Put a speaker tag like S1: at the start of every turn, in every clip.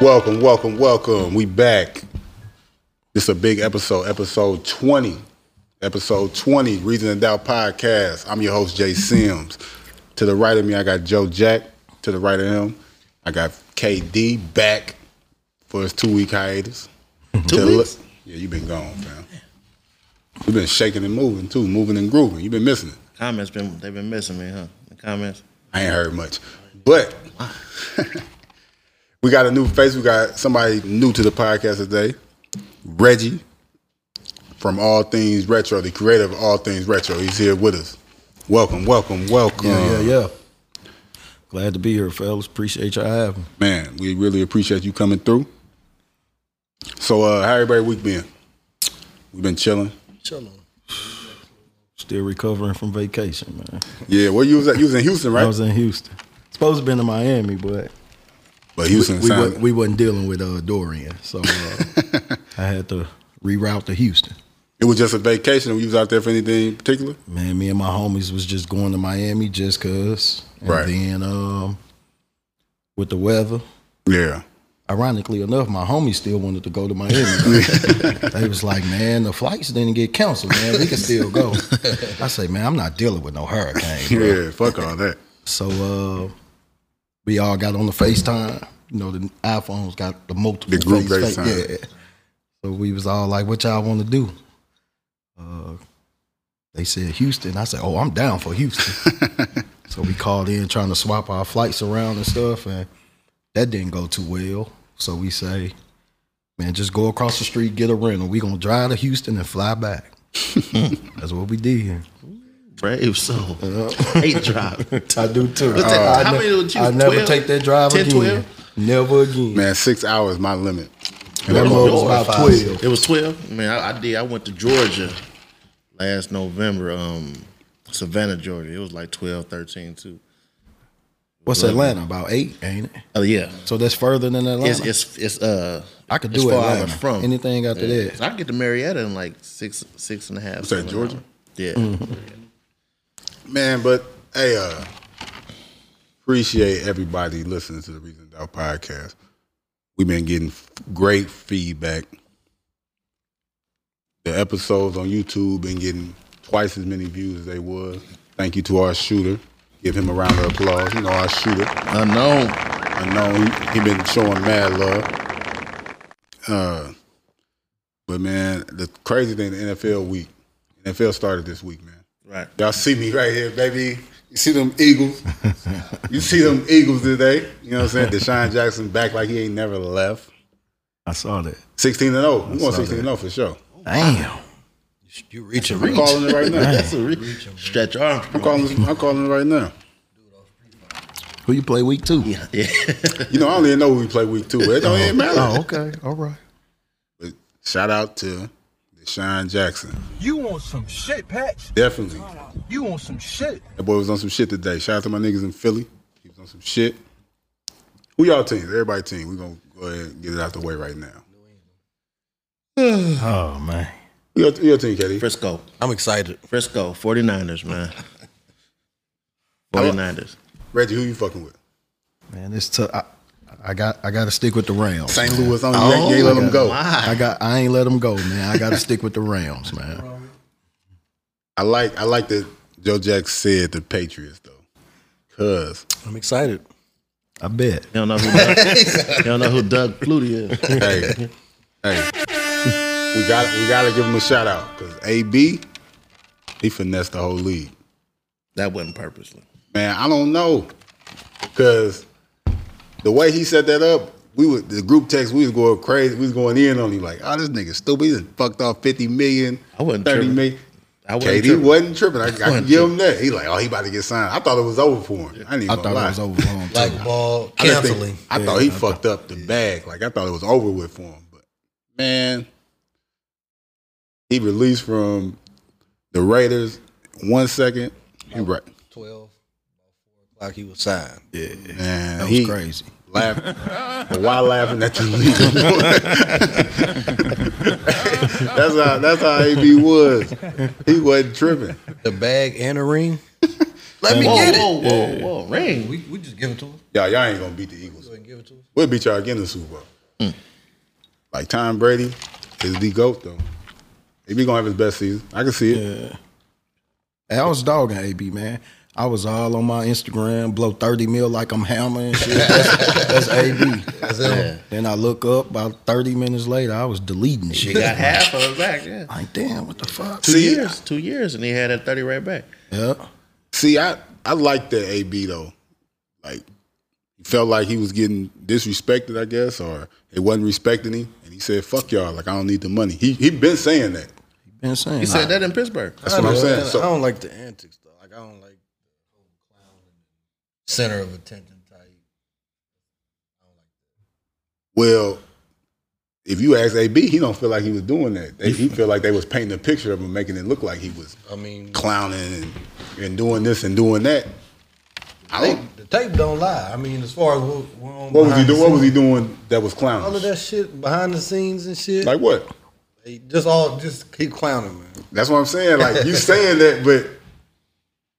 S1: Welcome, welcome, welcome. We back. This a big episode, episode 20. Episode 20, Reason and Doubt Podcast. I'm your host, Jay Sims. To the right of me, I got Joe Jack. To the right of him, I got KD back for his two week hiatus. To the le- yeah, you been gone, fam. You've been shaking and moving too, moving and grooving. You've been missing it.
S2: Comments been they've been missing me, huh? The comments.
S1: I ain't heard much. But we got a new face. We got somebody new to the podcast today. Reggie from All Things Retro, the creator of All Things Retro. He's here with us. Welcome, welcome, welcome.
S3: Yeah, yeah, yeah. Glad to be here, fellas. Appreciate y'all having. me.
S1: Man, we really appreciate you coming through. So uh how everybody week been? We've been chilling.
S3: Still recovering from vacation, man.
S1: Yeah, where you was at? You was in Houston,
S3: I
S1: right?
S3: was in Houston. Supposed to been in Miami, but
S1: but Houston
S3: we
S1: sound-
S3: wa- we wasn't dealing with uh, Dorian, so uh, I had to reroute to Houston.
S1: it was just a vacation. You was out there for anything in particular?
S3: Man, me and my homies was just going to Miami just cause. And
S1: Right.
S3: Then um, with the weather,
S1: Yeah.
S3: ironically enough, my homies still wanted to go to Miami. they was like, man, the flights didn't get canceled, man. We can still go. I say, man, I'm not dealing with no hurricane. Bro.
S1: Yeah, fuck all that.
S3: So uh, we all got on the FaceTime. You know, the iPhones got the multiple
S1: The group
S3: face-
S1: FaceTime.
S3: Yeah. So we was all like, "What y'all want to do?" Uh, they said Houston. I said, "Oh, I'm down for Houston." so we called in trying to swap our flights around and stuff, and that didn't go too well. So we say, "Man, just go across the street, get a rental. We gonna drive to Houston and fly back." That's what we did.
S2: Brave soul. Hate drop.
S3: I do too. Uh,
S2: What's that?
S3: I,
S2: How
S3: ne-
S2: many would you-
S3: I never
S2: 12?
S3: take that drive
S2: 10,
S3: again.
S2: 12?
S3: Never again.
S1: Man, six hours my limit.
S3: And that mug was about twelve.
S2: It was twelve. Man, I, I did. I went to Georgia last November. Um, Savannah, Georgia. It was like 12, 13 too.
S3: What's Atlanta? About eight, ain't it?
S2: Oh yeah.
S3: So that's further than Atlanta.
S2: It's it's it's uh.
S3: I could
S2: it's
S3: do
S2: far
S3: Atlanta.
S2: I was from.
S3: Anything after
S2: Yeah.
S3: that.
S2: So I could get to Marietta in like six six and a half.
S1: that,
S2: seven
S1: Georgia?
S2: hours. Yeah.
S1: Man, but hey, uh, appreciate everybody listening to the Reason Doubt podcast. We've been getting f- great feedback. The episodes on YouTube been getting twice as many views as they was. Thank you to our shooter. Give him a round of applause. You know our shooter.
S2: Unknown.
S1: I know he, he been showing mad love. Uh, but man, the crazy thing, the NFL week. NFL started this week, man.
S2: Right.
S1: Y'all see me right here, baby. You see them Eagles. you see them Eagles today. You know what I'm saying? Deshaun Jackson back like he ain't never left.
S3: I saw that.
S1: 16 and 0. We going
S3: saw
S1: 16 and 0 for sure.
S3: Damn.
S4: You reaching
S1: I'm calling it right now.
S2: That's a re- stretch arm.
S1: I'm calling, I'm calling it right now.
S3: Who you play week two?
S2: Yeah.
S1: You know, I don't even know who we play week two, but it don't even matter.
S3: Oh, okay. All right.
S1: But shout out to Deshaun Jackson.
S5: You want some shit, Patch?
S1: Definitely.
S5: You want some shit?
S1: That boy was on some shit today. Shout out to my niggas in Philly. He was on some shit. Who y'all teams? Everybody team. We're going to go ahead and get it out the way right now.
S3: Oh man.
S1: Who your, who your team, Katie?
S2: Frisco.
S4: I'm excited.
S2: Frisco, 49ers, man. 49ers.
S1: Reggie, who you fucking with?
S3: Man, it's tough. I, I got I gotta stick with the Rams.
S1: St. Louis on you. ain't- you ain't let them go.
S3: I got I ain't let them go, man. I gotta stick with the Rams, man.
S1: I like I like that Joe Jack said the Patriots though, cause
S4: I'm excited.
S3: I bet.
S2: You don't know who Doug, you don't know who Doug Flutie is.
S1: hey hey we got we gotta give him a shout out because AB he finessed the whole league.
S2: That wasn't purposely.
S1: Man, I don't know, cause the way he set that up, we was the group text we was going crazy. We was going in on him like, oh this nigga stupid. He just fucked off fifty million.
S2: I wasn't
S1: thirty
S2: tripping.
S1: million.
S2: I wasn't
S1: KD
S2: tripping.
S1: wasn't tripping. I, I can give him that. He like, oh, he about to get signed. I thought it was over for him. I didn't even
S3: I
S1: gonna
S3: thought
S1: lie.
S3: it was over for him too.
S4: Like ball
S1: I just think-
S4: canceling.
S1: I thought he fucked up the bag. Like I thought it was over with for him. But man, he released from the Raiders one second. He right.
S4: 12, 4 o'clock, he was signed.
S1: Man,
S3: that was
S1: he
S3: crazy.
S1: laughed. But why laughing at the league? that's how that's how AB was. He wasn't tripping.
S4: The bag and a ring? Let me
S2: Whoa,
S4: get it.
S2: whoa, whoa, whoa, ring.
S4: We, we just give it to him.
S1: Y'all, y'all ain't gonna beat the Eagles.
S4: Go ahead and give it to him.
S1: We'll beat y'all again in the Super Bowl. Like Tom Brady is the GOAT though. He be gonna have his best season. I can see it.
S3: Hey, I was dogging AB, man. I was all on my Instagram, blow 30 mil like I'm hammer and shit. That's, that's AB.
S4: That's him.
S3: Then I look up about 30 minutes later, I was deleting
S2: She
S3: shit.
S2: got half of it back. Yeah,
S3: Like, damn, what the fuck?
S2: two
S1: See,
S2: years, two years, and he had that thirty right back.
S3: Yeah.
S1: See, I I like that AB though. Like he felt like he was getting disrespected, I guess, or it wasn't respecting him, and he said, "Fuck y'all, like I don't need the money." He he been saying that.
S3: Been saying.
S2: He said that in Pittsburgh.
S1: That's what I'm saying.
S4: I
S1: So
S4: don't like the antics though. Like I don't like the whole clown and center of attention type.
S1: well, if you ask AB, he don't feel like he was doing that. They, he feel like they was painting a picture of him, making it look like he was
S4: I mean,
S1: clowning and, and doing this and doing that. I
S4: tape,
S1: don't,
S4: the tape don't lie. I mean, as far as what, went on
S1: what was he
S4: behind the
S1: doing? What was he
S4: scenes,
S1: doing that was
S4: All of
S1: clowning?
S4: that shit behind the scenes and shit.
S1: Like what?
S4: They just all just keep clowning, man.
S1: That's what I'm saying. Like you saying that, but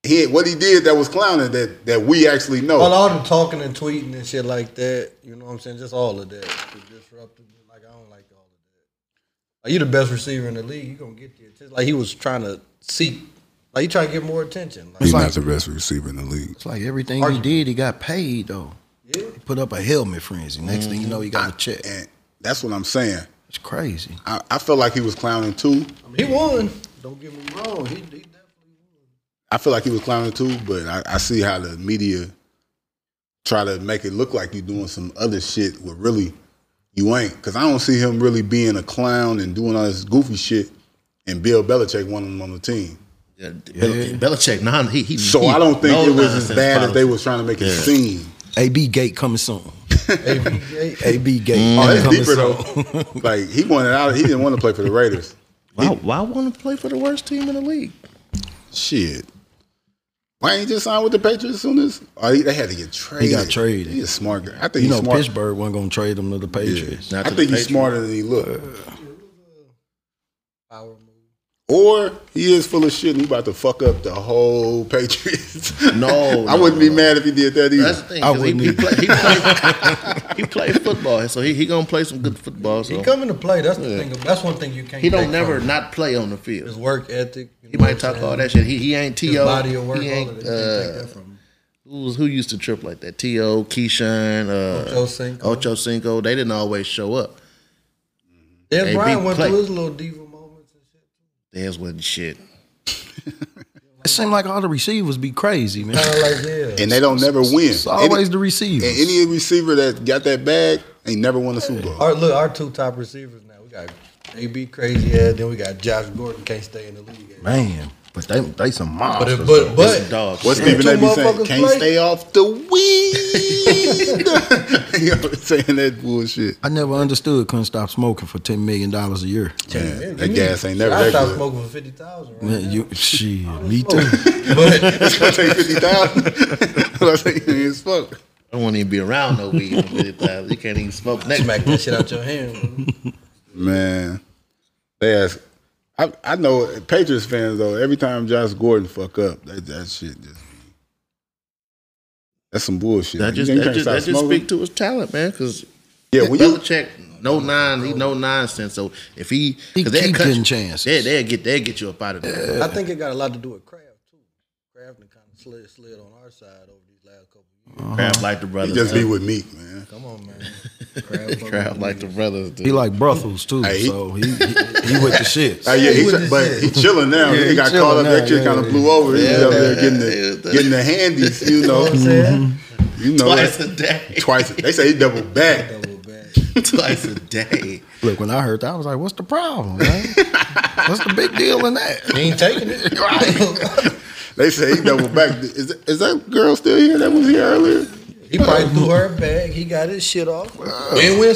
S1: he what he did that was clowning that that we actually know.
S4: All, all the talking and tweeting and shit like that. You know what I'm saying? Just all of that. The disruptive. Like I don't like all of that. Like you the best receiver in the league. You gonna get the attention. Like he was trying to seek. Like he trying to get more attention. Like,
S1: He's
S3: like-
S1: not the best receiver in the league.
S3: It's like everything he did, he got paid, though.
S4: yeah. Mm-hmm.
S3: He put up a helmet frenzy. Next thing you know, he got a check.
S1: And that's what I'm saying.
S3: It's crazy.
S1: I, I feel like he was clowning too.
S4: I mean, he won. Don't get me wrong. He, he definitely
S1: I feel like he was clowning too, but I, I see how the media try to make it look like you doing some other shit where really you ain't. Because I don't see him really being a clown and doing all this goofy shit. And Bill Belichick wanted him on the team.
S2: Yeah, Bel- Belichick, nah, he, he
S1: So
S2: he-
S1: I don't think
S2: no
S1: it was as
S2: nonsense
S1: bad as they
S2: policy.
S1: was trying to make it
S2: Yeah.
S1: seem.
S3: AB Gate coming soon.
S4: AB,
S3: AB Gate.
S1: Oh, that's
S3: coming
S1: deeper
S3: soon.
S1: though. like he wanted out. He didn't want to play for the Raiders.
S2: Why, why want to play for the worst team in the league?
S1: Shit. Why ain't he just signed with the Patriots as soon as? Oh, he- they had to get traded.
S3: traded.
S1: He's a smart guy. I think
S3: You
S1: he's
S3: know,
S1: smart.
S3: Pittsburgh wasn't going to trade him to the Patriots.
S2: Not
S1: I
S2: to the
S1: think he's
S2: Patriots.
S1: smarter than he look.
S4: power move.
S1: Or he is full of shit and he about to fuck up the whole Patriots.
S2: No,
S1: I
S2: no,
S1: wouldn't be
S2: no.
S1: mad if he did that either.
S2: That's the thing.
S3: I
S2: 'cause He,
S3: wouldn't
S2: he,
S3: either.
S2: play, he, play, he play football, so he, he gonna play some good football. So
S4: He
S2: he,
S4: coming to play. That's the thing. That's one thing you can't. take
S2: don't
S4: from
S2: never
S4: him.
S2: not play on the
S4: his
S2: field.
S4: work ethic. you
S2: He
S4: know
S2: might
S4: what I'm
S2: talk all
S4: saying?
S2: that shit. He he ain't
S4: His
S2: to
S4: body of work.
S2: He
S4: all of
S2: ain't
S4: that. You can't take
S2: uh,
S4: that from him.
S2: who was who used to trip like that? To Keyshawn, uh,
S4: Ocho Cinco.
S2: Ocho Cinco. They didn't always show up.
S4: Dez
S2: AB
S4: Bryant went
S2: play.
S4: through his little diva moments and shit.
S2: Theirs wasn't shit.
S3: It seemed like all the receivers be crazy, man.
S4: Kinda like yeah.
S1: and they don't never win.
S3: It's
S1: any,
S3: always the receivers.
S1: and any receiver that got that bag ain't never won a Super Bowl.
S4: Our look, our two top receivers now. We got AB crazy yeah. Then we got Josh Gordon can't stay in the league. yeah.
S3: Man, but they they some
S4: But
S3: monsters.
S4: it,
S2: But,
S4: but but
S2: dog.
S1: What's Stephen
S2: shit.
S4: Two
S1: A. be saying?
S4: motherfuckers
S1: Can't
S4: play.
S1: stay off the weed. you know, saying that bullshit.
S3: I never understood couldn't stop smoking for ten million dollars a year.
S1: Man, that gas ain't never
S4: I
S1: that
S4: stopped
S1: good.
S4: smoking for fifty thousand. Right?
S3: Man, you shit, me too.
S4: But
S1: It's gonna take fifty thousand. I say it's fuck.
S2: I don't want to even be around no weed. in 55. you can't even smoke next
S4: smack that shit out your hand. bro.
S1: Man, they ask. I I know Patriots fans though. Every time Josh Gordon fuck up, that that shit just. be- That's some bullshit.
S2: That
S1: Like,
S2: just
S1: you can't
S2: that just,
S1: stop
S2: that just
S1: smoking.
S2: speak to his talent, man. Because
S1: Yeah, Oh, when you-
S2: Belichick, no nine, he no nonsense. So if he,
S3: He
S2: cause they'll
S3: keep
S2: cut
S3: getting
S2: you-
S3: chances.
S2: they they get they get you up out of there.
S4: I think it got a lot to do with Kraft too. Kraft and kind of slid, slid on our side over these last couple of years.
S2: Crab like
S1: Uh-huh.
S2: the
S1: He
S2: brothers.
S1: just be with Meek, man.
S4: Come on, man. Kraft, fucking-
S2: crab like the brothers. Do.
S3: He like brothels too,
S1: Hey, he-
S3: so he, he he with the shits.
S1: Oh yeah,
S4: he
S1: he's,
S4: with his
S1: but
S4: shit.
S1: he chilling now.
S3: Yeah,
S1: he
S3: he
S1: got
S3: chilling
S1: caught up. That
S3: now,
S1: shit
S3: yeah,
S1: kind of
S3: yeah.
S1: blew over. He was
S2: Yeah,
S1: up there getting
S2: yeah,
S1: the
S2: yeah.
S1: getting the handies. You
S4: You know
S1: know,
S4: what I'm saying?
S1: you know,
S2: twice
S1: that-
S2: a day.
S1: twice. They say he double back.
S4: Double back.
S2: twice a day.
S3: Look, when I heard that, I was like, "What's the problem, man? What's the big deal in that?"
S4: He ain't taking it. right.
S1: They say he double back. Is, that- is that girl still here? That was here earlier.
S4: he probably threw her bag. He got his shit off. Win-win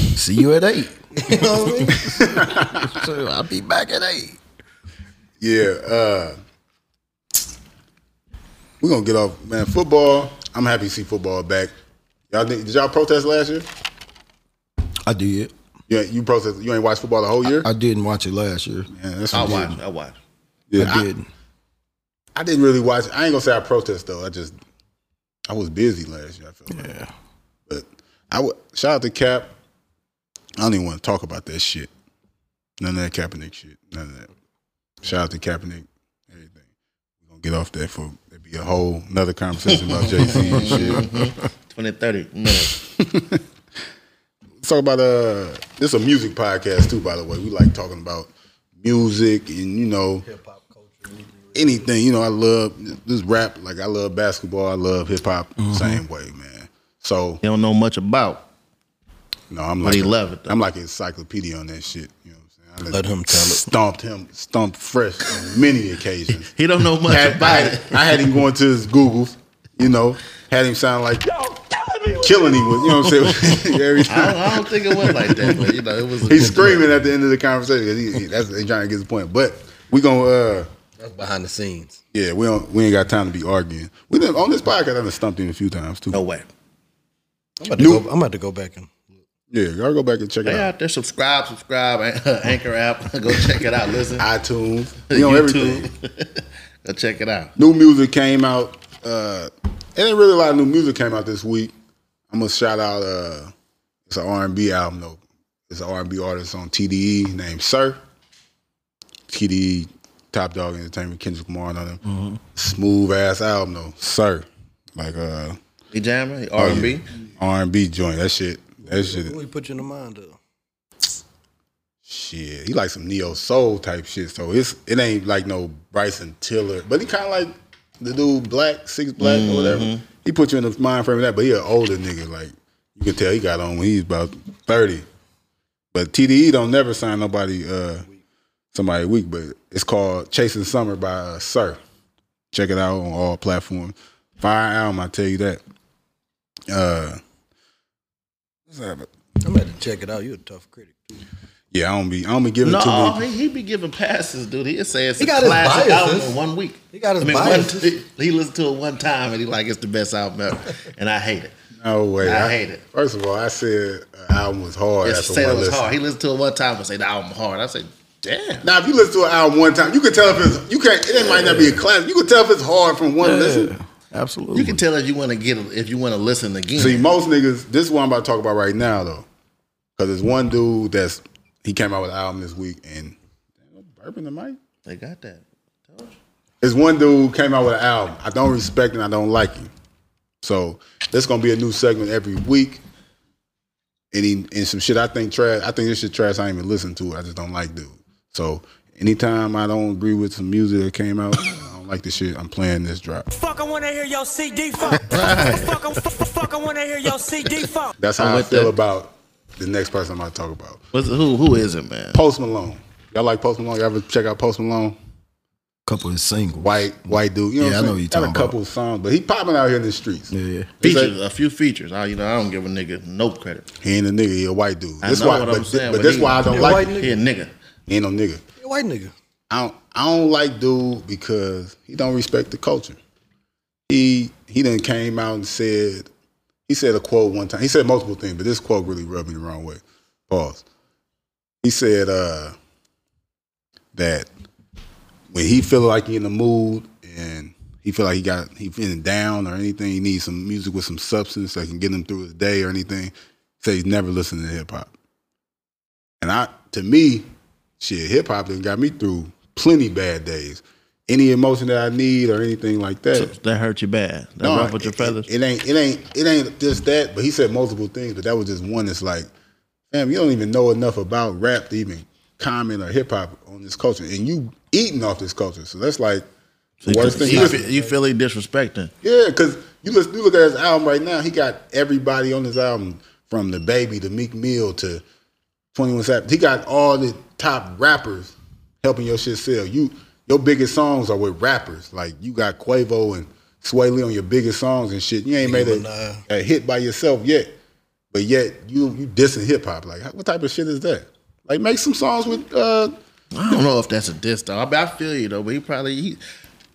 S3: See you at eight.
S4: You know what I mean?
S3: So I'll be back at eight.
S1: Yeah. Uh, we're gonna get off, man. Football. I'm happy to see football back. Y'all think, did y'all protest last year?
S3: I did.
S1: Yeah, you protest. You ain't watched football the whole year.
S3: I didn't watch it last year.
S1: Man, that's
S2: I
S1: what you-
S2: watch. I watch.
S1: Yeah,
S3: I didn't.
S1: I didn't really watch. I ain't gonna say I protest though. I just I was busy last year. I feel like.
S3: Yeah.
S1: But I would shout out to Cap. I don't even want to talk about that shit. None of that Kaepernick shit. None of that. Shout out to Kaepernick. Everything. We're gonna get off that for it'd be a whole another conversation about JC and shit.
S2: 20, 30 minutes.
S1: Let's talk about uh this is a music podcast too, by the way. We like talking about music and you know
S4: Pop culture.
S1: anything. You know, I love this rap. Like I love basketball. I love hip hop.
S2: Mm-hmm.
S1: Same way, man. So
S2: He don't know much about.
S1: no, I'm
S2: But
S1: like
S2: he
S1: a-
S2: love it, though.
S1: I'm like an encyclopedia on that shit. You know what I'm saying? I
S6: Let him tell it.
S1: Stomped him, stomped fresh on many occasions.
S2: He don't know much
S1: Had- I,
S2: about
S1: had,
S2: it.
S1: I had him going to his Google. You know, had him sound like killing him. With, you know what I'm saying? Every time.
S2: I don't, I don't think it was like that, but you know, it was. a
S1: He's
S2: good time.
S1: screaming at the end of the conversation because he, he- that's he's trying to get his point. But we gonna uh
S4: That's behind the scenes.
S1: yeah we don't we ain't got time to be arguing. We done, on this podcast I done stumped him a few times too.
S2: No way.
S4: I'm about to,
S1: New-
S4: go, I'm about to go back and
S1: Yeah, y'all go back and check it
S2: They
S1: out.
S2: out there. Subscribe, subscribe, an- Anchor app. Go check it out. Listen.
S1: iTunes, we on everything.
S2: Go check it out.
S1: New music came out. Uh, it ain't really a lot of new music came out this week. I'm gonna shout out. Uh, it's an R&B album though. It's an R&B artist on TDE named Sir. TDE, Top Dog Entertainment, Kendrick Lamar and all them. Smooth ass album though, Sir. Like uh,
S2: He jamming, he R&B.
S1: R&B joint. That shit. That shit.
S4: Who he put you in the mind of?
S1: Shit, he like some neo soul type shit. So it's it ain't like no Bryson Tiller, but he kind of like the dude Black Six Black or whatever. He put you in the mind frame of that, but he an older nigga. Like you can tell he got on when he's about thirty. But TDE don't never sign nobody uh somebody weak. But it's called Chasing Summer by uh, Sir. Check it out on all platforms. Fire album, I tell you that. Uh, what's that?
S4: I'm about to check it out. You're a tough critic.
S1: yeah, I don't be I don't be giving too
S2: No,
S1: many.
S2: he, he be giving passes, dude. He say it's
S4: He
S2: a
S4: got his
S2: classic
S4: biases.
S2: album in one week.
S4: He got his
S2: I mean, one-
S4: biases.
S2: he listened to it one time and he like it's the best album ever, and I hate it.
S1: No way.
S2: I hate it.
S1: First of all, I said an album was hard.
S2: Just
S1: after
S2: say
S1: one
S2: it was
S1: listen.
S2: hard. He listened to it one time and say the album hard. I say, damn.
S1: Now, if you listen to an album one time, you can tell if it's you can't. It might not be a classic. You can tell if it's hard from one listen.
S6: Absolutely.
S2: You can tell if you want to get if you want to listen again.
S1: See, most niggas. This is what I'm about to talk about right now, though, because there's one dude that's he came out with an album this week and burping the mic.
S2: they got that.
S1: There's one dude who came out with an album. I don't respect and I don't like him. So there's gonna be a new segment every week. And he, and some shit I think trash. I think this shit trash. I ain't even listen to it. I just don't like dude. So anytime I don't agree with some music that came out, I don't like the shit. I'm playing this drop.
S7: Fuck, I wanna hear your CD fuck. fuck, I- f- f- fuck, I wanna hear your CD fuck.
S1: That's how
S2: I'm
S1: I,
S2: with
S1: feel
S2: that.
S1: about the next person I'm about to talk about.
S2: What's, who who is it, man?
S1: Post Malone. Y'all like Post Malone? Y'all ever check out Post Malone?
S3: couple of singles.
S1: White white dude. You know
S3: Yeah, I
S1: what I'm
S3: know
S1: saying?
S3: who you
S1: Got
S3: talking
S1: a couple of songs, but he popping out here in the streets.
S3: Yeah.
S2: Features, a few features. I, you know, I don't give a nigga no credit.
S1: He ain't a nigga. He a white dude.
S2: I
S1: That's
S2: know
S1: why.
S2: what
S1: but
S2: I'm saying,
S1: but,
S2: but
S1: that's
S2: he-
S1: why I don't
S4: He a
S1: like.
S4: white
S2: He a nigga.
S1: He ain't no nigga.
S4: He a white nigga.
S1: I don't, I don't like dude because he don't respect the culture. He he done came out and said he said a quote one time. He said multiple things, but this quote really rubbed me the wrong way. Pause. He said uh, that when he feel like he in the mood and he feel like he got he feeling down or anything, he needs some music with some substance that can get him through his day or anything. Say he's never listening to hip hop. And I, to me, shit, hip hop done got me through plenty bad days. Any emotion that I need or anything like that.
S2: That hurt you bad. That
S1: No,
S2: ruffled your
S1: it-
S2: feathers.
S1: It, it ain't. It ain't. It ain't just that. But he said multiple things. But that was just one. That's like, damn, you don't even know enough about rap to even comment or hip hop on this culture, and you eating off this culture. So that's like the worst thing.
S2: you,
S1: You
S2: feel, you feel he disrespecting.
S1: yeah, because you listen, you look at his album right now. He got everybody on his album, from the baby to Meek Mill to Twenty One Savage. He got all the top rappers helping your shit sell. You your biggest songs are with rappers. Like you got Quavo and Sway Lee on your biggest songs and shit. You ain't made a, a hit by yourself yet, but yet you you dissing hip hop. Like what type of shit is that? Like make some songs with. uh
S2: I don't know if that's a diss though. I, mean, I feel you though, but he probably he,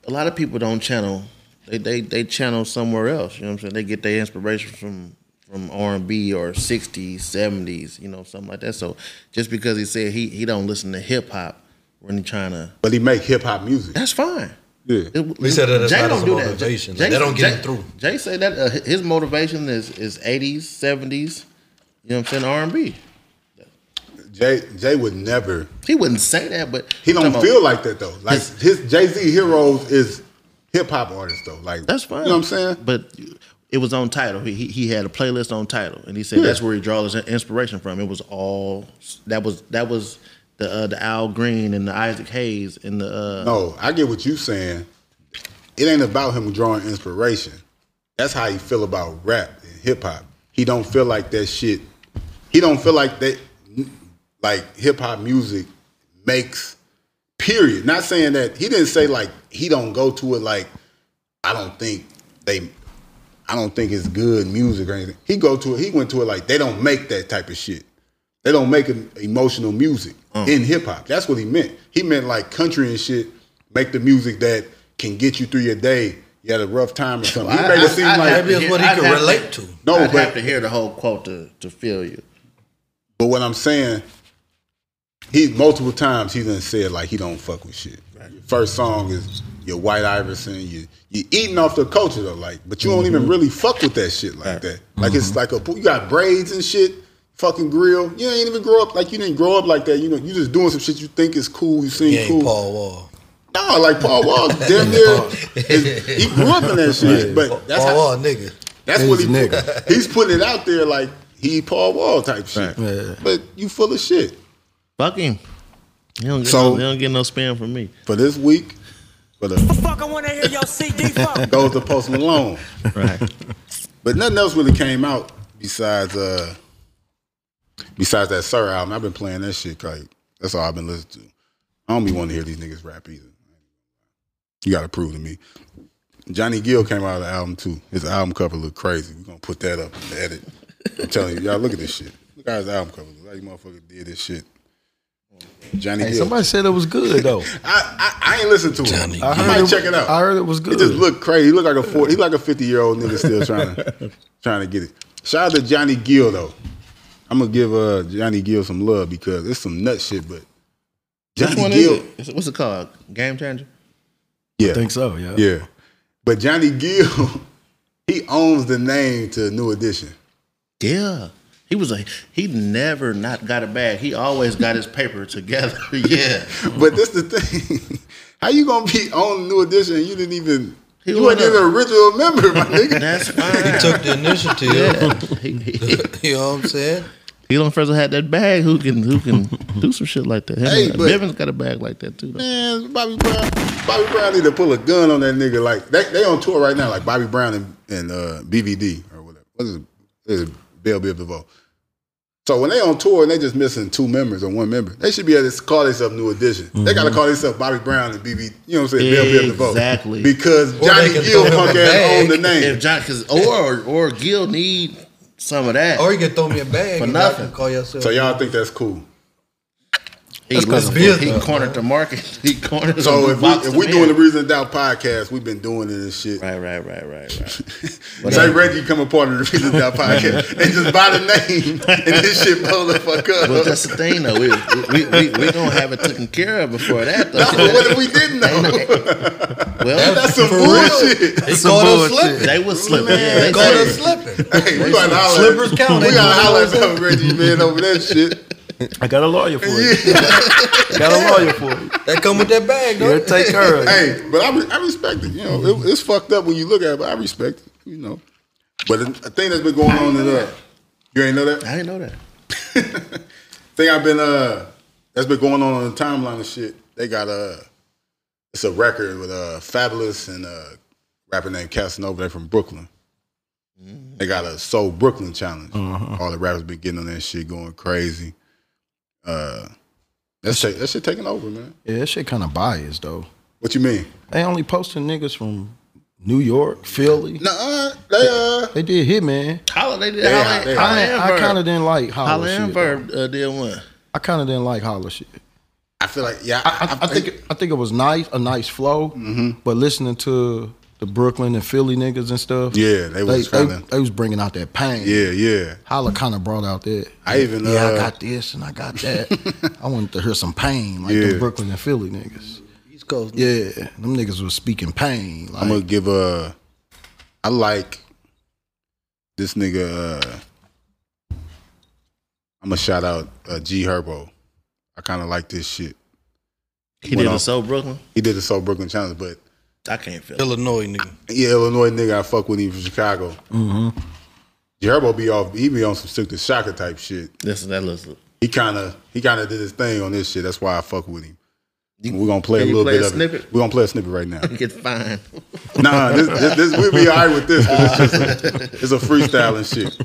S2: a lot of people don't channel. They, they they channel somewhere else. You know what I'm saying? They get their inspiration from from R and B or '60s, '70s, you know, something like that. So just because he said he he don't listen to hip hop when he trying to,
S1: But he make hip hop music.
S2: that's fine.
S1: Yeah.
S2: It,
S4: He said that that's not his
S2: do
S4: motivation.
S2: Jay-
S4: Like, that don't get
S2: Jay-
S4: him through.
S2: Jay said that uh, his motivation is is eighties, seventies. You know what I'm saying? R and B.
S1: Jay Jay would never.
S2: He wouldn't say that, but
S1: He don't
S2: I'm talking
S1: feel
S2: about-
S1: like that though. Like his Jay Z heroes is hip hop artists though. Like
S2: that's fine.
S1: You know what I'm saying?
S2: But it was on title. He he, he had a playlist on title, and he said that's where he draws his inspiration from. It was all that was that was the uh, the Al Green and the Isaac Hayes and the uh,
S1: No, I get what you saying. It ain't about him drawing inspiration. That's how he feel about rap and hip hop. He don't feel like that shit. He don't feel like that. Like hip hop music makes. Period. Not saying that he didn't say like he don't go to it like I don't think they. I don't think it's good music or anything. He go to it. He went to it like they don't make that type of shit. They don't make em- emotional music
S2: Mm.
S1: in hip hop. That's what he meant. He meant like country and shit. Make the music that can get you through your day. You had a rough time or something. He
S2: I-
S1: made
S2: I-
S1: it seem
S2: I-
S1: like
S4: Maybe it's what he
S2: I'd
S4: could
S2: have to-
S4: relate to.
S1: No,
S2: I'd
S1: but-
S2: have to hear the whole quote to to feel you.
S1: But what I'm saying, he multiple times he done said like he don't fuck with shit. Your first song is your White Iverson. You you eating off the culture though, like, but you don't even really fuck with that shit like that. Like it's like a you got braids and shit, fucking grill. You ain't even grow up like you didn't grow up like that. You know, you just doing some shit you think is cool. You seem
S4: He ain't
S1: cool.
S4: Paul Wall.
S1: No, like Paul Wall, damn near, is- he grew up in that shit. But that's
S4: Paul
S1: how,
S4: Wall, nigga.
S1: that's
S3: He's
S1: what he
S3: a nigga.
S1: he's putting it out there like he Paul Wall type shit. But you full of shit.
S2: Fuck him. You don't get
S1: So-
S2: no, you don't get no spam from me.
S1: for this week, for the
S7: Fuck, I wanna hear your CD fuck.
S1: goes to Post Malone.
S2: Right.
S1: But nothing else really came out besides uh besides that Sir album. I've been playing that shit like that's all I've been listening to. I don't be wanting to hear these niggas rap either. You gotta prove to me. Johnny Gill came out of the album too. His album cover look crazy. We're gonna put that up in the edit. I'm telling you, y'all look at this shit. Look how his album cover look. How you motherfucker did this shit. Johnny
S3: Hey,
S1: Gill.
S3: somebody said it was good though.
S1: I, I, I ain't listened to it. I, might check it out.
S3: I heard it was
S1: He
S3: good.
S1: just looked crazy. He looked like a four, he like a fifty year old nigga still trying to trying to get it. Shout out to Johnny Gill though. I'm gonna give uh, Johnny Gill some love because it's some nut shit, but Johnny
S2: Which one
S1: Gill,
S2: is it? It's- What's it called? Game changer.
S1: yeah,
S3: I think so. Yeah.
S1: yeah. But Johnny Gill, he owns the name to New Edition.
S2: Yeah. He was a he never not got a bag. He always got his paper together. yeah.
S1: But this the thing, how you gonna be on New Edition? And you didn't even
S2: He
S1: you wasn't
S2: wasn't
S1: even
S2: a-
S1: an original member, my nigga.
S2: That's fine.
S4: He took the initiative.
S2: he, he,
S4: You know what I'm saying?
S2: he don't first had that bag who can who can do some shit like that. Him
S1: Hey,
S2: and
S1: but-
S2: Bivens got a bag like that too though.
S1: Man, Bobby Brown, Bobby Brown need to pull a gun on that nigga. Like they, they on tour right now, like Bobby Brown and, and uh, BVD or whatever. What is it? Is it Bill Biv DeVoe? So when they on tour and they just missing two members or one member, they should be able to call themselves New Edition. They got to
S2: Mm-hmm.
S1: call themselves Bobby Brown and BB. You know what I'm saying? Bill Biv DeVoe.
S2: Exactly.
S1: Because
S4: they
S1: Johnny
S4: can
S1: Gill
S4: throw him
S1: punk
S4: a
S1: ass
S4: bag
S1: owned the name.
S2: If John cause or or Gil need some of that.
S4: Or you can throw me a bag
S2: For nothing.
S4: and nothing. can call yourself.
S1: So y'all think that's cool?
S2: he,
S4: because
S2: he
S4: business,
S2: cornered the market. He cornered
S1: So
S2: the
S1: if we,
S2: box
S1: if
S2: to
S1: we
S2: men.
S1: doing the Reason to Doubt podcast, we've been doing it and shit.
S2: Right, right, right, right, right.
S1: Say Reggie come a part of the Reason to Doubt podcast and just by the name and this shit blow the fuck up.
S2: But that's the thing, though. We we we, we gonna have it taken care of before that. Though.
S1: No, but what if we didn't know?
S2: well,
S1: That's some bullshit.
S4: he
S3: Some
S4: caught us
S3: bullshit.
S4: slipping.
S2: they was slipping.
S1: Man,
S2: Yeah, they
S4: Caught us
S2: said,
S4: slipping.
S1: Hey, we gotta holler.
S4: Slippers count.
S1: We
S4: They
S1: gotta
S4: know
S1: holler at
S4: what I'm
S1: some Reggie man over that shit.
S3: I got a lawyer for it. got a lawyer for it.
S4: That come with that bag,
S3: Here,
S4: though.
S3: take care of it.
S1: Hey, but I, re- I respect it. You know, it, it's fucked up when you look at it, but I respect it. You know, but the thing that's been going on in uh, you ain't know that
S2: I didn't know that.
S1: thing I've been uh that's been going on on the timeline and shit. They got uh it's a record with uh Fabulous and uh rapper named Casanova. They from Brooklyn.
S2: Mm-hmm.
S1: They got a Soul Brooklyn challenge.
S2: Uh-huh.
S1: All the rappers been getting on that shit, going crazy. Uh, that shit, that shit taking over, man.
S3: Yeah, that shit kind of biased though.
S1: What you mean?
S3: They only posting niggas from New York, Philly.
S1: Nah, they uh,
S3: They did Hitman.
S2: Holiday did.
S1: Yeah,
S2: Holiday,
S1: they-
S2: Holiday and
S3: I, I
S2: Verb.
S3: kind of didn't like holler
S2: Holiday
S3: shit.
S2: and Verb uh, did one.
S3: I kind of didn't like holler shit.
S1: I feel like yeah,
S3: I, I, I think I think it was nice, a nice flow,
S1: Mm-hmm.
S3: but listening to the Brooklyn and Philly niggas and stuff,
S1: Yeah, they was
S3: they,
S1: kinda-
S3: they was bringing out that pain.
S1: yeah, yeah.
S3: Holla kind of brought out that.
S1: I even,
S3: yeah,
S1: uh,
S3: I got this and I got that. I wanted to hear some pain, like
S1: Yeah.
S3: the Brooklyn and Philly niggas.
S4: East East Coast.
S3: Yeah, them niggas was speaking pain. Like,
S1: I'm gonna give a. I like this nigga. Uh, I'm gonna shout out uh, G Herbo. I kind of like this shit.
S2: He did
S1: on.
S2: a so Brooklyn.
S1: He did the Soul Brooklyn Challenge, but
S2: I can't feel it.
S4: Illinois nigga.
S1: yeah, Illinois nigga, I fuck with him from Chicago. Mm-hmm. G Herbo be off. He be on some stick to shocker type shit.
S2: Listen, that listen.
S1: He kind of he kind of did his thing on this shit. That's why I fuck with him. We're gonna play a
S2: can you
S1: little
S2: play
S1: bit
S2: a
S1: of it.
S2: snippet?
S1: We're gonna play a snippet right now.
S2: Get fined.
S1: nah, this, this, this we'll be all right with this. 'cause It's, just a, it's a freestyle and shit.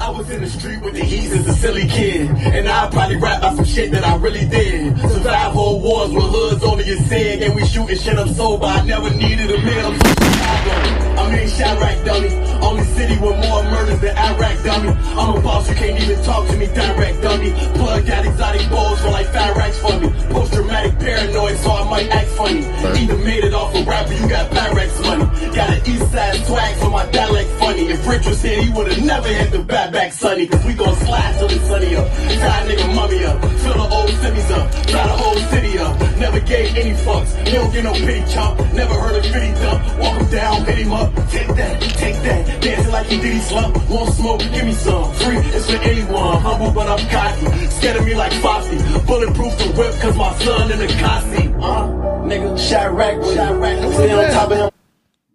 S6: I was in the street with the heat as a silly kid, and I probably rap about some shit that I really did. Survive whole wars with hoods only a sin, and we shooting shit I'm sober. I never needed a meal. I'm from Chicago. I'm in Chirac, dummy. Only city with more murders than Iraq, dummy. I'm a boss, you can't even talk to me direct, dummy. Plug out exotic balls for like fat racks for me. Post traumatic paranoid, so I might act funny. Either made it off a rapper, you got Pyrex money. Got an east side swag, so my dialect funny. If Rich was here, he would've never hit the bat back sunny. Cause we gon' slide till it's sunny up. Tie a nigga mummy up. Fill the old semis up. Tie the whole city up. Never gave any fucks. You don't get no pity chump. Never heard of pity dump. Walk him down, hit him up. Take that, take that. Dancing like he did he slump. Won't smoke, give me some. Free, it's for anyone. Humble, but I'm cocky. Scared of me like Foxy. Bulletproof the whip, cause my son in the car seat. Uh, nigga, Chirac, Chirac. Stay on top of him.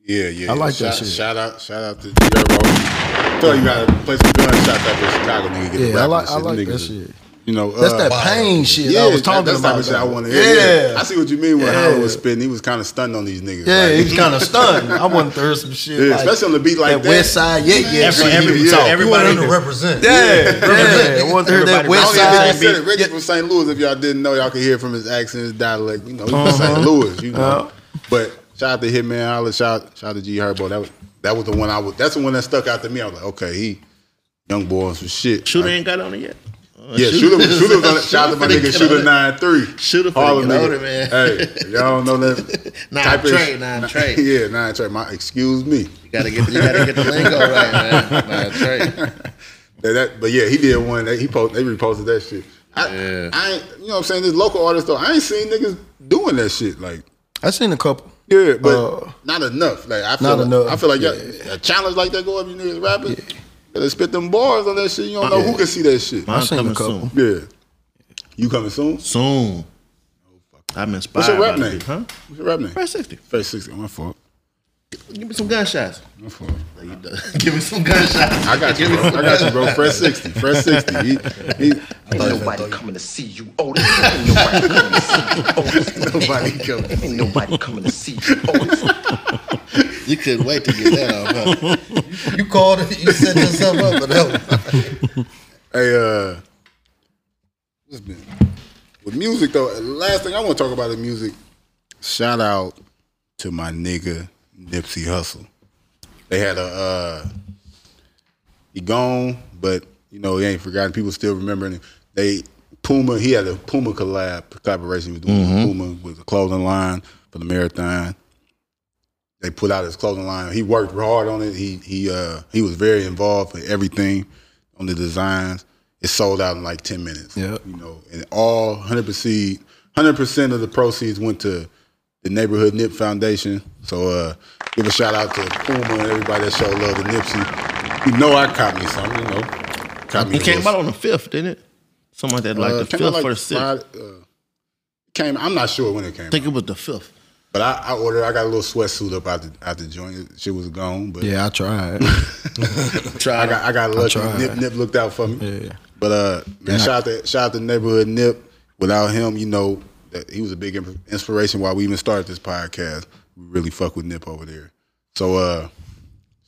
S1: Yeah, yeah.
S3: I like
S1: shout,
S3: that shit.
S1: Shout out, shout out to G Herbo. I feel like you gotta play some gunshots after a Chicago nigga. Get
S3: Yeah,
S1: the
S3: I
S1: rap
S3: like-
S1: and
S3: I
S1: shit. Them
S3: like that
S1: niggas is-
S3: shit.
S1: You know,
S3: that's
S1: uh,
S3: that
S1: wow.
S3: pain shit
S1: Yeah,
S3: I was talking
S1: that, that's
S3: about.
S1: the type of shit I
S3: though.
S1: want to hear. Yeah.
S3: Yeah.
S1: I see what you mean when
S3: Yeah.
S1: Hollow was spitting. He was kind of stunned on these niggas.
S3: Yeah,
S1: like,
S3: he was kind of stunned. I wanted to hear some shit.
S1: Yeah,
S3: like
S1: especially on the beat like that.
S3: West Side, yeah, yeah.
S8: Every-
S3: shit he
S8: every-
S3: was
S8: yeah,
S3: talking.
S8: every-
S4: You want
S8: Everybody
S4: him to
S8: nigga.
S4: represent.
S3: yeah, yeah. I wanted to hear that
S8: Everybody-
S3: West
S1: Oh, yeah, Richie
S3: Side.
S1: said it. Richie from St. Louis. If y'all didn't know, y'all could hear from his accent, his dialect. You know, he's from St. Louis. You know, but shout out to Hitman Holler. Shout shout out to G Herbo. That was that was the one I was. That's the one that stuck out to me. I was like, okay, he young boy on some shit.
S2: Shooter
S1: Like,
S2: ain't got on it yet. Uh,
S1: yeah, shooter, was- shooter was on it. Shout out to my
S2: finna
S1: nigga
S2: get on
S1: Shooter
S2: it.
S1: nine three.
S2: Shooter finna get on it, man.
S1: Hey, if y'all don't know that.
S2: Nine
S1: type in-
S2: Trey, nine Trey.
S1: Yeah, nine Trey. My excuse me.
S2: You gotta get, you gotta get the lingo right, man. Nah, Trey.
S1: That, that- but yeah, he did one. That he post, they reposted that shit. I,
S2: Yeah.
S1: I ain't, you know what I'm saying? This local artist though, I ain't seen niggas doing that shit. Like,
S3: I seen a couple.
S1: yeah, but
S3: Uh,
S1: not enough. Like, I feel,
S3: not
S1: like,
S3: enough,
S1: I feel like y'all- a challenge like that go up, you niggas rapping. They spit them bars on that shit. You don't know who can see that shit.
S2: Mine
S3: seen a
S2: coming soon.
S3: couple.
S1: Yeah, you coming soon?
S2: Soon. I'm inspired.
S1: What's your rap
S2: by the
S1: name?
S2: beat, Huh?
S1: What's your rap name?
S2: Fresh 60.
S1: Fresh sixty. My fault.
S2: Give me some gunshots.
S1: My fault.
S2: Give me some gunshots.
S1: I got you. Bro. I got you, bro. Fresh sixty. Fresh sixty. He, he,
S9: Ain't nobody coming to see you, Otis. Ain't nobody coming to see you, Otis.
S1: nobody coming.
S9: Ain't nobody coming to see you, Otis.
S2: You couldn't wait to get that off. Huh?
S4: You called it. You set yourself up for that.
S1: Hey, uh, what's been with music though? the Last thing I want to talk about is music. Shout out to my nigga Nipsey Hussle. They had a uh, he gone, but you know he ain't forgotten. People still remembering him. They Puma. He had a Puma collab collaboration he was doing with Puma with the clothing line for the marathon. They put out his clothing line. He worked hard on it. He he uh, he was very involved with everything on the designs. It sold out in like ten minutes.
S3: Yeah.
S1: you know, and all hundred percent hundred percent of the proceeds went to the Neighborhood Nip Foundation. So uh, give a shout out to Puma and everybody that showed love to Nipsey. You know I caught me some, you know. Caught me
S2: It came
S1: a
S2: out on the 5th, didn't it? Something like that, like
S1: little-
S2: the
S1: uh, came
S2: 5th
S1: out like
S2: or the 6th.
S1: Friday, uh, Came, I'm not sure when it came,
S2: I think it was the 5th.
S1: but I, I ordered. I got a little sweatsuit up out the out the joint. Shit was gone, but
S3: Yeah, I tried.
S1: I got I got lucky.
S3: tried.
S1: Nip Nip looked out for me.
S3: Yeah.
S1: But uh, man,
S3: I-
S1: shout out to shout out to neighborhood Nip. Without him, you know, that he was a big imp- inspiration why we even started this podcast. We really fuck with Nip over there. So uh,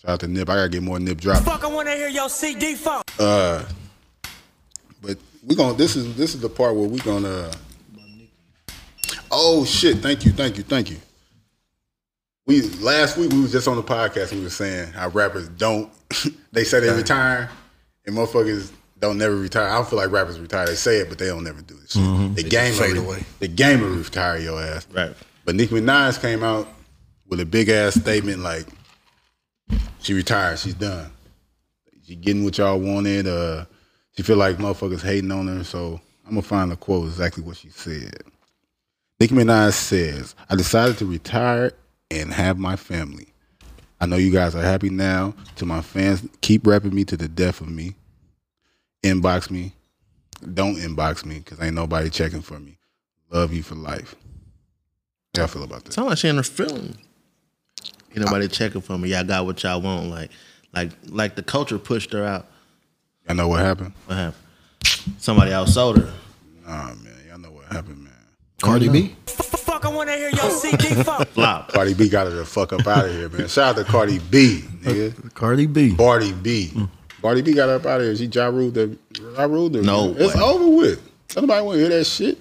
S1: shout out to Nip. I gotta get more Nip drop.
S7: Fuck, I wanna hear your CD funk.
S1: But we gonna this is this is the part where we gonna. Oh shit! Thank you, thank you, thank you. We last week we was just on the podcast. and We were saying how rappers don't. they say they retire, and motherfuckers don't never retire. I don't feel like rappers retire. They say it, but they don't never do this. shit. The game
S4: Mm-hmm. fade
S1: will re-
S4: away.
S1: The game will retire your ass.
S2: Right.
S1: But Nicki Minaj came out with a big ass statement like, she retired. She's done. She getting what y'all wanted. Uh, she feel like motherfuckers hating on her. So I'm gonna find the quote exactly what she said. Nicki Minaj says, I decided to retire and have my family. I know you guys are happy now. To my fans, keep rapping me to the death of me. Inbox me. Don't inbox me because ain't nobody checking for me. Love you for life. How y'all feel about that?
S2: Sound like she in her feelings. Ain't nobody checking for me. Y'all got what y'all want. Like, like, like the culture pushed her out.
S1: Y'all know what happened?
S2: What happened? Somebody outsold her.
S1: Nah, man. Y'all know what happened, man.
S3: Cardi B.
S7: Fuck, I wanna hear your CD fuck.
S2: Flop.
S1: Cardi B got her the fuck up out of here, man. Shout out to Cardi B, nigga.
S3: Cardi B.
S1: Barty B. Barty B got up out of here. She ja ruled the I ruled her.
S2: No
S1: It's
S2: way.
S1: over with. Somebody wanna hear that shit.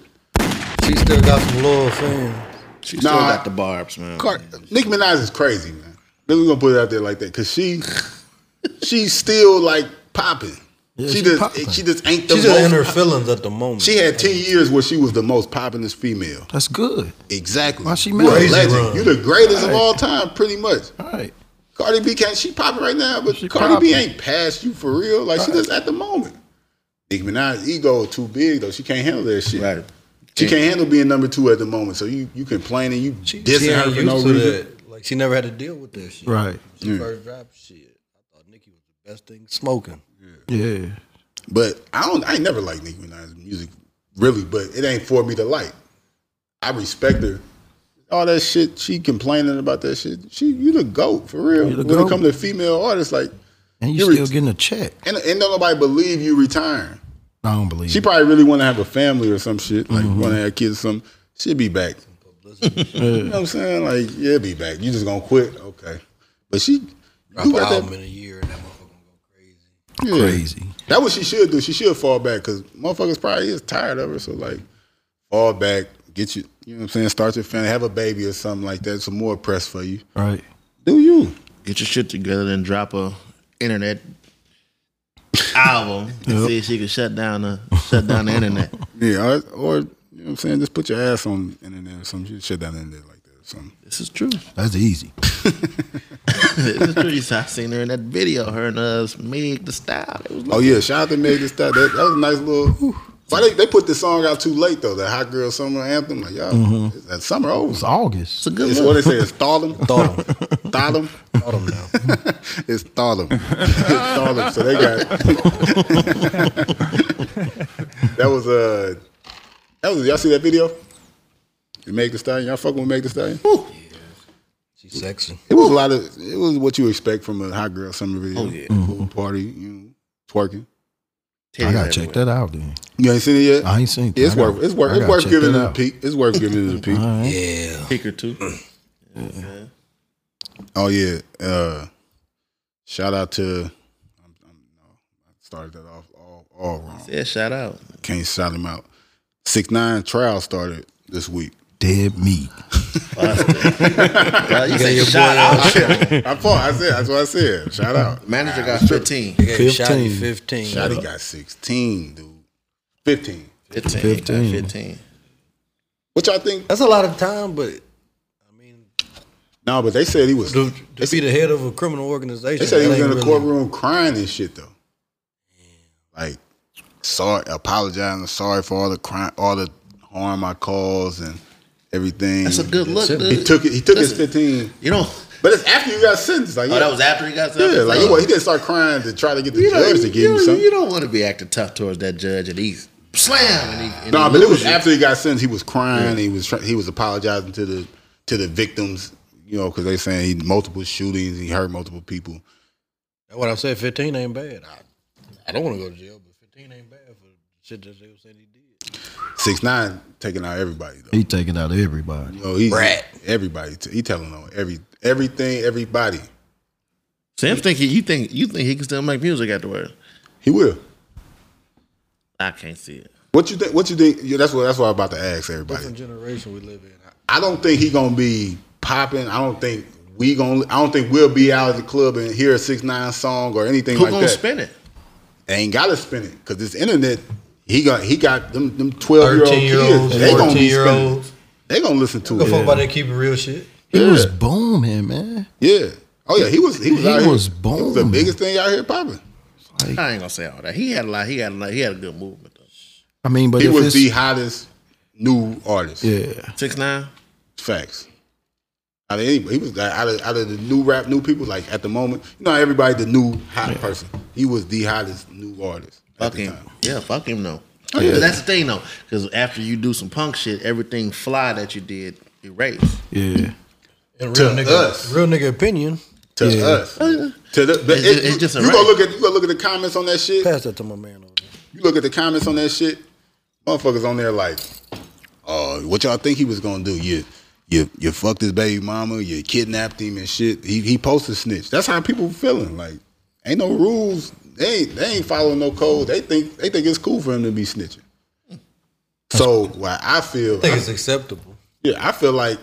S4: She still got some loyal fans.
S2: She still
S1: Nah.
S2: got the barbs, man.
S1: Car- Nicki Minaj is crazy, man. Then we gonna put it out there like that because she, she's still like popping. she,
S3: she
S1: just,
S3: poppin'.
S1: she just ain't the
S4: She's just in her
S1: most.
S4: feelings at the moment.
S1: She had ten years where she was the most poppingest female.
S3: That's good.
S1: Exactly.
S3: Why she
S1: you a
S3: mad?
S1: legend.
S4: Run.
S1: You the greatest of all time, pretty much.
S3: All right.
S1: Cardi B can't. She popping right now, but
S3: She
S1: Cardi B
S3: poppin'.
S1: ain't past you for real. Like she just at the moment. Nicki Minaj's ego is too big though. She can't handle that shit.
S2: Right.
S1: She can't handle being number two at the moment. So you you complaining, you
S4: she
S1: dissing
S4: ain't
S1: her for
S4: used
S1: no
S4: to
S1: reason.
S4: that. Like she never had to deal with that shit.
S3: Right.
S4: She first dropped shit. I thought Nicki was the best thing smoking.
S3: Yeah.
S1: But I don't. I ain't never liked Nicki Minaj's music really, but it ain't for me to like. I respect her. All that shit she complaining about that shit. She you the goat for real.
S3: You the
S1: when it
S3: goat.
S1: come to female artists, like
S3: And you
S1: You're
S3: still
S1: ret-
S3: getting a check.
S1: and and don't nobody believe you retiring.
S3: I don't believe.
S1: She
S3: it.
S1: probably really want to have a family or some shit. Like
S3: Mm-hmm.
S1: want to have kids or something. She'll be back. you know what I'm saying? Like yeah, be back. You just gonna quit? Okay. But she, you
S4: Drop an
S1: got
S4: album
S1: that.
S4: in a year and that motherfucker gonna go crazy.
S1: yeah.
S3: crazy.
S1: That's what she should do. She should fall back because motherfuckers probably is tired of her. So like, fall back, get you. You know what I'm saying? Start your family, have a baby or something like that. Some more press for you.
S3: Right.
S1: Do you?
S2: Get your shit together and drop a internet album and see if she can shut down the shut down the internet.
S1: Yeah. Or, or you know what I'm saying? Just put your ass on the internet or some shit, shit down the internet like that or something.
S2: This is true.
S3: That's easy.
S2: this is true. So I seen her in that video. Her and us, Meg the Style. It was like,
S1: Oh yeah, shout out to Megan Thee Stallion. That, that was a nice little. Why they, they put this song out too late though? That hot girl summer anthem. Like y'all, it's- that summer
S3: It's
S1: over.
S3: August.
S2: it's a good
S1: It's
S2: look.
S1: what they say. It's stardom.
S4: Thought him.
S1: Stardom.
S4: Thought him now.
S1: it's stardom. it's stardom. So they got that was uh that was y'all see that video? You make the stallion. Y'all fucking with make the stallion. Woo.
S4: She's sexy.
S1: It was a lot of it was what you expect from a hot girl summer video. Oh yeah,
S3: Mm-hmm.
S1: pool party, you know, twerking.
S3: I gotta check that out then.
S1: You ain't seen it yet.
S3: I ain't seen it.
S1: It's
S3: I gotta-
S1: worth. It's
S3: I
S1: worth. It's
S3: gotta
S1: worth
S3: check
S1: giving it
S3: that
S1: a
S3: out.
S1: peek. It's worth giving it a peek.
S4: Yeah.
S2: Pick or two.
S1: Oh yeah. Uh, shout out to. I'm, I'm, no, I started that off all, all wrong.
S2: Yeah, shout out.
S1: Can't shout him out. Six nine trial started this week.
S3: Dead meat.
S2: Uh, you say
S4: your
S2: shout
S4: boy
S2: out.
S1: I thought I said that's what I said. Shout out.
S2: Manager got 15.
S4: They gave
S3: 15.
S4: Shotty 15.
S1: Shotty got sixteen, dude. Fifteen.
S2: 15. 15.
S3: 15.
S1: What y'all think?
S4: That's a lot of time, but I mean,
S1: No, but they said he was.
S4: to, to be the head of a criminal organization.
S1: They said he
S4: that
S1: was in
S4: ain't
S1: the
S4: really-
S1: courtroom crying and shit though. Like, sorry, apologizing, sorry for all the crime, all the harm I caused and everything.
S2: That's a good look, dude.
S1: He took it. He took his
S2: Listen,
S1: fifteen.
S2: You know,
S1: But it's after you got sentenced. Like,
S2: oh,
S1: yeah.
S2: that was after he got
S1: yeah,
S2: something?
S1: like he, wa- he didn't start crying to try to get the judge to give him
S2: you,
S1: something.
S2: you don't want to be acting tough towards that judge and he slam and he and
S1: no,
S2: he
S1: but it
S2: lose
S1: was
S2: you.
S1: after he got sentenced. He was crying. He was try- he was apologizing to the to the victims. You know, because they saying he multiple shootings. He hurt multiple people.
S4: That's what I said. 15 ain't bad. I, I don't want to go to jail, but 15 ain't bad for the shit that they were saying he did.
S1: Six nine taking out everybody though.
S3: He taking out everybody.
S1: You know, he's
S4: Rat.
S1: everybody. T- he telling on every everything, everybody.
S2: Sam think he, you think you think he can still make music afterwards.
S1: He will.
S2: I can't see it.
S1: What you think? What you think? Yeah, that's what. That's what I'm about to ask everybody.
S4: Different generation we live in. I-
S1: I don't think he gonna be popping. I don't think we gonna. I don't think we'll be out at the club and hear a six nine song or anything
S2: Who
S1: like
S2: gonna
S1: that.
S2: spin it?
S1: Ain't gotta spin it because this internet. He got. He got them. Them twelve year old
S4: 13 year olds,
S1: kids. They gonna
S4: 14
S1: be
S4: year
S1: spinning.
S4: olds.
S1: They gonna listen
S4: Don't
S1: to
S4: give a fuck
S1: it.
S4: about that keeping real shit.
S3: He was booming, man.
S1: Yeah. Oh yeah. He was. He was.
S3: He
S1: out here.
S3: was
S1: He was the
S3: booming.
S1: biggest thing out here popping.
S2: I ain't gonna say all that. He had a lot. He had a lot. He had a good movement though.
S3: I mean, but
S1: He
S3: if
S1: was
S3: it's,
S1: the hottest new artists.
S3: Yeah.
S2: Six nine.
S1: Facts. Out of anybody, he was like, out of out of the new rap, new people. Like at the moment, you know, everybody the new hot person. He was the hottest new artist at
S2: Fuck
S1: the
S2: him.
S1: time.
S2: Yeah, fuck him though.
S1: Oh, yeah.
S2: That's the thing though, because after you do some punk shit, everything fly that you did erased.
S3: Yeah.
S4: In
S1: To
S4: real nigga,
S1: us.
S4: real nigga opinion.
S1: To
S3: Yeah.
S1: us, to the, but
S2: It's-
S1: it-
S2: it's just a
S1: you
S2: rap.
S1: gonna look at you gonna look at the comments on that shit.
S4: Pass that to my man over there.
S1: You look at the comments on that shit. Motherfuckers on there like, uh, what y'all think he was gonna do? You you you fucked his baby mama. You kidnapped him and shit. He he posted snitch. That's how people feeling. Like, ain't no rules. They ain't they ain't following no code. They think they think it's cool for him to be snitching. So why I feel
S4: I think it's acceptable.
S1: yeah, I feel like,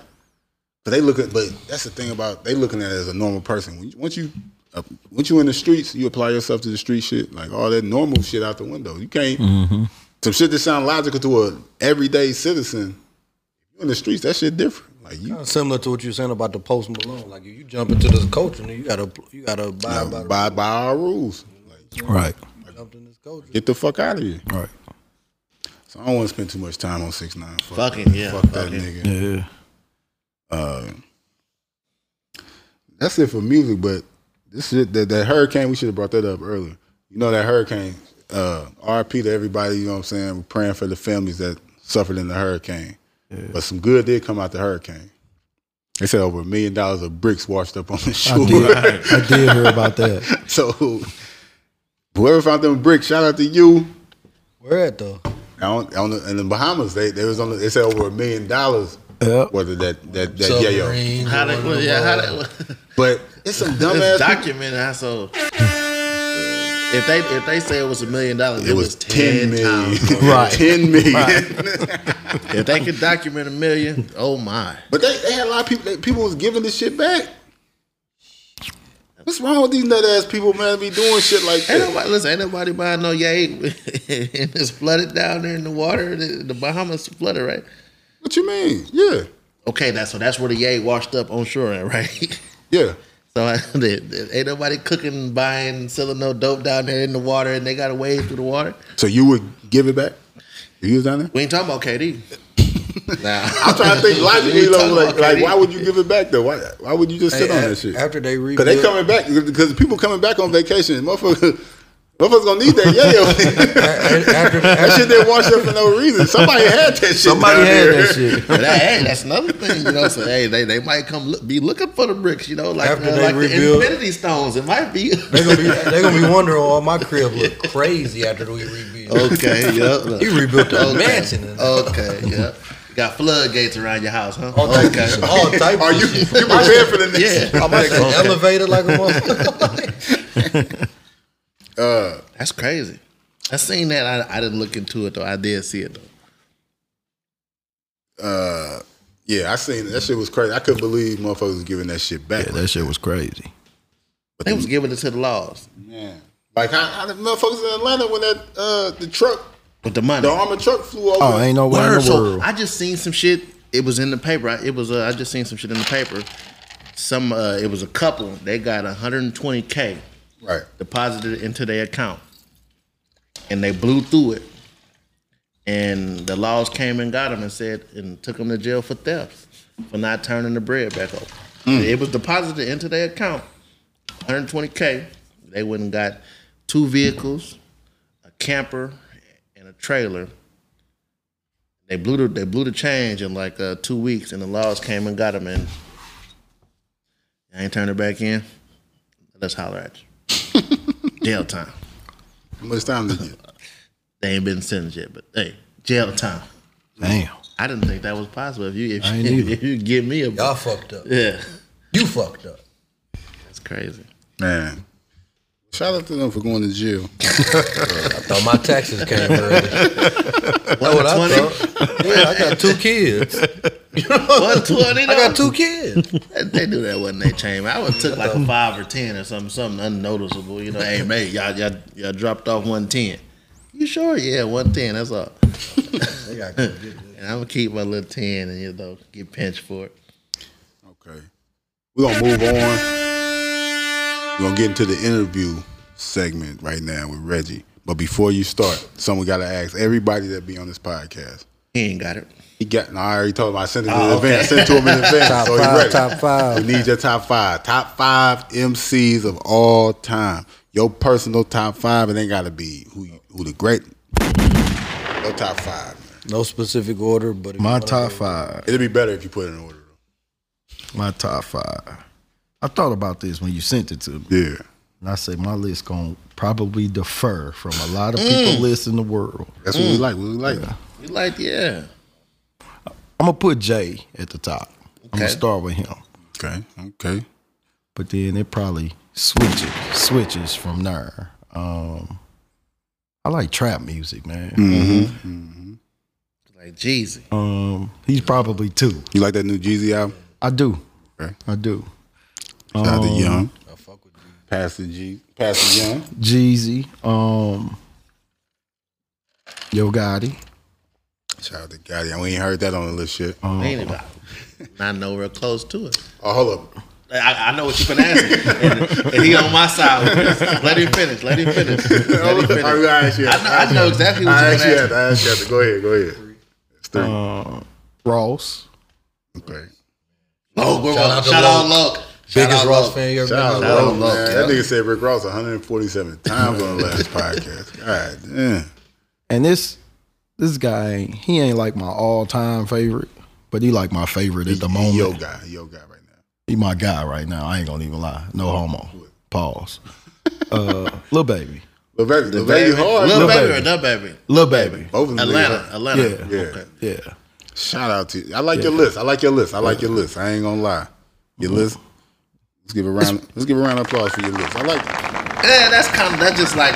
S1: but they look at, but that's the thing about they looking at it as a normal person. When you- Once you, uh, once you in the streets, you apply yourself to the street shit, like all that normal shit out the window. You can't some shit that sound logical to a everyday citizen. You in the streets, that shit different. Like you
S4: Kinda similar to what you were saying about the Post Malone. Like if you jump into this culture, then you gotta you gotta buy
S1: by,
S4: by
S1: by our rules. Like,
S3: Right.
S4: jump in this culture.
S1: get the fuck out of here.
S3: Right.
S1: So I don't want to spend too much time on six nine. Fuck,
S2: Fuck him, yeah,
S1: fuck, that
S2: fuck him.
S1: nigga.
S3: Yeah.
S1: Uh, That's it for music, but this shit that, that hurricane, we should have brought that up earlier. You know that hurricane, uh RP to everybody, you know what I'm saying? We're praying for the families that suffered in the hurricane. But some good did come out the hurricane. They said over a million dollars of bricks washed up on the
S3: I
S1: shore.
S3: did, I did hear about that.
S1: so whoever found them bricks, shout out to you.
S4: Where at though?
S1: On, on the, in the Bahamas, they they was on the, they said over a million dollars.
S3: Yep.
S1: Whether that that that yeah yo,
S4: Submarines
S2: How
S4: or
S2: that?
S4: one of
S2: yeah,
S4: them,
S2: how
S4: uh,
S2: that?
S1: but it's some
S2: It's
S1: dumbass. people-
S2: documented. how So if they if they say it was a million dollars,
S1: It was ten
S2: ten
S1: million.
S2: times. more.
S3: Right.
S1: ten million.
S2: if they could document a million, oh my.
S1: But they, they had a lot of people. They, people was giving this shit back. What's wrong with these nut ass people, man? Be doing shit like
S2: Ain't
S1: that.
S2: nobody listen. Ain't nobody buying no yay, and it's flooded down there in the water. The, the Bahamas flooded, right?
S1: What you mean? Yeah,
S2: Okay, that's so that's where the yay washed up on shore, at, right?
S1: yeah.
S2: So I, they, they- ain't nobody cooking, buying, selling no dope down there in the water, and they got to wade through the water.
S1: So you would give it back if you was down there?
S2: We ain't talking about KD.
S1: I'm trying to think logically
S2: You
S1: though.
S2: talking
S1: Like,
S2: about
S1: like,
S2: KD?
S1: why would you give it back though? Why, why would you just sit
S4: Hey,
S1: on
S4: a-
S1: that shit?
S4: after they
S1: because they
S4: rebuild-
S1: coming back because people coming back on vacation, motherfuckers. Motherfuckers gonna need that yayo.
S4: a- after,
S1: that shit didn't wash up for no reason. Somebody had that shit.
S3: Somebody
S1: down
S3: had
S1: there.
S3: that shit.
S2: But that- hey, that's another thing, you know. So hey, they, they might come look, be looking for the bricks, you know, like
S4: After
S2: uh,
S4: they
S2: like
S4: rebuild-
S2: the Infinity Stones. It might be
S4: they're gonna be they're gonna be wondering why my crib look crazy after we rebuild.
S1: Oh,
S2: okay. Yep,
S4: You rebuilt the mansion and-
S2: Okay, yep. You got floodgates around your house, huh?
S4: All type,
S2: okay.
S4: all type.
S1: Are you you prepared for the next?
S2: Yeah,
S4: I'm like an elevator, like a motherfucker.
S2: that's crazy. I seen that. I, I didn't look into it though. I did see it though.
S1: uh yeah, I seen it. that shit was crazy. I couldn't believe motherfuckers was giving that shit back.
S3: Yeah, that shit was crazy.
S2: They was giving it to the laws
S1: Man. Like how, how the motherfuckers in Atlanta when that uh the truck,
S2: with the money.
S1: the armored truck flew over.
S3: Oh, ain't no way
S2: Word.
S3: in the
S2: So
S3: world.
S2: I just seen some shit. It was in the paper. I- It was. Uh, I just seen some shit in the paper. Some. Uh, it was a couple. They got 120k
S1: right.
S2: deposited into their account, and they blew through it. And the laws came and got them and said and took them to jail for theft for not turning the bread back over. It was deposited into their account, 120k. They went and got two vehicles, a camper, and a trailer. They blew the they blew the change in like uh, two weeks, and the laws came and got them, and I ain't turned it back in. Let's holler at you. jail time.
S1: How much time did you get?
S2: They ain't been sentenced yet, but hey, jail time.
S3: Damn.
S2: I didn't think that was possible. If you if,
S3: I ain't
S2: you,
S3: either.
S2: if you give me a
S4: Y'all fucked up.
S2: yeah,
S4: You fucked up.
S2: that's crazy.
S1: Man. Shout out to them for going to jail.
S4: I thought my taxes came early. That's what I
S2: 120?
S4: thought. Yeah, I got two kids.
S2: One twenty.
S4: I got two kids.
S2: They do that when they came. I would took like a five or ten or something, something unnoticeable. You know, hey mate, y'all y'all, y'all dropped off one ten. You sure? Yeah, one ten. That's all.
S4: They got to get this.
S2: And I'm gonna keep my little ten and you know get pinched for it.
S1: Okay. We're gonna move on. We're gonna get into the interview segment right now with Reggie. But before you start, someone gotta ask everybody that be on this podcast.
S2: He ain't got it.
S1: He got. No, I already told him. I sent it in advance. Sent it to him in advance.
S4: Oh,
S1: so
S4: Top
S1: he
S4: five,
S1: ready.
S4: top five.
S1: We need your top five. Top five MCs of all time. Your personal top five. It ain't got to be who you- who the great. Your top five. man.
S4: No specific order, but if
S3: My
S4: you wanna
S3: top
S4: go-
S3: five.
S1: It'd be better if you put it in order.
S3: My top five. I thought about this when you sent it to me.
S1: though. Yeah.
S3: And I say my list gonna probably differ from a lot of people lists in the world.
S1: That's what we like. What we like.
S2: You like, yeah.
S3: I'm gonna put Jay at the top. I'm gonna
S2: Okay.
S3: start with him.
S1: Okay. Okay.
S3: But then it probably switches switches from there. Um I like trap music, man.
S1: Mm-hmm.
S2: Like Jeezy.
S3: Um he's probably two.
S1: You like that new Jeezy album?
S3: I do.
S1: Okay.
S3: I do.
S1: Shout out to Young. Pastor G. Pastor Young.
S3: Jeezy. Um Yo Gotti.
S1: Shout out to Gotti. We ain't heard that on the list yet.
S2: Ain't anybody. Not nowhere close to it.
S1: Oh, hold up.
S2: I, I know what you've been asking, and, and he on my side. With this. Let him finish. Let him finish. Let him
S1: I,
S2: finish.
S1: asked you
S2: I know- I know exactly what
S1: I
S2: you're
S1: asked
S2: gonna
S1: you
S2: ask.
S1: that. I asked you that. Go ahead. Go ahead. It's three.
S3: Ross.
S1: okay.
S2: Logue, we're
S4: Shout
S2: on.
S4: out
S2: Oh,
S4: to
S2: Shout out Logue.
S4: Logue.
S2: Shout
S4: Biggest
S2: out
S4: Ross
S2: Logue.
S4: fan you ever
S1: Shout out
S4: been.
S2: out
S1: Lowe,
S2: Lowe,
S1: man.
S2: yeah.
S1: That nigga said Rick Ross 147 times on the last podcast. God damn.
S3: And this this guy, he ain't like my all time favorite, but he like my favorite at the moment.
S1: He Yo guy. He Yo guy right now.
S3: He my guy right now. I ain't gonna even lie. No homo. Pause. uh, little baby.
S1: Lil Baby. Lil
S2: Baby.
S1: Baby hard.
S2: Little
S1: Lil
S2: baby,
S3: Baby.
S2: or the baby.
S3: Little baby.
S1: Both of them.
S2: Atlanta,
S1: niggas hard.
S2: Atlanta.
S3: Yeah.
S1: Yeah.
S2: Okay.
S3: Yeah.
S1: Shout out to you. I like your list. I like your list. I like your list. I ain't gonna lie. Your list. Let's give a round. Let's give a round of applause for your list. I like it.
S2: Yeah, that's kind of that's just like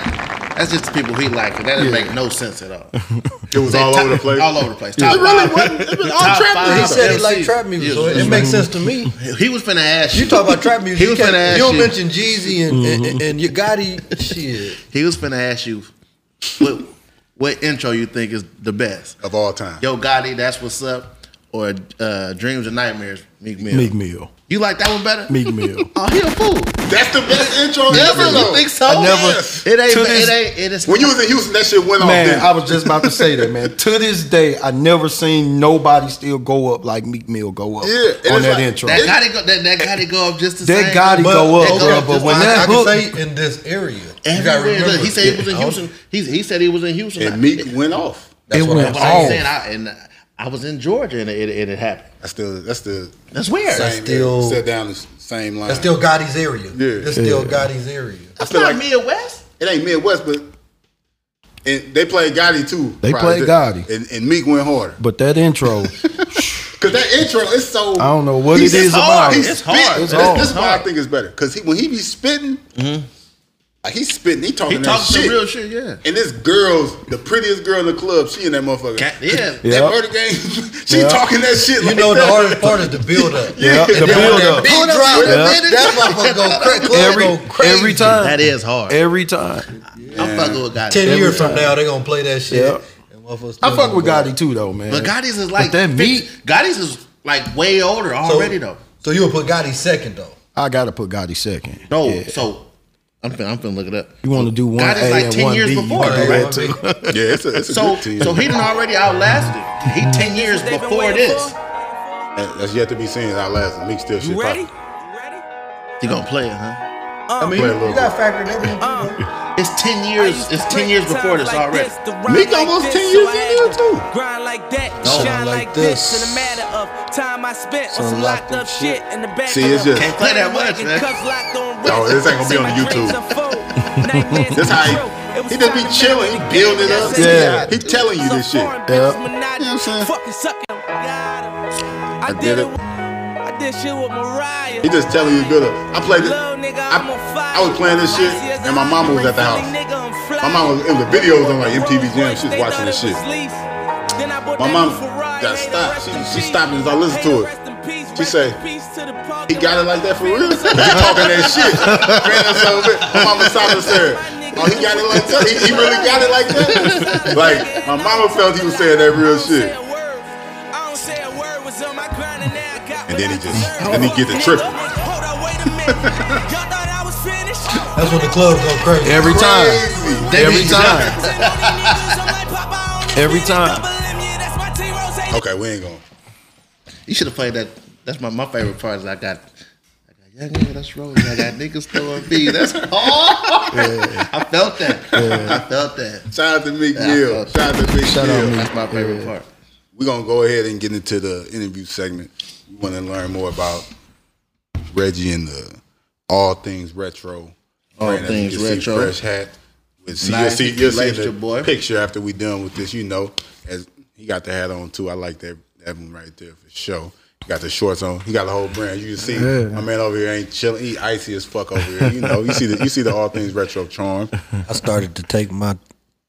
S2: that's just the people he like. That didn't make no sense at all.
S1: It was all over the place.
S2: All over the place. Top five. Top five
S4: He said he liked
S2: MCs.
S4: trap music,
S2: Yeah,
S4: so it, it makes sense to me.
S2: He was finna ask you.
S4: You talk about trap music.
S2: He was
S4: you
S2: finna
S4: can't-
S2: ask
S4: you don't
S2: you.
S4: mention Jeezy and, and, and, and Gotti. Shit.
S2: He was finna ask you what what intro you think is the best.
S1: Of all time.
S2: Yo Gotti, that's what's up, or uh, Dreams and Nightmares, Meek Mill.
S3: Meek Mill.
S2: You like that one better?
S3: Meek Mill.
S2: Oh, he a fool.
S1: That's the best intro
S2: That's
S1: ever.
S2: what you
S1: though.
S2: think so?
S3: I never-
S2: It ain't.
S3: to this-
S2: it ain't. It is.
S1: When you was in Houston, that shit went off.
S3: Man,
S1: then.
S3: I was just about to say that, man. To this day, I never seen nobody still go up like Meek Mill go up
S1: Yeah, and
S3: on
S1: it's
S3: that
S1: like-
S3: intro.
S2: that Gotti go. That, that Gotti go up just the
S3: That
S2: same.
S3: Gotti
S2: But-
S3: go up,
S2: that
S3: bro,
S2: up
S3: but
S2: just
S3: when
S2: like-
S3: that
S4: I
S3: hook-
S4: can say in this area. You gotta
S2: Everywhere.
S4: remember.
S2: Look, he said he was in
S4: I don't-
S2: Houston. He, he said he was in Houston.
S1: and Meek went off.
S3: it
S4: what
S3: went
S2: But I'm
S3: off.
S2: saying, I, and I was in Georgia, and it, it, it happened.
S1: That's the that's the
S2: That's weird.
S1: same.
S4: still-
S1: set down the s- same line.
S4: That's still Gotti's area.
S1: Yeah.
S4: That's still Gotti's area.
S1: I
S2: That's
S1: feel
S2: not
S1: like
S2: Midwest.
S1: it ain't Midwest, but and they played Gotti too.
S3: They
S1: probably.
S3: played Gotti.
S1: and, and Meek went harder
S3: but that intro,
S1: because that intro is so.
S3: I don't know what
S1: he's
S3: it is
S1: just
S3: about.
S1: He's
S3: it.
S2: It's hard.
S1: spitting.
S2: It's
S1: This-
S3: hard.
S1: This is why I think it's better because he, when he be spitting, like he's spitting. He talking
S2: Mm-hmm. He
S1: that
S2: talks some
S1: shit.
S2: real shit. Yeah.
S1: And this girl's the prettiest girl in the club. She in that motherfucker.
S2: Ca- yeah.
S1: that
S3: Yeah.
S1: murder game. she
S3: Yeah.
S1: talking that shit.
S4: You
S1: like
S4: know the
S1: that.
S4: hardest part is the build up.
S3: Yeah, the build up.
S4: Big drop. That motherfucker go crazy.
S3: Every,
S4: go crazy.
S3: every time.
S2: That is hard.
S3: Every time.
S2: I'm fucking with Gotti.
S4: Ten
S3: every
S4: years from
S3: time.
S4: now, they gonna play that shit.
S3: Yeah.
S4: And motherfuckers
S3: I
S4: still
S3: fuck with
S4: gonna go.
S3: Gotti too, though, man.
S2: But Gotti's is like
S3: But that
S2: 50
S3: Meek,
S2: Gotti's is like way older
S4: So-
S2: already though.
S4: So you would put Gotti second though.
S3: I gotta put Gotti second.
S2: No,
S3: Yeah.
S2: so I'm finna, I'm finna look it up.
S3: You want to do one
S2: God is
S3: A
S2: like
S3: and
S2: 10
S3: one
S2: years
S3: B?
S2: before,
S3: you can do
S2: right?
S3: that too.
S1: Yeah, it's a, it's a
S2: So
S1: good team.
S2: so he done already outlasted. He ten years
S7: They've been
S2: before
S7: waiting
S2: this.
S7: for.
S1: That- that's yet to be seen. How last Meek still shit.
S7: You ready? You
S1: popping.
S7: ready?
S2: He gonna play it, huh?
S4: I mean,
S1: Play
S4: you,
S1: a little
S4: you got factored everything.
S2: It's ten years. It's ten years before this already.
S1: Meek almost 10 years in there, too.
S7: Grind like that,
S4: Sound
S7: shine
S4: like
S7: like this.
S4: this.
S7: In a matter of time I spent on
S4: Sound
S7: some
S4: like
S7: locked
S4: that
S7: up
S4: shit.
S7: shit in the back.
S1: See, it's
S7: of a
S1: just-
S2: Can't play that much,
S7: wagon,
S2: man.
S7: cuffs locked on
S1: No,
S7: wrist.
S1: this ain't gonna be
S7: See
S1: on
S7: my
S1: YouTube.
S7: dreams unfold. Nightmares
S1: That's how he-
S7: untrue. It was
S1: he just be
S7: time to
S1: chilling,
S7: make
S1: he
S7: it
S1: building
S7: big.
S1: up.
S7: That's it.
S3: Yeah.
S1: He telling you
S7: Some
S1: this shit.
S7: foreign
S3: Yeah.
S7: bitch, Minaj,
S1: You know what I'm saying?
S7: Fucking sucking. I
S1: did
S7: did
S1: it.
S7: it. with- I did shit with Mariah.
S1: He just telling you good. I played it.
S7: Little nigga,
S1: I-
S7: I'm on fire.
S1: I was playing this shit, and my mama was at the house. My mama was- it was the videos on, like, MTV Jam, she was watching this shit.
S7: My
S1: My mama got stopped. She, she stopped and I listened to it. She say, He got it like that for real? he talking that shit. Man, so good. my mama stopped and said, Oh, he got it like that? He, he really got it like that? Like, my mama felt he was saying that real shit.
S7: And
S1: And then he just- then he get the trip.
S4: That's when the club go crazy.
S3: Every time.
S1: Crazy.
S3: Every time. Every time.
S1: Okay, we ain't going.
S2: You should have played that. That's my, my favorite part. Is I got, I got young nigga that's rolling. I got niggas throwing bees. That's hard. I felt that. I felt that.
S1: Shout out to Meek
S2: Yeah, I
S1: Mill.
S2: felt
S1: Shout out to Meek
S3: Shout out
S1: Mill.
S2: That's my favorite part.
S1: We're gonna go ahead and get into the interview segment. We want to learn more about Reggie and the all things retro.
S2: All
S1: brand that you
S2: things
S1: can see,
S2: retro.
S1: Fresh hat. With- see-
S2: Nice.
S1: You'll see, you'll see
S2: Laced
S1: the
S2: your boy.
S1: picture after we done with this. You know, as he got the hat on too. I like that that one right there for sure. He got the shorts on. He got the whole brand. You can see my man over here ain't chilling. He icy as fuck over here. You know, you see the you see the all things retro charm.
S4: I started to take my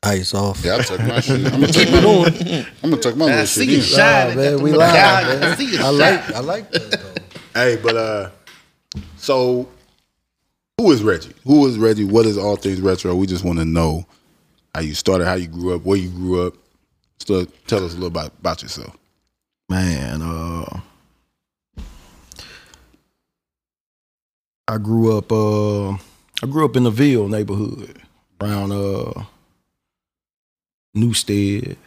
S4: ice off.
S1: Yeah, I took my shit. I'm gonna tuck my, I'm gonna tuck my
S2: I
S1: little shit.
S2: see you
S1: in.
S2: shining.
S4: man,
S2: That's
S4: we
S2: what
S4: live,
S2: I-
S4: man.
S2: I see you
S4: I
S2: shining.
S4: like I like that though.
S1: Hey, but uh, so who is Reggie? Who is Reggie? What is all things retro? We just want to know how you started, how you grew up, where you grew up. So tell us a little about about yourself.
S3: Man, uh, I grew up. Uh, I grew up in the Ville neighborhood, around uh, Newstead,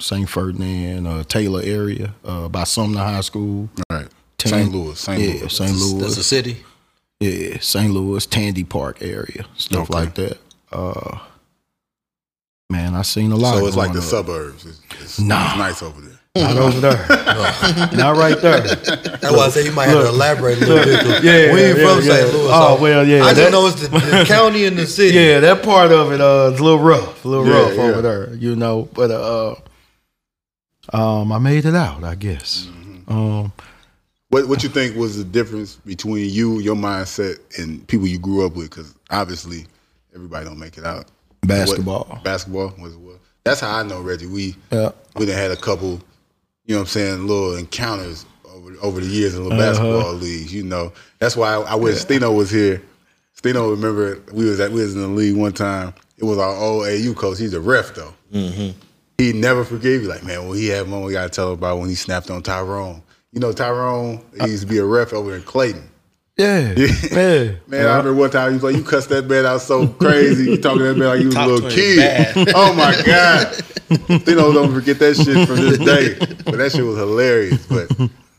S3: Saint Ferdinand, uh, Taylor area, uh, by Sumner High School,
S1: All right,
S3: Ten-
S1: St. Louis, St.
S3: yeah,
S1: Louis.
S3: St. Louis,
S4: That's a city.
S3: yeah, St. Louis, Tandy Park area, stuff
S1: Okay.
S3: like that. Uh, man, I seen a lot.
S1: So it's like the
S3: growing up.
S1: suburbs. It's, it's,
S3: Nah.
S1: it's nice over there.
S3: Not over there. Not right there.
S4: That's why I said you might have to elaborate a little bit. 'cause
S3: Yeah,
S4: we ain't
S3: yeah,
S4: from
S3: yeah.
S4: St. Louis.
S3: Oh,
S4: so
S3: well, yeah,
S4: I just
S3: that-
S4: know it's the, the county and the city.
S3: Yeah, that part of it uh, is a little rough, a little
S1: Yeah,
S3: rough
S1: yeah.
S3: over there, you know. But uh, um, I made it out, I guess. Um,
S1: What What you think was the difference between you, your mindset, and people you grew up with? Because obviously, everybody don't make it out.
S3: Basketball.
S1: What- basketball was what. That's how I know Reggie. We
S3: Yeah.
S1: we done had a couple, you know, what I'm saying, little encounters over over the years in little basketball leagues. You know, that's why I, I wish Steno was here. Steno, remember we was at we was in the league one time. It was our old AU coach. He's a ref though he never forgave you. Like, man, well, he had one we got to tell him about when he snapped on Tyrone. You know, Tyrone, he used to be a ref over in Clayton.
S3: yeah, yeah,
S1: Man, I remember one time he was like, you cussed that man out so crazy. You talking to that man like you was a
S2: Talk
S1: little
S2: to him
S1: kid. Oh, my God. you know, don't forget that shit from this day. But that shit was hilarious. But,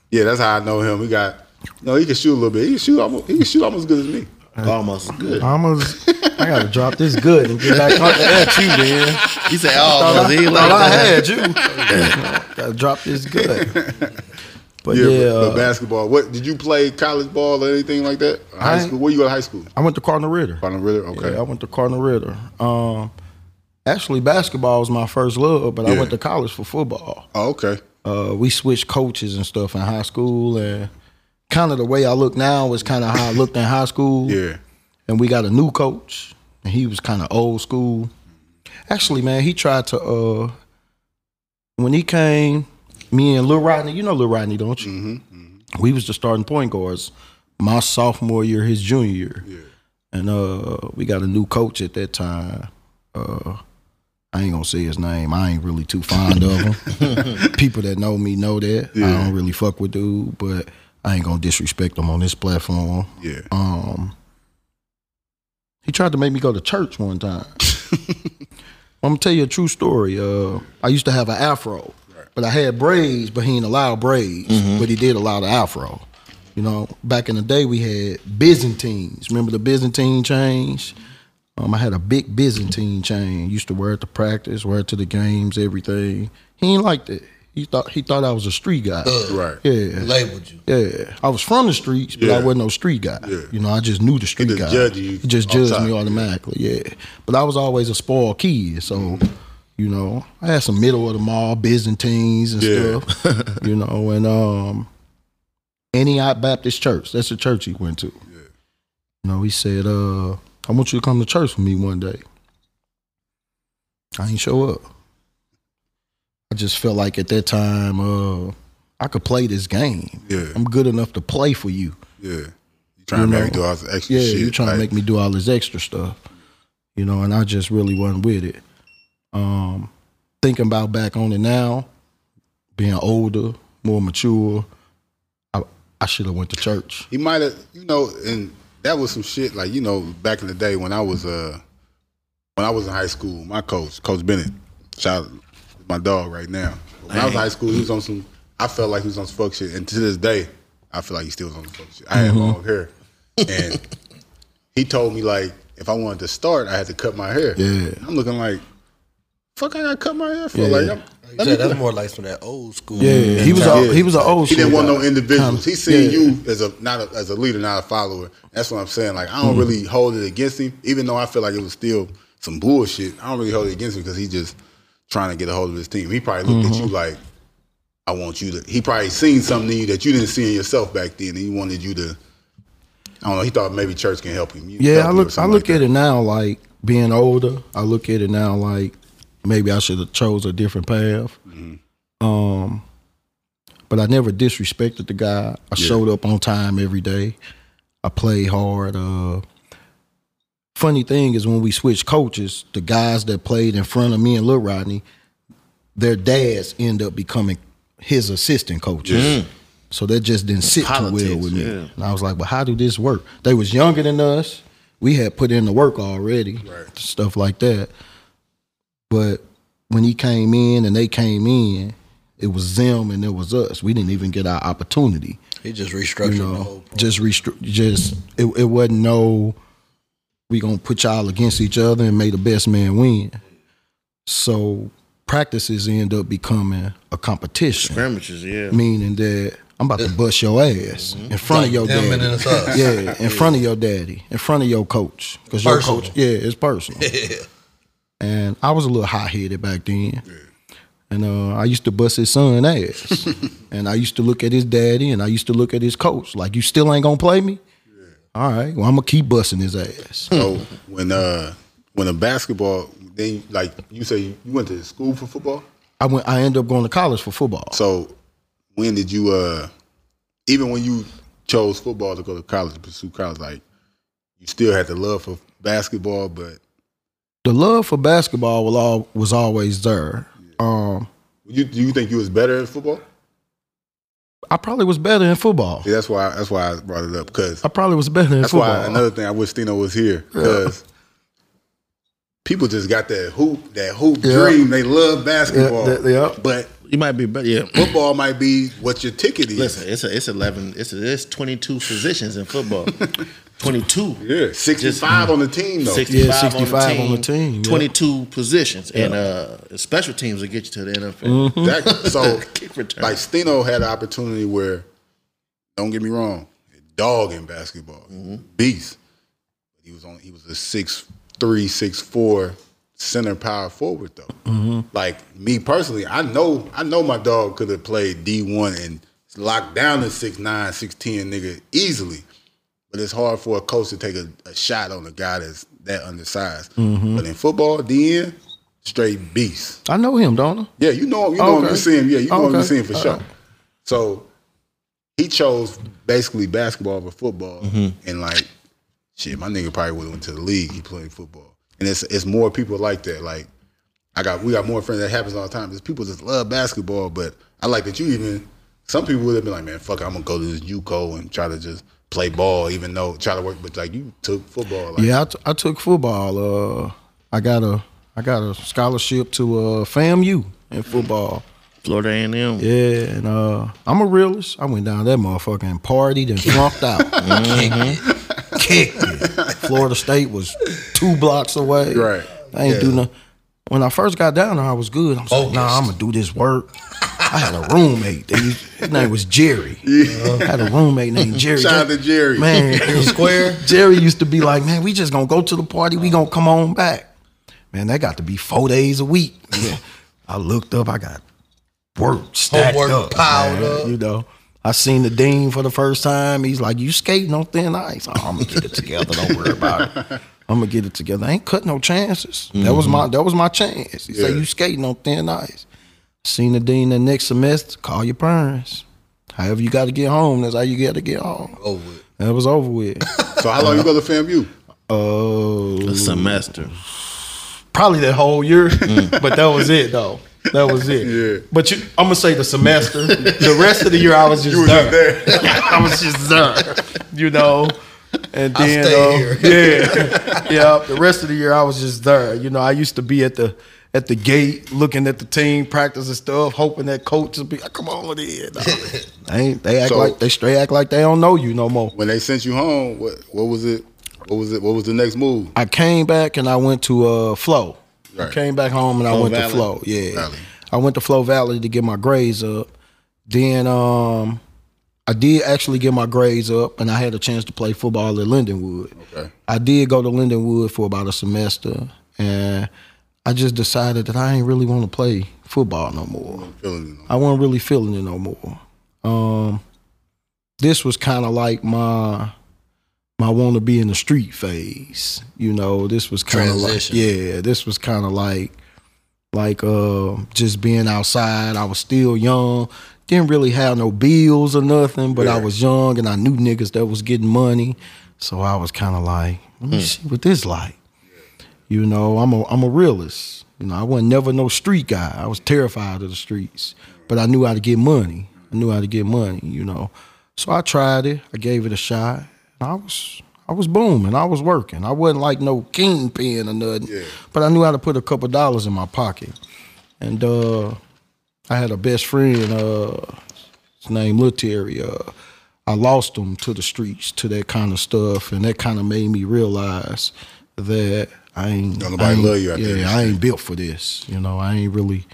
S1: yeah, that's how I know him. He got, no, he can shoot a little bit. He can shoot almost, he can shoot almost as good as me.
S2: Almost as good.
S3: I almost. I gotta drop this good and get back on at you, man.
S2: He said almost. He ain't like
S3: Thought I
S2: that.
S3: had you. gotta drop this good. But yeah,
S1: Yeah, but, but
S3: uh,
S1: basketball. What did you play college ball or anything like that? High
S3: I-
S1: school? Where you go to high school?
S3: I went to Cardinal Ritter.
S1: Cardinal Ritter. Okay.
S3: Yeah, I went to Cardinal Ritter. Um, actually, basketball was my first love, but I
S1: Yeah.
S3: went to college for football.
S1: Oh, okay.
S3: uh, we switched coaches and stuff in high school and kind of the way I look now is kind of how I looked in high school.
S1: Yeah.
S3: And we got a new coach and he was kind of old school. Actually, man, he tried to uh when he came, me and Lil Rodney, you know Lil Rodney, don't you? Mm-hmm, We was the starting point guards my sophomore year, his junior year. Yeah. And uh we got a new coach at that time. Uh I ain't gonna say his name. I ain't really too fond of him. People that know me know that. I don't really fuck with dude, but I ain't gonna disrespect him on this platform.
S1: Yeah.
S3: Um, he tried to make me go to church one time. I'm gonna tell you a true story. Uh, I used to have an afro, but I had braids, but he ain't allowed braids,
S1: Mm-hmm.
S3: but he did allow the afro. You know, back in the day we had Byzantines. Remember the Byzantine change? Um, I had a big Byzantine chain. Used to wear it to practice, wear it to the games, everything. He ain't liked it. He thought he thought I was a street guy.
S1: Right.
S3: Yeah.
S4: labeled you.
S3: Yeah, I was from the streets, but I
S1: Yeah.
S3: wasn't no street guy.
S1: Yeah.
S3: You know, I just knew the street
S1: just
S3: guy.
S1: judge you
S3: He just
S1: off
S3: judged
S1: top,
S3: me
S1: yeah.
S3: automatically. Yeah. but I was always a spoiled kid, so you know, I had some middle of the mall Byzantines and
S1: Yeah.
S3: stuff. you know, and um, Antioch Baptist Church. That's the church he went to. You know, he said, "Uh, I want you to come to church with me one day." I ain't show up. I just felt like at that time, uh, I could play this game.
S1: Yeah.
S3: I'm good enough to play for you.
S1: Yeah. You trying to
S3: know?
S1: make me do all this extra
S3: Yeah,
S1: shit.
S3: you're trying
S1: like,
S3: to make me do all this extra stuff, you know, and I just really wasn't with it. Um, thinking about back on it now, being older, more mature, I, I should have went to church.
S1: He might have, you know, and that was some shit. Like you know, back in the day when I was uh when I was in high school, my coach, Coach Bennett, shout out to my dog right now. When I was in high school, he was on some. I felt like he was on some fuck shit, and to this day, I feel like he still was on some fuck shit. I had long hair, and he told me like if I wanted to start, I had to cut my hair.
S3: Yeah.
S1: I'm looking like, fuck, I got to cut my hair for like. I'm,
S4: Like you said, that's more like some of that old school.
S3: Yeah, he was a, he was an old.
S1: he didn't
S3: school
S1: want
S3: guy.
S1: no individuals. He seen
S3: Yeah.
S1: you as a not a, as a leader, not a follower. That's what I'm saying. Like
S3: Mm-hmm.
S1: I don't really hold it against him, even though I feel like it was still some bullshit. I don't really hold it against him because he just trying to get a hold of his team. He probably looked
S3: Mm-hmm.
S1: at you like, I want you to. He probably seen something in you that you didn't see in yourself back then, and he wanted you to. I don't know. He thought maybe church can help him.
S3: Yeah, I look I look at it now like being older. I look at it now like maybe I should have chose a different path. Um, but I never disrespected the guy. I showed up on time every day. I played hard. Uh, funny thing is when we switched coaches, the guys that played in front of me and Lil Rodney, their dads end up becoming his assistant coaches. So that just didn't sit too well
S2: politics,
S3: with me.
S2: yeah.
S3: And I was like, well, how do this work? They was younger than us. We had put in the work already, stuff like that. But when he came in and they came in, it was them and it was us. We didn't even get our opportunity.
S4: He just restructured
S3: You
S4: the
S3: know,
S4: whole.
S3: just restri- just it, it wasn't no. We gonna put y'all against each other and make the best man win. So practices end up becoming a competition
S2: Scrimmages, yeah.
S3: meaning that I'm about to bust your ass in front of your
S4: Mm-hmm. Them
S3: daddy.
S4: and then it's us.
S3: Yeah, in front of your daddy, in front of your coach, because your
S4: Personal.
S3: coach, yeah, it's personal. And I was a little hot headed back then, and uh, I used to bust his son ass, and I used to look at his daddy, and I used to look at his coach like, "You still ain't gonna play me." All right, well I'm gonna keep busting his ass.
S1: So when uh when a basketball, then like you say, you went to school for football.
S3: I went. I ended up going to college for football.
S1: So when did you uh even when you chose football to go to college, pursue college, like you still had the love for basketball, but
S3: The love for basketball will all, was always there. Um,
S1: you do you think you was better at football?
S3: I probably was better in football.
S1: Yeah, that's why that's why I brought it up because
S3: I probably was better in
S1: that's
S3: football.
S1: why another thing I wish Thino was here because people just got that hoop that hoop
S3: Yeah.
S1: dream. They love basketball,
S3: that- yeah.
S1: but
S2: You might be better. Yeah.
S1: football might be what your ticket is.
S2: Listen, it's a, it's eleven. It's a, it's twenty two positions in football. twenty two.
S1: yeah, sixty five on the team though.
S2: Sixty
S3: Yeah,
S2: five
S3: 65 on the team, yeah.
S2: Twenty two positions and uh, special teams will get you to the NFL.
S1: Exactly. So,
S2: Kick return.
S1: like Steno had an opportunity where, don't get me wrong, dog in basketball, beast. He was on. He was a six three, six four center power forward though. Like me personally, I know I know my dog could have played D one and locked down a six nine, six ten nigga easily. But it's hard for a coach to take a, a shot on a guy that's that undersized. But in football, DN, straight beast.
S3: I know him, don't I?
S1: Yeah, you know him. You know him.
S3: Okay.
S1: You see him. Yeah, you know him. You
S3: Okay. Uh-huh.
S1: see him for
S3: All
S1: sure.
S3: right.
S1: So he chose basically basketball over football,
S3: Mm-hmm.
S1: and like shit, my nigga probably would have went to the league. He played football, and it's it's more people like that. Like I got we got more friends that happens all the time. Is people just love basketball, but I like that you even some people would have been like, man, fuck, it, I'm gonna go to this UCO and try to just play ball, even though try to work. But like you took football. Like,
S3: Yeah, I, t- I took football. Uh, I got a I got a scholarship to uh, FAMU in football.
S2: Florida A and M.
S3: Yeah, and uh, I'm a realist. I went down that motherfucker and partied and flunked out. Kicked it. Florida State was two blocks away.
S1: Right.
S3: I ain't
S1: Yeah.
S3: do nothing. When I first got down there, I was good. I was like, nah, I'm gonna do this work. I had a roommate. That used, his name was Jerry. I had a roommate named Jerry.
S1: Shout out to Jerry.
S3: Man, square. Jerry used to be like, man, we just gonna go to the party. We gonna come on back. Man, that got to be four days a week. I looked up. I got work stacked
S4: Homework
S3: up,
S4: piled
S3: man,
S4: up.
S3: You know, I seen the dean for the first time. He's like, "You skating on thin ice? Oh, I'm gonna get it together. Don't worry about it. I'm gonna get it together. I ain't cut no chances. That was my that was my chance. He said, "You skating on thin ice." Seen the dean the next semester. Call your parents. However, you got to get home. That's how you got to get home.
S4: Over with.
S3: That was over with.
S1: So how long you go to FAMU?
S3: Oh,
S2: A semester.
S3: probably that whole year, but that was it though. That was it.
S1: Yeah.
S3: But you, I'm gonna say the semester. the rest of the year, I was just
S1: You was
S3: there.
S1: just there.
S3: I was just there, you know. And
S4: I
S3: then,
S4: stay
S3: uh, yeah, yeah. The rest of the year, I was just there. You know, I used to be at the at the gate looking at the team practice and stuff, hoping that coach will be like, "Come on in." dawg." they ain't, they act
S1: So-
S3: like they straight act like they don't know you no more.
S1: When they sent you home, what what was it? What was it? What was the next move?
S3: I came back and I went to uh Flow. I
S1: Right.
S3: came back home and I
S2: Flow
S3: went
S2: Valley?
S3: to Flow. Yeah.
S1: Valley.
S3: I went to Flow Valley to get my grades up. Then um I did actually get my grades up and I had a chance to play football at Lindenwood.
S1: Okay.
S3: I did go to Lindenwood for about a semester and I just decided that I ain't really want to play football no more.
S1: Feeling you know,
S3: I wasn't really feeling it no more. Um, this was kind of like my my want to be in the street phase. You know, this was kind of like
S4: Transition.
S3: yeah, this was kind of like like uh, just being outside. I was still young, didn't really have no bills or nothing, but I was young and I knew niggas that was getting money, so I was kind of like, let me see what this like. You know, I'm a I'm a realist. You know, I wasn't never no street guy. I was terrified of the streets, but I knew how to get money. I knew how to get money. You know, so I tried it. I gave it a shot. And I was I was booming. I was working. I wasn't like no kingpin or nothing, but I knew how to put a couple dollars in my pocket. And uh, I had a best friend. Uh, his name Lil Terry. Uh, I lost him to the streets, to that kind of stuff, and that kind of made me realize that I ain't.
S1: Don't nobody
S3: I ain't-
S1: love you out there in
S3: Yeah,
S1: the
S3: I ain't built for this. You know, I ain't really,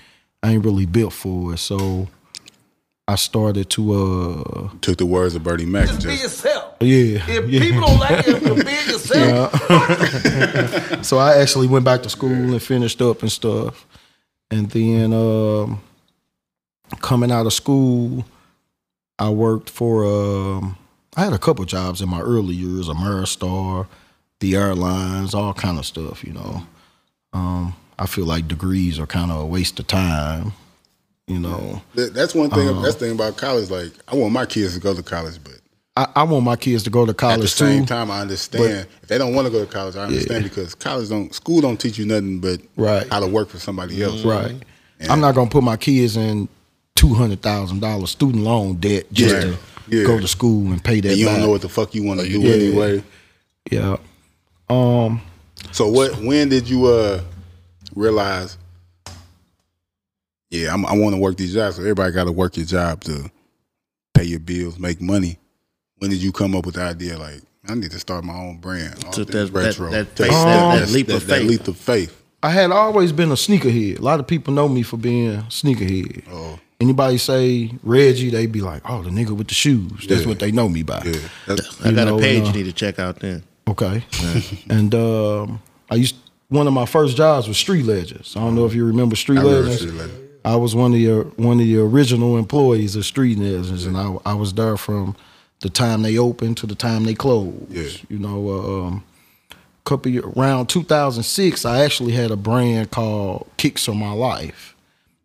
S3: I ain't really built for it. So I started to, uh,
S1: took the words of Bernie Mac. and Just
S7: yourself.
S3: yeah, yeah.
S7: don't like it, you be yourself.
S3: so I actually went back to school and finished up and stuff. And then um, coming out of school, I worked for. Um, I had a couple jobs in my early years: Ameristar, the airlines, all kind of stuff. You know, um, I feel like degrees are kind of a waste of time. You know,
S1: That- that's one thing. That's the thing about college. Like, I want my kids to go to college, but
S3: I, I want my kids to go
S1: at
S3: to
S1: the
S3: college
S1: same
S3: too.
S1: time, I understand if they don't want to go to college. I understand because college don't school don't teach you nothing but
S3: Right.
S1: how to work for somebody else.
S3: Right.
S1: Mm-hmm.
S3: I'm not gonna put my kids in two hundred thousand dollars student loan debt just
S1: Yeah.
S3: to
S1: Yeah.
S3: go to school and pay that.
S1: And you don't
S3: back.
S1: know what the fuck you want to do
S3: Yeah.
S1: anyway.
S3: Yeah. Um.
S1: So what? When did you uh realize? Yeah, I'm, I want to work these jobs. So everybody got to work your job to pay your bills, make money. When did you come up with the idea? Like, I need to start my own brand. All
S2: Took
S1: things
S2: that- that-
S1: retro.
S2: that
S1: Take
S2: faith-
S3: that-
S1: that's-
S2: that leap of
S1: That
S2: faith.
S1: leap of faith.
S3: I had always been a sneakerhead. A lot of people know me for being sneakerhead.
S1: Oh,
S3: Anybody say Reggie, they be like, "Oh, the nigga with the shoes." That's
S1: Yeah.
S3: what they know me by.
S1: yeah. That's,
S2: I
S3: You
S2: got
S3: know,
S2: a page
S3: uh,
S2: you need to check out then.
S3: Okay. and um, I used one of my first jobs was Street Legends. I don't know if you remember Street
S1: I remember
S3: Legends.
S1: Street Legends.
S3: I was one of your one of your original employees of Street Legends, and I I was there from the time they opened to the time they closed.
S1: Yeah.
S3: You know, uh, um, couple year, around 2006, I actually had a brand called Kicks on My Life.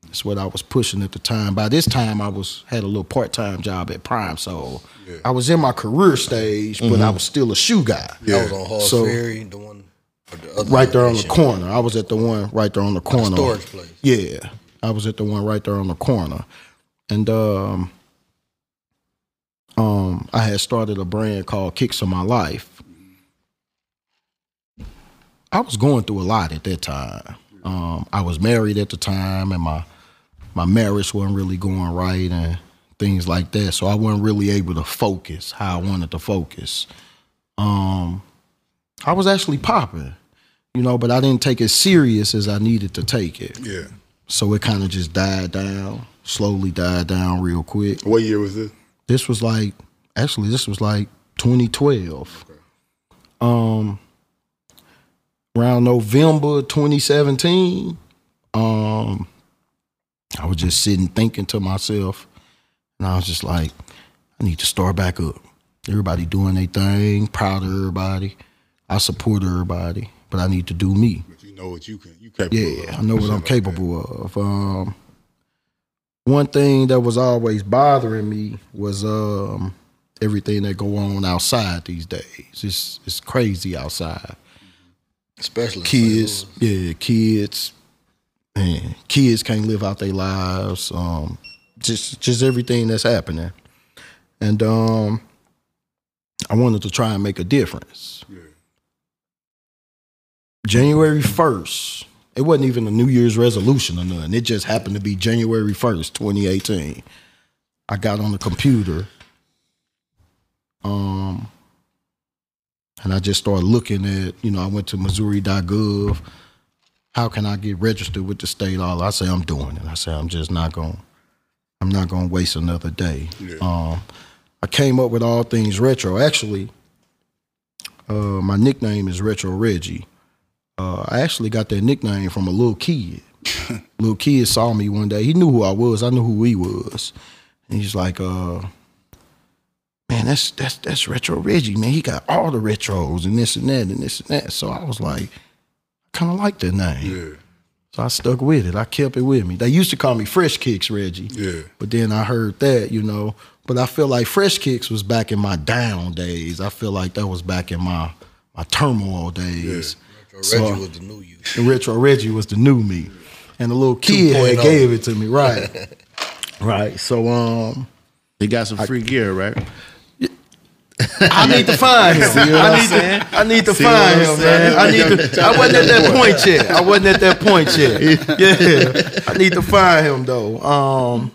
S3: That's what I was pushing at the time. By this time, I was had a little part time job at Prime, so I was in my career stage, but
S1: Mm-hmm.
S3: I was still a shoe guy.
S4: I was on Hall
S3: So-
S4: Ferry, the one or the other
S3: Right there on the
S4: location.
S3: corner. I was at the one right there on the corner.
S4: storage place.
S3: Yeah. I was at the one right there on the corner. And um um I had started a brand called Kicks of My Life. I was going through a lot at that time. Um I was married at the time and my my marriage wasn't really going right and things like that. So I wasn't really able to focus how I wanted to focus. Um I was actually popping, you know, but I didn't take it serious as I needed to take it.
S1: yeah.
S3: So it kind of just died down, slowly died down real quick.
S1: What year was this?
S3: This was like, actually, this was like 2012. Um, around November 2017, um, I was just sitting thinking to myself, and I was just like, I need to start back up. Everybody doing their thing, proud of everybody. I support everybody, but I need to do me.
S1: But you know what you can. You capable.
S3: Yeah,
S1: of.
S3: I know what
S1: Shit
S3: I'm
S1: like
S3: capable of. Um, one thing that was always bothering me was um, everything that go on outside these days. It's it's crazy outside.
S4: especially
S3: Kids, yeah, kids, man, kids can't live out their lives. Um, just just everything that's happening, and um, I wanted to try and make a difference. January first, It wasn't even a New Year's resolution or nothing. It just happened to be January 1st, 2018. I got on the computer. Um and I just started looking at, you know, I went to Missouri.gov. How can I get registered with the state? All I say I'm doing it. I say I'm just not going I'm not going to waste another day. Um, I came up with all things retro. Actually, uh, my nickname is Retro Reggie. Uh, I actually got that nickname from a little kid. little kid saw me one day. He knew who I was. I knew who he was. And he's like, uh, "Man, that's that's that's Retro Reggie. Man, he got all the retros and this and that and this and that." So I was like, "I kind of like that name."
S1: Yeah.
S3: So I stuck with it. I kept it with me. They used to call me Fresh Kicks Reggie.
S1: Yeah.
S3: But then I heard that, you know. But I feel like Fresh Kicks was back in my down days. I feel like that was back in my my turmoil days. So-
S4: Reggie was the new you.
S3: and Retro Reggie was the new me. And the little kid had
S4: 2.0.
S2: oh.
S3: gave it to me, right? right. So um
S2: They got some free gear, right?
S3: I need to find him.
S2: what I'm
S3: I need
S2: saying?
S3: to I need to
S2: See what
S3: find
S2: I'm
S3: him,
S2: saying?
S3: man. I need to I wasn't at that point yet. I wasn't at that point yet. Yeah. I need to find him though. Um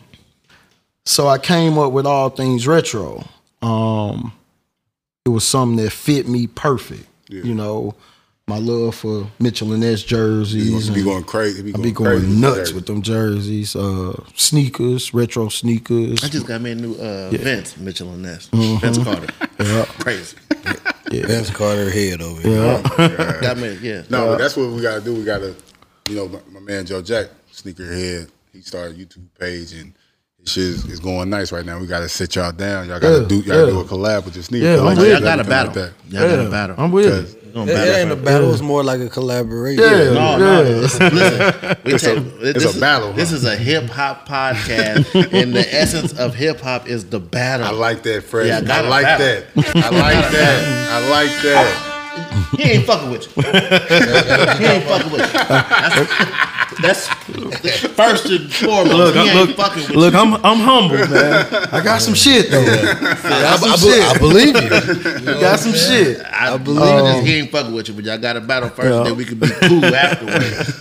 S3: so I came up with all things retro. Um it was something that fit me perfect. You know, my love for Mitchell and S jerseys.
S1: He gonna
S2: Mm-hmm.
S1: be
S3: and-
S1: going crazy. He
S3: I be going
S1: crazy
S3: nuts
S1: crazy.
S3: with them jerseys, uh, sneakers, retro sneakers.
S2: I just got me a new uh, Vince Mitchell Mm-hmm. and Ness. Vince Carter. Crazy.
S4: Vince Carter head over here.
S2: Got me, yeah.
S1: No, but that's what we gotta do. We gotta, you know, my, my man Joe Jack, sneakerhead, he started a YouTube page and his shit is, is going nice right now. We gotta sit y'all down. Y'all gotta
S3: Yeah,
S1: do y'all gotta
S3: yeah.
S1: do a collab with your sneaker.
S3: Yeah, I'm
S1: collection
S3: with
S1: or
S2: Y'all got a
S1: anything like
S2: battle.
S1: that.
S2: Y'all got a battle.
S3: I'm with it.
S2: You gonna
S4: It,
S2: battle
S4: ain't a
S2: for-
S4: battle. It's more like a collaboration.
S3: Yeah,
S2: No, no. Listen, listen, we
S1: It's a-
S2: take-
S1: it's
S2: this
S1: a
S2: is-
S1: battle,
S2: This
S1: huh?
S2: is a hip hop podcast, and the essence of hip hop is the battle.
S1: I like that, Fresh.
S2: Yeah, I got
S1: I
S2: a
S1: like
S2: battle.
S1: that. I like that. I like that.
S2: He ain't fucking with you. he ain't fucking with you. That's, that's first and foremost.
S3: Look,
S2: he
S3: I,
S2: ain't fucking
S3: look,
S2: with
S3: look I'm I'm humble, man. I got some shit though. I got some
S4: be- I
S3: shit.
S4: believe you.
S3: I got some shit.
S2: you. I, believe this. He ain't fucking with you, but y'all got a battle first, and then we can be cool afterwards.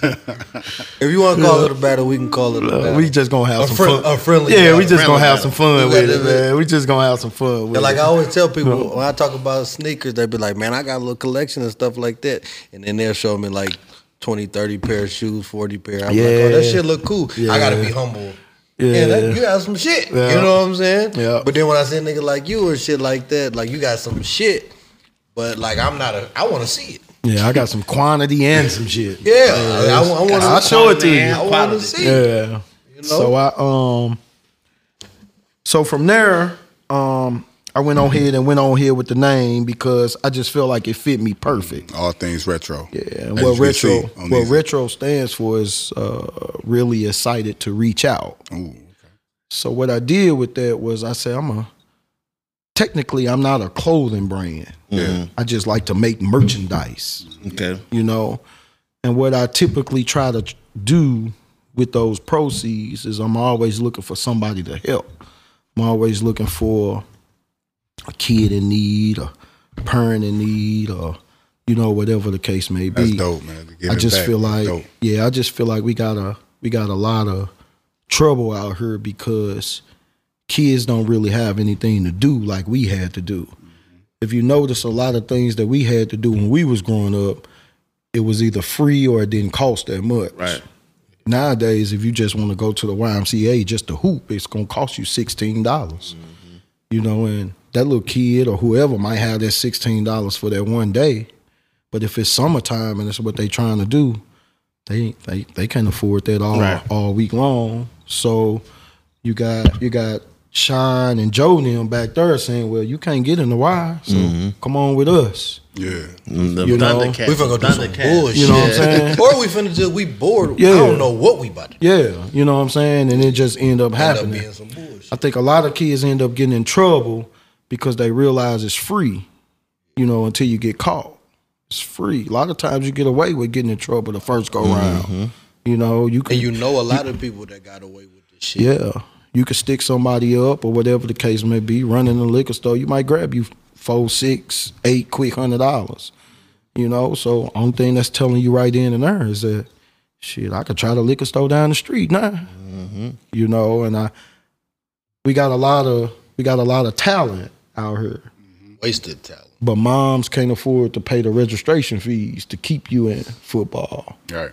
S4: If you want to call it a battle, we can call it a
S3: Uh,
S4: battle.
S3: we just gonna have
S4: A
S3: some
S4: friend-
S3: fun.
S4: a friendly
S3: yeah, we
S4: battle.
S3: just gonna
S2: Friendly
S3: have some fun
S4: battle.
S3: with it,
S4: Yeah, that-
S3: man. We just gonna have some fun with
S4: Yeah, like "Oh,
S3: it.
S4: I always tell people when I talk about sneakers, they be like, "Man, I got a little collection and stuff like that," and then they'll show me like 20, 30 pair of shoes, forty pair. I'm like, "Oh, that
S3: Yeah.
S4: shit look cool." I gotta be humble. Yeah, that, you got some shit.
S3: Yeah.
S4: You know what I'm saying?
S3: Yeah.
S4: But then when I see a nigga like you or shit like that, like you got some shit, but like I'm not a. I want to see it.
S3: yeah, I got some quantity and some shit.
S4: Yeah, I, I, want
S3: I'll
S4: to.
S3: show it to you.
S4: I want to see. it.
S3: Yeah. So I um so from there, um I went on here and went on here with the name because I just feel like it fit me perfect.
S1: All things retro.
S3: Yeah. And
S1: As you
S3: what
S1: can
S3: retro
S1: see on
S3: what
S1: these-
S3: retro stands for is uh really excited to reach out.
S1: Ooh,
S3: So what I did with that was I said I'm a technically I'm not a clothing brand.
S1: Yeah.
S3: I just like to make merchandise
S2: Okay.
S3: you know. And what I typically try to do with those proceeds is I'm always looking for somebody to help. I'm always looking for a kid in need, a parent in need, or you know whatever the case may be.
S1: That's dope, man. To give
S3: I
S1: it
S3: just
S1: back
S3: feel
S1: is
S3: like
S1: dope.
S3: yeah, I just feel like we got a we got a lot of trouble out here because kids don't really have anything to do like we had to do. If you notice a lot of things that we had to do when we was growing up, it was either free or it didn't cost that much.
S2: Right.
S3: Nowadays, if you just want to go to the YMCA just to hoop, it's gonna cost you sixteen dollars.
S1: Mm-hmm.
S3: You know, and that little kid or whoever might have that sixteen dollars for that one day. But if it's summertime and it's what they trying to do, they they they can't afford that all
S2: Right.
S3: all week long. So you got you got Sean and Joe and them back there saying, "Well, you can't get in the Y, so come on with us."
S1: Yeah.
S2: The
S3: You know,
S2: Thundercat.
S4: We finna go do some
S2: Thundercat.
S4: bullshit.
S3: You know what I'm saying?
S4: Or we finna just we bored.
S3: Yeah.
S4: I don't know what we about to
S3: Yeah, you know what I'm saying, and it just end up
S4: end up
S3: happening.
S4: being some bullshit.
S3: I think a lot of kids end up getting in trouble because they realize it's free, you know, until you get caught. It's free. A lot of times you get away with getting in trouble the first go round. You know, you can
S4: And you know a lot of people that got away with this shit.
S3: yeah, you can stick somebody up or whatever the case may be. Running the liquor store, you might grab you four, six, eight quick hundred dollars. You know, so only thing that's telling you right then and there is that shit, I could try the liquor store down the street now. You know, and I we got a lot of we got a lot of talent out here.
S8: Wasted talent.
S3: But moms can't afford to pay the registration fees to keep you in football.
S1: Right.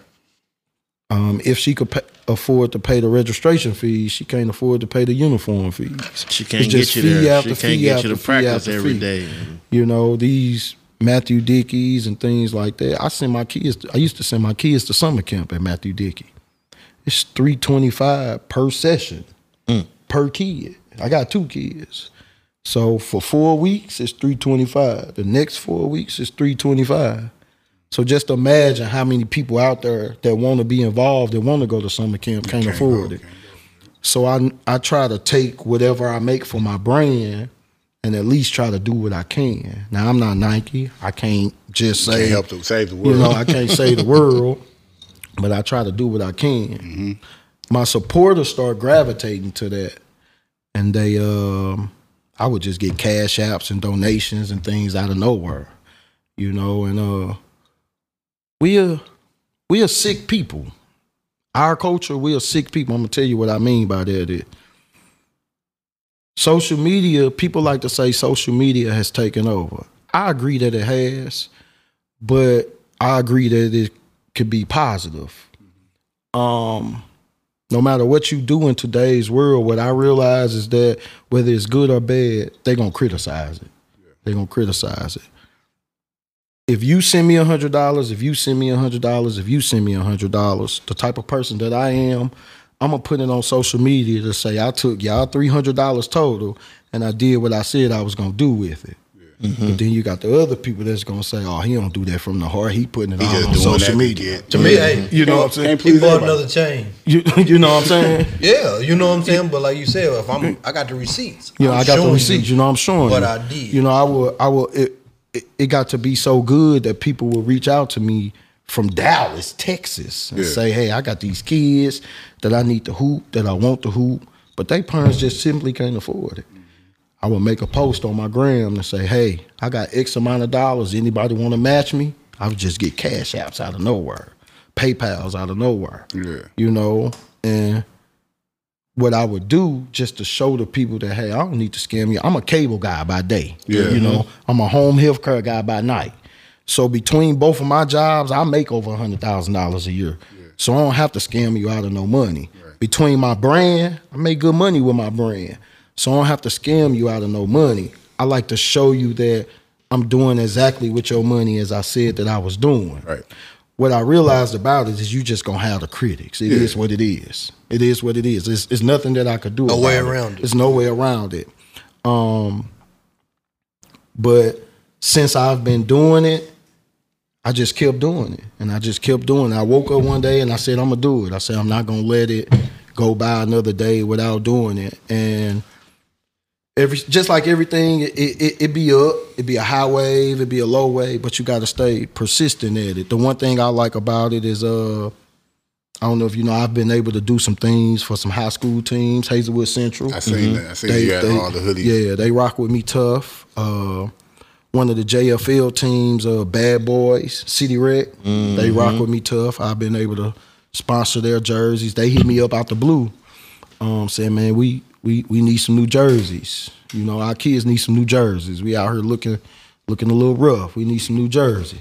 S3: Um, if she could pay, afford to pay the registration fees, she can't afford to pay the uniform fees.
S2: She can't
S3: It's just
S2: get you
S3: fee
S2: there.
S3: after
S2: She
S3: fee
S2: can't get
S3: after
S2: you to
S3: fee
S2: practice
S3: after
S2: every
S3: fee.
S2: day.
S3: You know these Matthew Dickies and things like that. I send my kids. To, I used to send my kids to summer camp at Matthew Dickey. It's three twenty five per session per kid. I got two kids, so for four weeks it's three twenty five. The next four weeks is three twenty five. So just imagine how many people out there that want to be involved, that want to go to summer camp, can't, afford it. So I I try to take whatever I make for my brand and at least try to do what I can. Now I'm not Nike. I can't just
S1: Can't
S3: say
S1: help to save the
S3: you
S1: world.
S3: know, I can't say the world, but I try to do what I can.
S1: Mm-hmm.
S3: My supporters start gravitating to that, and they, um, I would just get cash apps and donations and things out of nowhere, you know. And uh, we are we are sick people. Our culture, we are sick people. I'm gonna tell you what I mean by that. It, social media, people like to say social media has taken over. I agree that it has but I agree that it could be positive. Um, no matter what you do in today's world, what I realize is that whether it's good or bad, they're gonna criticize it. They're gonna criticize it. If you send me a hundred dollars, if you send me a hundred dollars, if you send me a hundred dollars, the type of person that I am, I'm gonna put it on social media to say I took y'all three hundred dollars total, and I did what I said I was gonna do with it. But then you got the other people that's gonna say, "Oh, he don't do that from the heart. He putting it
S1: He
S3: all
S1: just
S3: on
S1: doing
S3: social
S1: that
S3: media."
S1: To get-
S4: To me, hey,
S3: You know what I'm saying?
S1: Can't
S4: He
S1: please
S4: bought
S1: everybody.
S4: another chain.
S3: You, you know what I'm saying?
S4: Yeah, you know what I'm saying. But like you said, if I'm, I got the receipts.
S3: You know,
S4: I'm
S3: i got the
S4: showing
S3: receipts. You know, I'm showing
S4: what
S3: you.
S4: I did.
S3: You know, I will. I will. It, it, it got to be so good that people will reach out to me from Dallas, Texas, and
S1: Yeah.
S3: say, "Hey, I got these kids that I need to hoop, that I want to hoop, but they parents just simply can't afford it." I will make a post on my gram and say, "Hey, I got X amount of dollars. Anybody want to match me?" I would just get cash apps out of nowhere, PayPal's out of nowhere.
S1: Yeah.
S3: You know, and what I would do just to show the people that hey, I don't need to scam you. I'm a cable guy by day.
S1: Yeah.
S3: You know, I'm a home health care guy by night. So between both of my jobs, I make over hundred thousand dollars a year. So I don't have to scam you out of no money. Between my brand, I make good money with my brand. So I don't have to scam you out of no money. I like to show you that I'm doing exactly with your money as I said that I was doing.
S1: Right.
S3: What I realized about it is you just gonna have the critics. It is what it is. It is what it is. It's, it's nothing that I could do.
S4: No
S3: about
S4: way around it.
S3: There's no way around it. Um, but since I've been doing it, I just kept doing it, and I just kept doing it. I woke up one day and I said, "I'm gonna do it." I said, "I'm not gonna let it go by another day without doing it." And every just like everything, it it, it be up, it be a high wave, it be a low wave, but you got to stay persistent at it. The one thing I like about it is uh. I don't know if you know. I've been able to do some things for some high school teams, Hazelwood Central.
S1: I seen that. I seen you had all uh, the hoodies.
S3: Yeah, they rock with me tough. Uh, one of the JFL teams, uh, Bad Boys, City Rec, they rock with me tough. I've been able to sponsor their jerseys. They hit me up out the blue, um, saying, "Man, we we we need some new jerseys. You know, our kids need some new jerseys. We out here looking looking a little rough. We need some new jersey."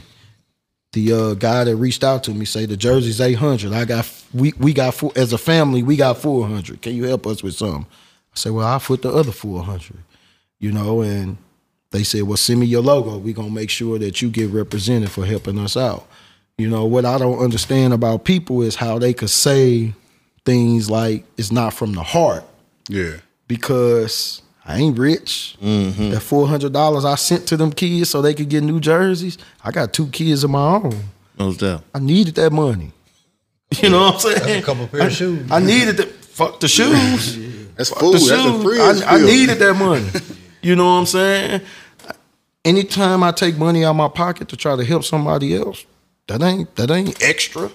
S3: the uh, guy that reached out to me say the jersey's 800 i got we, we got four as a family we got 400 can you help us with some i said well i'll foot the other 400 you know and they said well send me your logo we gonna make sure that you get represented for helping us out you know what i don't understand about people is how they could say things like it's not from the heart
S1: Yeah.
S3: because I ain't rich. That four hundred dollars I sent to them kids so they could get new jerseys. I got two kids of my own.
S2: Most definitely.
S3: I needed that money. You know what I'm saying?
S4: That's a couple pair of shoes.
S3: I needed the fuck the shoes.
S1: That's food.
S3: the
S1: That's a
S3: shoes.
S1: free.
S3: I, I needed that money. You know what I'm saying? Anytime I take money out of my pocket to try to help somebody else, that ain't that ain't extra.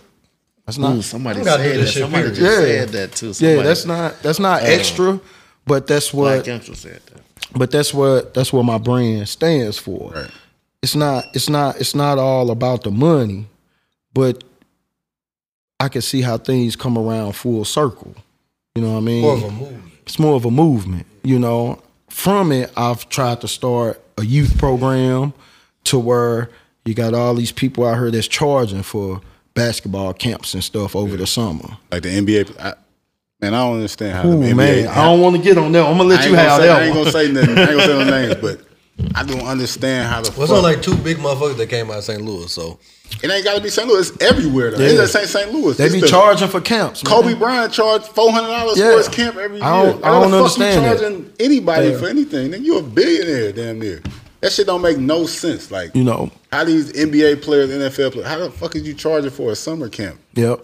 S3: That's not
S2: Ooh, somebody
S4: gotta do
S2: said that.
S4: this shit,
S2: Somebody
S4: period.
S2: just said that too.
S3: yeah, that's not that's not extra, but that's what
S2: Black Central said that.
S3: but that's what that's what my brand stands for.
S1: Right.
S3: It's not it's not it's not all about the money, but I can see how things come around full circle. You know what I mean?
S4: More of a movement.
S3: it's more of a movement, you know. From it, I've tried to start a youth program to where you got all these people out here that's charging for basketball camps and stuff over the summer.
S1: Like the NBA. I, man, I don't understand how
S3: Ooh,
S1: the NBA.
S3: man, I don't want to get on that. I'm gonna
S1: I
S3: let
S1: ain't
S3: you
S1: gonna
S3: have
S1: say- I
S3: that
S1: ain't
S3: one.
S1: gonna say nothing. I ain't gonna say no names, but I don't understand how the
S4: Well, it's
S1: fuck.
S4: only like two big motherfuckers that came out of St. Louis, so
S1: it ain't gotta be St. Louis. It's everywhere though.
S3: Yeah.
S1: It's just St. Louis.
S3: They
S1: It's
S3: be
S1: the-
S3: charging for camps. man.
S1: Kobe Bryant charged four hundred dollars
S3: Yeah.
S1: for his camp every year.
S3: I don't- I
S1: How
S3: don't
S1: the
S3: understand
S1: fuck
S3: that.
S1: you charging anybody
S3: Yeah.
S1: for anything? Then you a billionaire, damn near. That shit don't make no sense. Like
S3: you know.
S1: how these NBA players, NFL players, how the fuck is you charging for a summer camp
S3: Yep.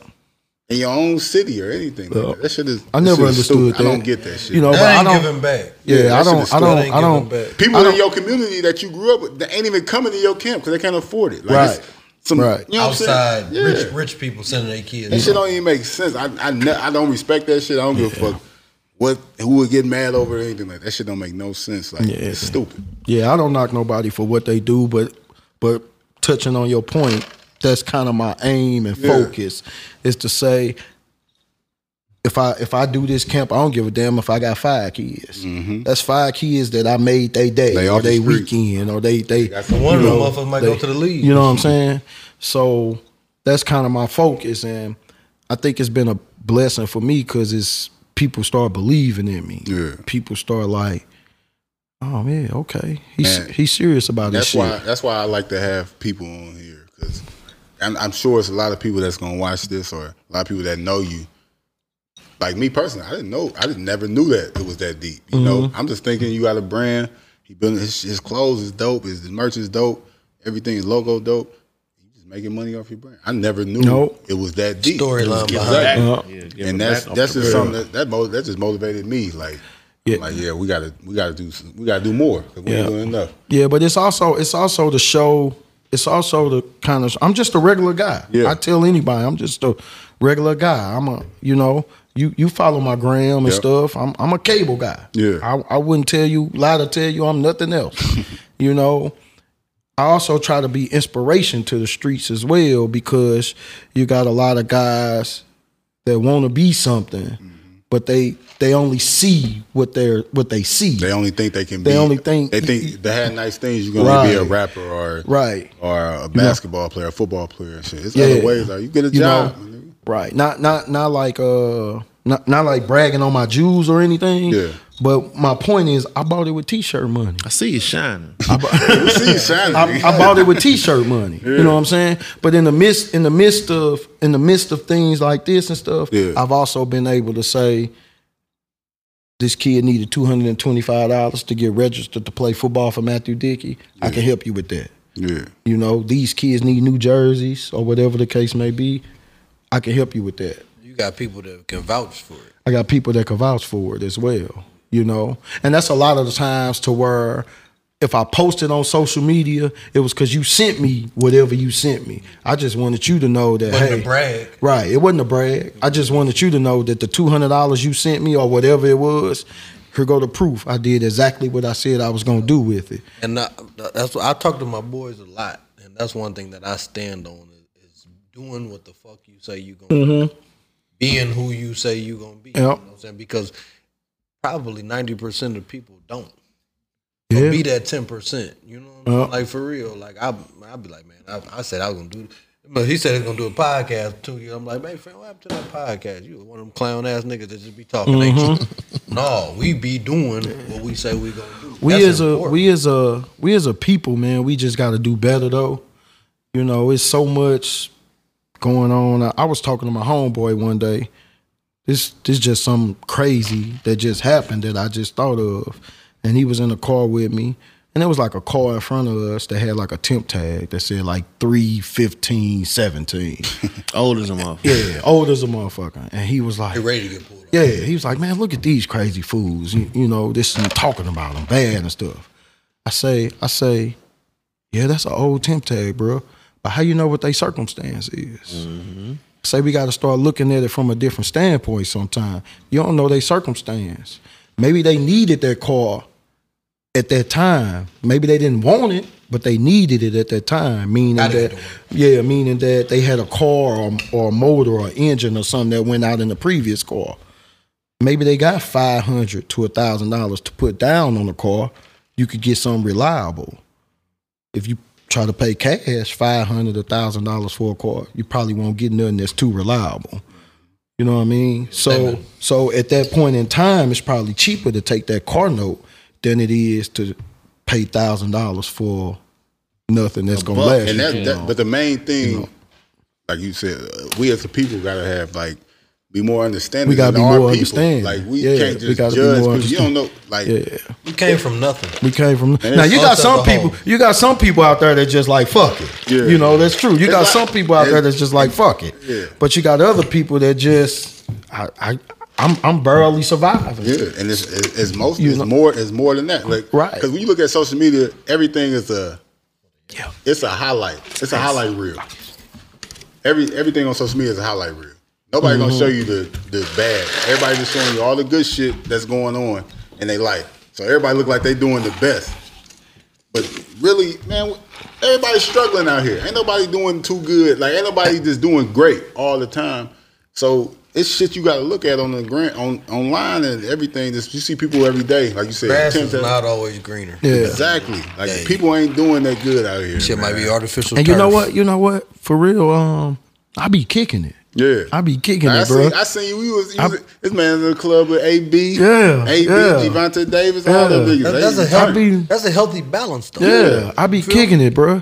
S1: in your own city or anything? Like
S3: Yeah.
S1: that? that shit is.
S3: I
S1: that
S3: never
S1: shit is
S3: understood
S1: stupid.
S3: that.
S1: I don't get that shit.
S3: You know, but
S4: that
S3: I
S4: ain't
S3: don't.
S4: giving back.
S3: yeah,
S1: Yeah,
S3: I
S1: that shit is
S3: don't. I
S1: stupid.
S3: don't.
S4: That ain't
S3: I
S4: giving
S3: don't.
S4: back.
S1: people
S3: I
S1: in your community that you grew up with, they ain't even coming to your camp because they can't afford it. Like
S3: Right.
S1: it's Some,
S3: Right.
S1: You know what I'm saying?
S4: Outside,
S1: Yeah.
S4: rich rich people sending their
S1: That
S4: kids.
S1: shit don't even make sense. I I, ne- I don't respect that shit. I don't give a fuck what who would get mad over it or anything like that. That shit don't make no sense. Like
S3: Yeah.
S1: it's stupid.
S3: Yeah, I don't knock nobody for what they do, but but touching on your point, that's kind of my aim and focus is to say if I if I do this camp, I don't give a damn if I got five kids. That's five kids that I made they day
S1: Mm-hmm. They
S3: or
S1: off the
S3: they
S1: street.
S3: weekend or they they
S4: So one of
S3: you
S4: them
S3: know,
S4: motherfuckers might
S3: they-
S4: go to the league.
S3: You know what I'm saying? So that's kind of my focus, and I think it's been a blessing for me because it's people start believing in me.
S1: Yeah.
S3: people start like, oh man, okay, he's
S1: Man,
S3: he's serious about this
S1: That's
S3: shit.
S1: why that's why I like to have people on here because I'm, I'm sure it's a lot of people that's gonna watch this or a lot of people that know you. Like me personally, I didn't know. I didn't, never knew that it was that deep. You know,
S3: Mm-hmm.
S1: I'm just thinking you got a brand. He building his, his clothes is dope. His merch is dope. Everything is logo dope. You just making money off your brand. I never knew
S3: Nope.
S1: it was that deep.
S4: Storyline
S1: Exactly.
S4: behind it.
S3: Uh,
S1: and that's that's just something that that, mo- that just motivated me. Like,
S3: Yeah.
S1: yeah. like yeah, we gotta we gotta do some- we gotta do more. 'cause We
S3: Yeah.
S1: ain't doing enough.
S3: yeah, but it's also it's also the show. It's also the kind of I'm just a regular guy.
S1: Yeah.
S3: I tell anybody I'm just a regular guy. I'm a you know you you follow my gram and
S1: Yep.
S3: stuff. I'm I'm a cable guy.
S1: Yeah.
S3: I, I wouldn't tell you lie to tell you I'm nothing else. you know, I also try to be inspiration to the streets as well because you got a lot of guys that want to be something,
S1: Mm-hmm.
S3: but they they only see what they're what they see.
S1: They only think they can.
S3: They
S1: be,
S3: only think-
S1: they think they had nice things. You're gonna be a
S3: Right.
S1: rapper or
S3: Right.
S1: or a basketball player, a football player. and Shit, it's
S3: Yeah.
S1: other ways. Like you get a
S3: You
S1: job.
S3: know,
S1: my nigga.
S3: Right. Not not not like uh not not like bragging on my Jews or anything.
S1: Yeah.
S3: But my point is I bought it with t-shirt money.
S2: I see you shining.
S1: we see you shining.
S3: I, I bought it with t-shirt money. You know what I'm saying? But in the midst in the midst of in the midst of things like this and stuff,
S1: Yeah.
S3: I've also been able to say this kid needed two hundred and twenty five dollars to get registered to play football for Matthew Dickey. I can help you with that.
S1: yeah,
S3: You know, these kids need new jerseys or whatever the case may be. I can help you with that.
S4: You got people that can vouch for it.
S3: I got people that can vouch for it as well, you know. And that's a lot of the times to where if I posted on social media, it was because you sent me whatever you sent me. I just wanted you to know that.
S4: Wasn't
S3: hey,
S4: a brag.
S3: Right. It wasn't a brag. I just wanted you to know that the two hundred dollars you sent me or whatever it was, here go the proof. I did exactly what I said I was gonna do with it.
S4: And I, that's what I talk to my boys a lot, and that's one thing that I stand on is, is doing what the fuck you say you gonna, do. being who you say you gonna be. You know
S3: Mm-hmm. Yep.
S4: what I'm saying? Because probably ninety percent of people don't.
S3: Yeah.
S4: Don't be that ten percent. You know, what I'm
S3: Yep.
S4: saying? like for real. Like I, I be like, man, I, I said I was gonna do. But he said he's gonna do a podcast too. You, I'm like, man, friend, what happened to that podcast? You one of them clown ass niggas that just be talking. ain't you? no, we be doing what we say we gonna do.
S3: Mm-hmm. we
S4: That's
S3: as a
S4: important.
S3: we as a we as a people, man, we just got to do better though. You know, it's so much going on. I, I was talking to my homeboy one day. This this just some crazy that just happened that I just thought of, and he was in a car with me, and there was like a car in front of us that had like a temp tag that said like 3, 15, 17.
S2: Old as a motherfucker.
S3: yeah, old as a motherfucker, and he was like,
S4: They ready to get pulled.
S3: yeah, he was like, man, look at these crazy fools. You, you know, this and talking about them bad and stuff. I say, I say, yeah, that's an old temp tag, bro. But how you know what they circumstance is? Say we got to start looking at it from a different standpoint. Sometime you don't know their circumstance. Maybe they needed their car at that time. Maybe they didn't want it, but they needed it at that time, meaning
S4: Gotta get
S3: that
S4: the work.
S3: yeah, meaning that they had a car or, or a motor or engine or something that went out in the previous car. Maybe they got five hundred to thousand dollars to put down on the car. You could get something reliable. If you try to pay cash, five hundred, a thousand dollars for a car, you probably won't get nothing that's too reliable. You know what I mean? So so at that point in time, it's probably cheaper to take that car note than it is to pay thousand dollars for nothing that's gonna
S2: buck,
S3: last.
S1: And
S3: you
S1: that,
S3: too
S1: that
S3: long.
S1: but the main thing,
S3: know.
S1: like you said, uh, we as a people gotta have like be more understanding.
S3: We gotta
S1: of
S3: be
S1: our
S3: more
S1: people.
S3: understanding.
S1: Like we
S3: Yeah,
S1: can't
S3: we
S1: just
S3: gotta be
S1: judge.
S3: more
S1: People. You don't know, like
S4: You came from nothing.
S3: we came from
S1: it's
S3: now. You got
S4: us as
S3: some
S4: a whole.
S3: people. You got some people out there that just like fuck it.
S1: Yeah.
S3: You know that's true. You
S1: It's
S3: got
S1: like-
S3: some people out
S1: it-
S3: there that's just like fuck it.
S1: Yeah.
S3: But you got other people that just I I I'm I'm barely surviving.
S1: yeah, and it's, it's, it's most
S3: You
S1: it's
S3: know-
S1: more it's more than that. Like
S3: Right.
S1: because when you look at social media, everything is a
S3: Yeah.
S1: it's a highlight. It's a highlight reel. Every everything on social media is a highlight reel. Nobody
S4: Mm-hmm.
S1: gonna show you the the bad. Everybody just showing you all the good shit that's going on in their life. So everybody look like they doing the best. But really, man, everybody's struggling out here. Ain't nobody doing too good. Like ain't nobody just doing great all the time. So it's shit you gotta look at on the grant on online and everything. Just you see people every day, like you said.
S4: Grass
S1: Tim
S4: is
S1: said,
S4: not always greener.
S3: Yeah.
S1: Exactly. Like
S4: Hey.
S1: people ain't doing that good out here.
S4: Shit might
S1: man.
S4: be artificial.
S3: And you know
S4: turf.
S3: what? You know what? For real, um, I be kicking it.
S1: Yeah.
S3: I be kicking
S1: I
S3: it, bro.
S1: seen, I seen you. We was, you
S3: I-
S1: was this man in the club with AB.
S3: Yeah,
S1: AB,
S3: yeah.
S1: Javante Davis, all them
S3: Yeah.
S1: niggas.
S4: That-
S1: They
S4: that's a
S1: returned.
S3: I
S4: healthy.
S3: be-
S4: That's a healthy balance, though.
S3: yeah, I be kicking it, bro.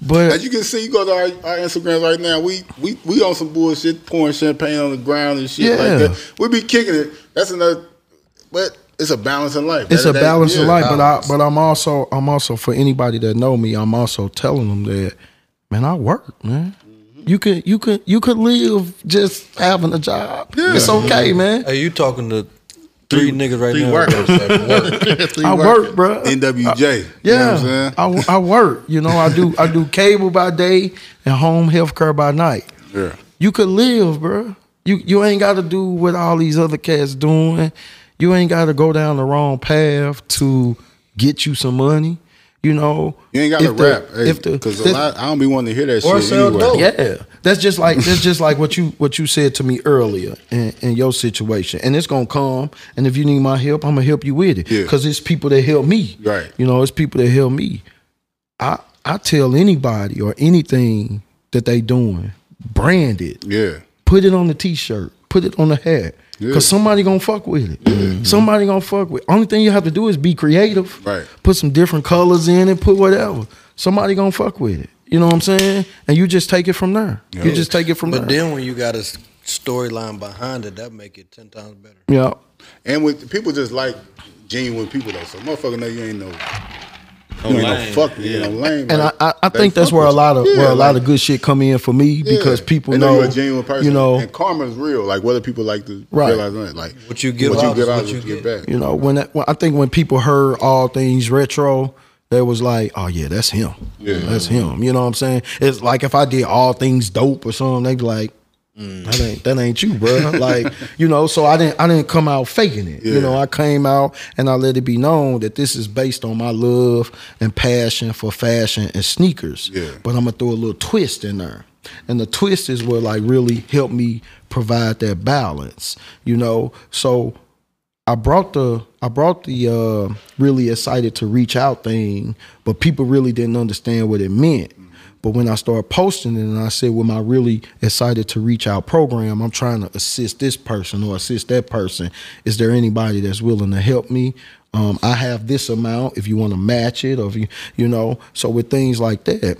S3: But
S1: As you can see, you go to our, our Instagrams right now. We, we we on some bullshit, pouring champagne on the ground and shit
S3: Yeah.
S1: like that. We be kicking it. That's another. But it's a balance in life.
S3: it's
S1: That-
S3: a
S1: that-
S3: balance
S1: yeah. Uh,
S3: of life. But I but I'm also I'm also for anybody that know me, I'm also telling them that, man, I work, man.
S1: Mm-hmm.
S3: You could you could you could live just having a job. It's
S1: Mm-hmm.
S3: okay, man.
S4: Hey, you talking to three, niggas right
S2: three
S4: now?
S2: workers.
S4: Work.
S3: I work, bro.
S1: NWJ. You know what
S3: Yeah,
S1: I'm saying?
S3: I, I work. You know, I do I do cable by day and home health care by night.
S1: Yeah.
S3: You could live, bro. You you ain't got to do what all these other cats doing. You ain't got to go down the wrong path to get you some money. You know,
S1: You ain't got to
S3: If the-
S1: rap.
S3: if the-
S1: Because a lot, I don't be wanting to hear that
S4: Or
S1: shit
S4: sell
S1: anyway.
S4: dope.
S3: yeah, that's just like that's just like what you what you said to me earlier in, in your situation, and it's gonna come. And if you need my help, I'm gonna help you with it
S1: Yeah.
S3: because it's people that help me.
S1: Right.
S3: You know, it's people that help me. I I tell anybody or anything that they doing, brand it,
S1: Yeah.
S3: put it on the t-shirt, put it on the hat,
S1: Yeah.
S3: cause somebody gonna fuck with it. Somebody gonna fuck with. Only thing you have to do is be creative.
S1: Right.
S3: Put some different colors in it. Put whatever. Somebody gonna fuck with it. You know what I'm saying? And you just take it from there. You just take it from
S4: But
S3: there.
S4: then when you got a s- storyline behind it, that make it ten times better.
S3: yeah.
S1: And with people just like genuine people though. So motherfucker know you ain't no you ain't
S2: lame.
S1: no fuck you ain't no lame.
S3: And I,
S1: like,
S3: I, I
S1: they
S3: think that's
S1: fuck
S3: where a
S1: with
S3: lot of
S1: you.
S3: where
S1: Yeah,
S3: a lot
S1: like,
S3: of good shit come in for me
S1: yeah.
S3: because people
S1: They
S3: know,
S1: you're a genuine person.
S3: You know,
S1: and karma's real. Like whether people like to
S3: Right.
S1: realize or not, like
S4: What you get out is
S1: is
S4: what
S1: what
S4: you
S1: you get
S4: get.
S1: back.
S3: you know when, that, when I think when people heard all things retro, they was like, oh yeah, that's him.
S1: Yeah.
S3: that's him. You know what I'm saying? It's like if I did all things dope or something, they'd be like.
S1: Mm.
S3: That ain't that ain't you, bro. Like you know, so I didn't I didn't come out faking it. You
S1: Yeah.
S3: know, I came out and I let it be known that this is based on my love and passion for fashion and sneakers.
S1: Yeah.
S3: But I'm gonna throw a little twist in there, and the twist is what like really helped me provide that balance. You know, so I brought the I brought the uh, really excited to reach out thing, but people really didn't understand what it meant. But when I started posting it and I said, with my really excited to reach out program, I'm trying to assist this person or assist that person. Is there anybody that's willing to help me? Um, I have this amount if you want to match it or if you, you know, so with things like that,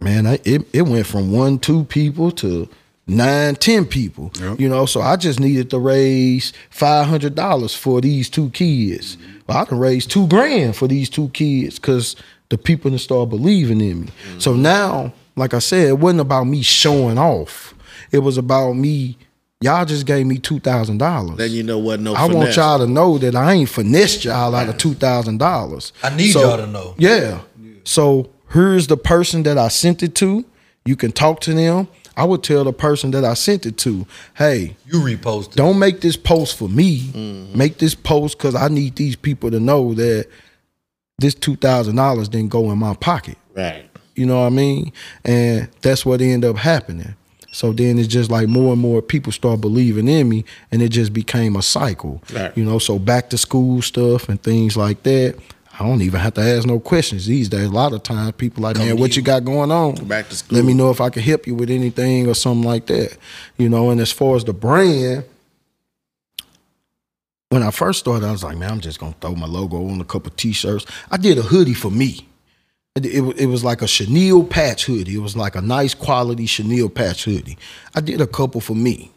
S3: man, I, it, it went from one, two people to nine, ten people. You know, so I just needed to raise five hundred dollars for these two kids. Well, I can raise two grand for these two kids because the people in the store believing in me. So now, like I said, it wasn't about me showing off. It was about me. Y'all just gave me two thousand dollars.
S2: Then you know what? No,
S3: I want
S2: finesse.
S3: y'all to know that I ain't finessed y'all out of two thousand dollars.
S4: I need y'all to know.
S3: Yeah. So here's the person that I sent it to. You can talk to them. I would tell the person that I sent it to, hey,
S4: You repost it.
S3: don't
S2: Mm-hmm.
S3: make this post for me. Make this post because I need these people to know that this two thousand dollars didn't go in my pocket.
S2: Right.
S3: You know what I mean? And that's what ended up happening. So then it's just like more and more people start believing in me, and it just became a cycle.
S2: Right.
S3: You know, so back to school stuff and things like that. I don't even have to ask no questions these days. A lot of times people like, man, what you got going on?
S2: back to
S3: Let me
S2: school.
S3: know if I can help you with anything or something like that. You know, and as far as the brand, when I first started, I was like, man, I'm just gonna throw my logo on a couple t-shirts. I did a hoodie for me. It, it, wa- it was like a chenille patch hoodie. It was like a nice quality chenille patch hoodie. I did a couple for me.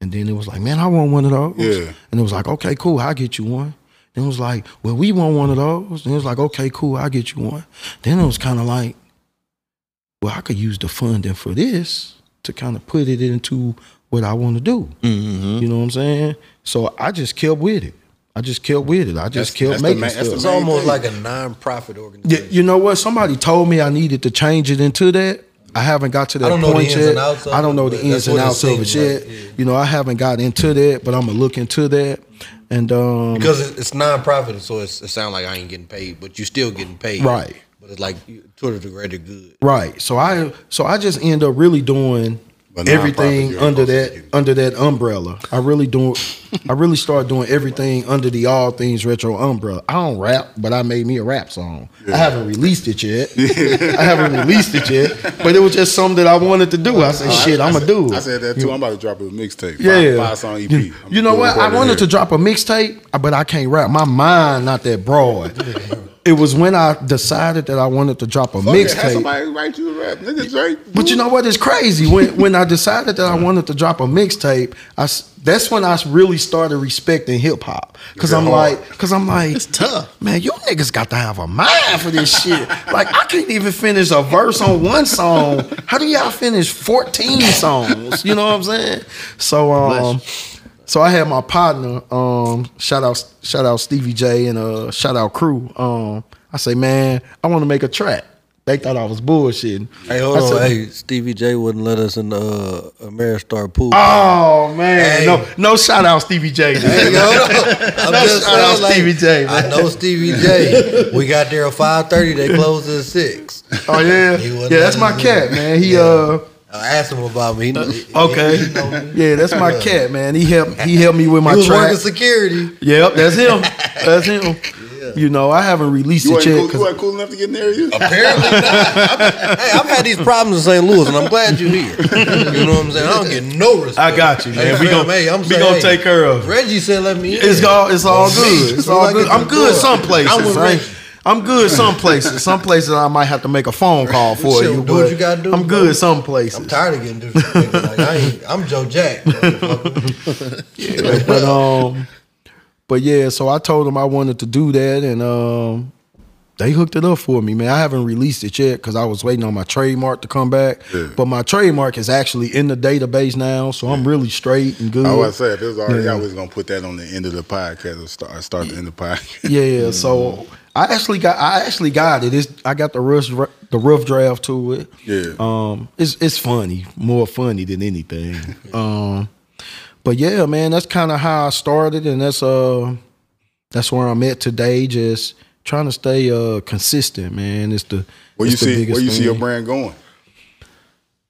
S3: And then it was like, man, I want one of those.
S1: Yeah.
S3: And it was like, okay, cool, I'll get you one. Then it was like, well, we want one of those. And it was like, okay, cool, I'll get you one. Then it was kind of like, well, I could use the funding for this to kind of put it into what I want to do.
S1: Mm-hmm.
S3: You know what I'm saying? So I just kept with it. I just kept with it. I
S1: That's-
S3: just kept
S1: that's the
S3: making
S1: ma- that's
S3: stuff.
S1: the
S4: It's
S1: Main
S4: almost
S1: thing.
S4: like a non-profit
S3: Yeah,
S4: organization.
S3: you know what? Somebody told me I needed to change it into that. I haven't got to that
S4: I don't know the
S3: point
S4: ins
S3: yet.
S4: and outs of
S3: I don't
S4: it,
S3: know the
S4: but
S3: ins
S4: that's
S3: and
S4: what it
S3: outs of it
S4: seems
S3: yet.
S4: like, yeah.
S3: You know, I haven't got into that, but I'm gonna look into that. And um,
S4: Because it- it's non-profit, so it's, it sounds like I ain't getting paid, but you still getting paid,
S3: Right.
S4: But it's like you- to the greater good.
S3: right, so I so I just end up really doing
S1: But nonprofit, you
S3: everything
S1: ain't supposed to
S3: under that
S1: get it.
S3: under that umbrella. I really do. I really start doing everything under the all things retro umbrella. I don't rap, but I made me a rap song. I haven't released it yet. I haven't released it yet, but it was just something that I wanted to do. I said, "Shit, I'm gonna do it."
S1: Oh, I said that too. I'm about to drop a mixtape. Five-
S3: Yeah,
S1: Five song E EP.
S3: You,
S1: I'm
S3: you know
S1: doing
S3: what?
S1: part
S3: I
S1: of
S3: wanted to
S1: here.
S3: drop a mixtape, but I can't rap. My mind not that broad. it was when I decided that I wanted to drop a
S1: Fuck it, Have
S3: mixtape.
S1: somebody write you a rap, nigga Drake.
S3: But you know what is crazy? When when I decided that I wanted to drop a mixtape, I s- that's when I really started respecting hip hop because
S1: Yeah,
S3: I'm
S1: hard.
S3: like, because I'm like, it's tough, man. You niggas got to have a mind for this shit. like I can't even finish a verse on one song. How do y'all finish fourteen songs? You know what I'm saying? So um, so I had my partner, um, shout out shout out Stevie J and uh shout out crew. Um, I say, man, I want to make a track. They thought I was bullshitting.
S4: Hey, hold
S3: I
S4: on.
S3: said,
S4: Hey, Stevie J wouldn't let us in the uh, Ameristar pool.
S3: Oh man,
S4: Hey.
S3: no no shout out Stevie J.
S4: Hey, hold on. I'm just
S3: shout out
S4: saying, like,
S3: Stevie J, man.
S4: I know Stevie J. We got there at five thirty. They closed at six.
S3: Oh yeah,
S4: He
S3: yeah
S4: wasn't
S3: that's my
S4: letting us
S3: cat
S4: in.
S3: man. He
S4: Yeah.
S3: uh
S4: I asked him about me. He, he-
S3: okay,
S4: he know me.
S3: yeah that's my cat man. He helped he helped me with
S4: He
S3: my
S4: was
S3: track.
S4: working security.
S3: Yep, that's him. That's him. You know I haven't released
S1: You ain't
S3: it yet.
S1: cool, you
S3: 'cause-
S1: ain't cool enough to get in there. You?
S4: Apparently not. I'm- hey, I've had these problems in St. Louis, and I'm glad you're here. You know what I'm saying? I don't get no respect.
S3: I got you, man.
S4: Hey,
S3: We
S4: fam,
S3: gonna-
S4: hey, I'm
S3: we
S4: saying,
S3: gonna
S4: hey,
S3: take care of it.
S4: Reggie said, "Let me." in.
S3: It's all it's all
S4: Me.
S3: good. It's
S4: Soon as
S3: all
S4: I
S3: good.
S4: get to
S3: I'm
S4: the
S3: good
S4: door,
S3: some places.
S4: I'm with
S3: I
S4: Reggie.
S3: ain't- I'm good some places. Some places I might have to make a phone call for
S4: Shit,
S3: you.
S4: do what
S3: but
S4: you gotta do,
S3: I'm
S4: bro.
S3: good some places.
S4: I'm tired of getting disrespected. Like, I ain't, I'm Joe Jack. motherfucker.
S3: Yeah, but um, but yeah, so I told them I wanted to do that, and um, they hooked it up for me, man. I haven't released it yet because I was waiting on my trademark to come back.
S1: Yeah.
S3: But my trademark is actually in the database now, so I'm really straight and good.
S1: Oh, I was saying if it was already,
S3: Yeah.
S1: I was gonna put that on the end of the podcast or start, start the end of the podcast.
S3: yeah, yeah. So
S1: Mm-hmm.
S3: I actually got I actually got it. It's, I got the rush the rough draft to it.
S1: Yeah.
S3: Um, it's it's funny, more funny than anything. um, but yeah, man, that's kind of how I started, and that's uh, that's where I'm at today. Just trying to stay uh consistent, man. It's the
S1: Where you
S3: it's the
S1: see
S3: biggest
S1: where you see your
S3: thing.
S1: brand going,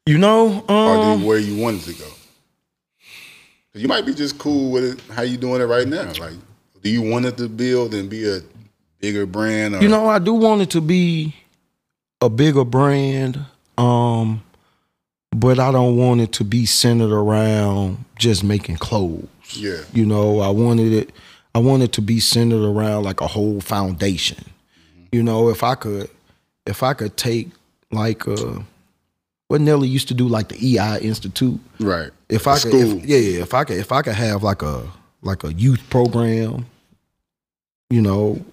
S3: You know,
S1: or
S3: um,
S1: do you, where you wanted to go? 'Cause You might be just cool with it. How you doing it right now? Like, do you want it to build and be a bigger brand? Or,
S3: You know, I do want it to be a bigger brand, um, but I don't want it to be centered around just making clothes.
S1: yeah,
S3: You know, I wanted it I want it to be centered around like a whole foundation. You know, if I could if I could take like uh what Nelly used to do like the EI Institute
S1: right.
S3: if I
S1: The
S3: could,
S1: school,
S3: if, yeah, yeah, if I could, if I could have like a like a youth program, you know,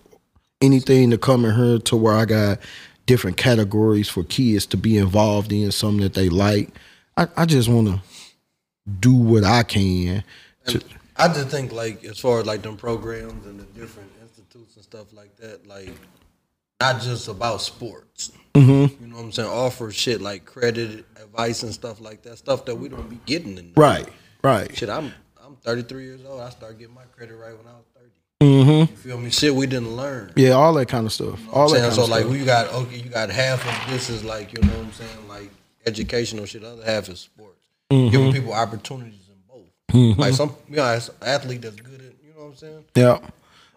S3: anything to come in here to where I got different categories for kids to be involved in, something that they like. I, I just want to do what I can. To,
S4: I just think like as far as like them programs and the different institutes and stuff like that, like not just about sports. Mm-hmm. You know what I'm saying? Offer shit like credit advice and stuff like that. Stuff that we don't be getting in.
S3: right, right,
S4: Shit, I'm I'm 33 years old. I started getting my credit right when I was 30. You feel me? Shit, we didn't learn.
S3: Yeah, all that kind of stuff. All
S4: I'm
S3: that
S4: saying
S3: kind
S4: so
S3: of
S4: like
S3: stuff.
S4: you got okay, you got half of this is like you know what I'm saying like educational shit. The other half is sports,
S3: Mm-hmm.
S4: giving people opportunities in both. Like some you know, as athlete that's good at you know what I'm saying.
S3: Yeah,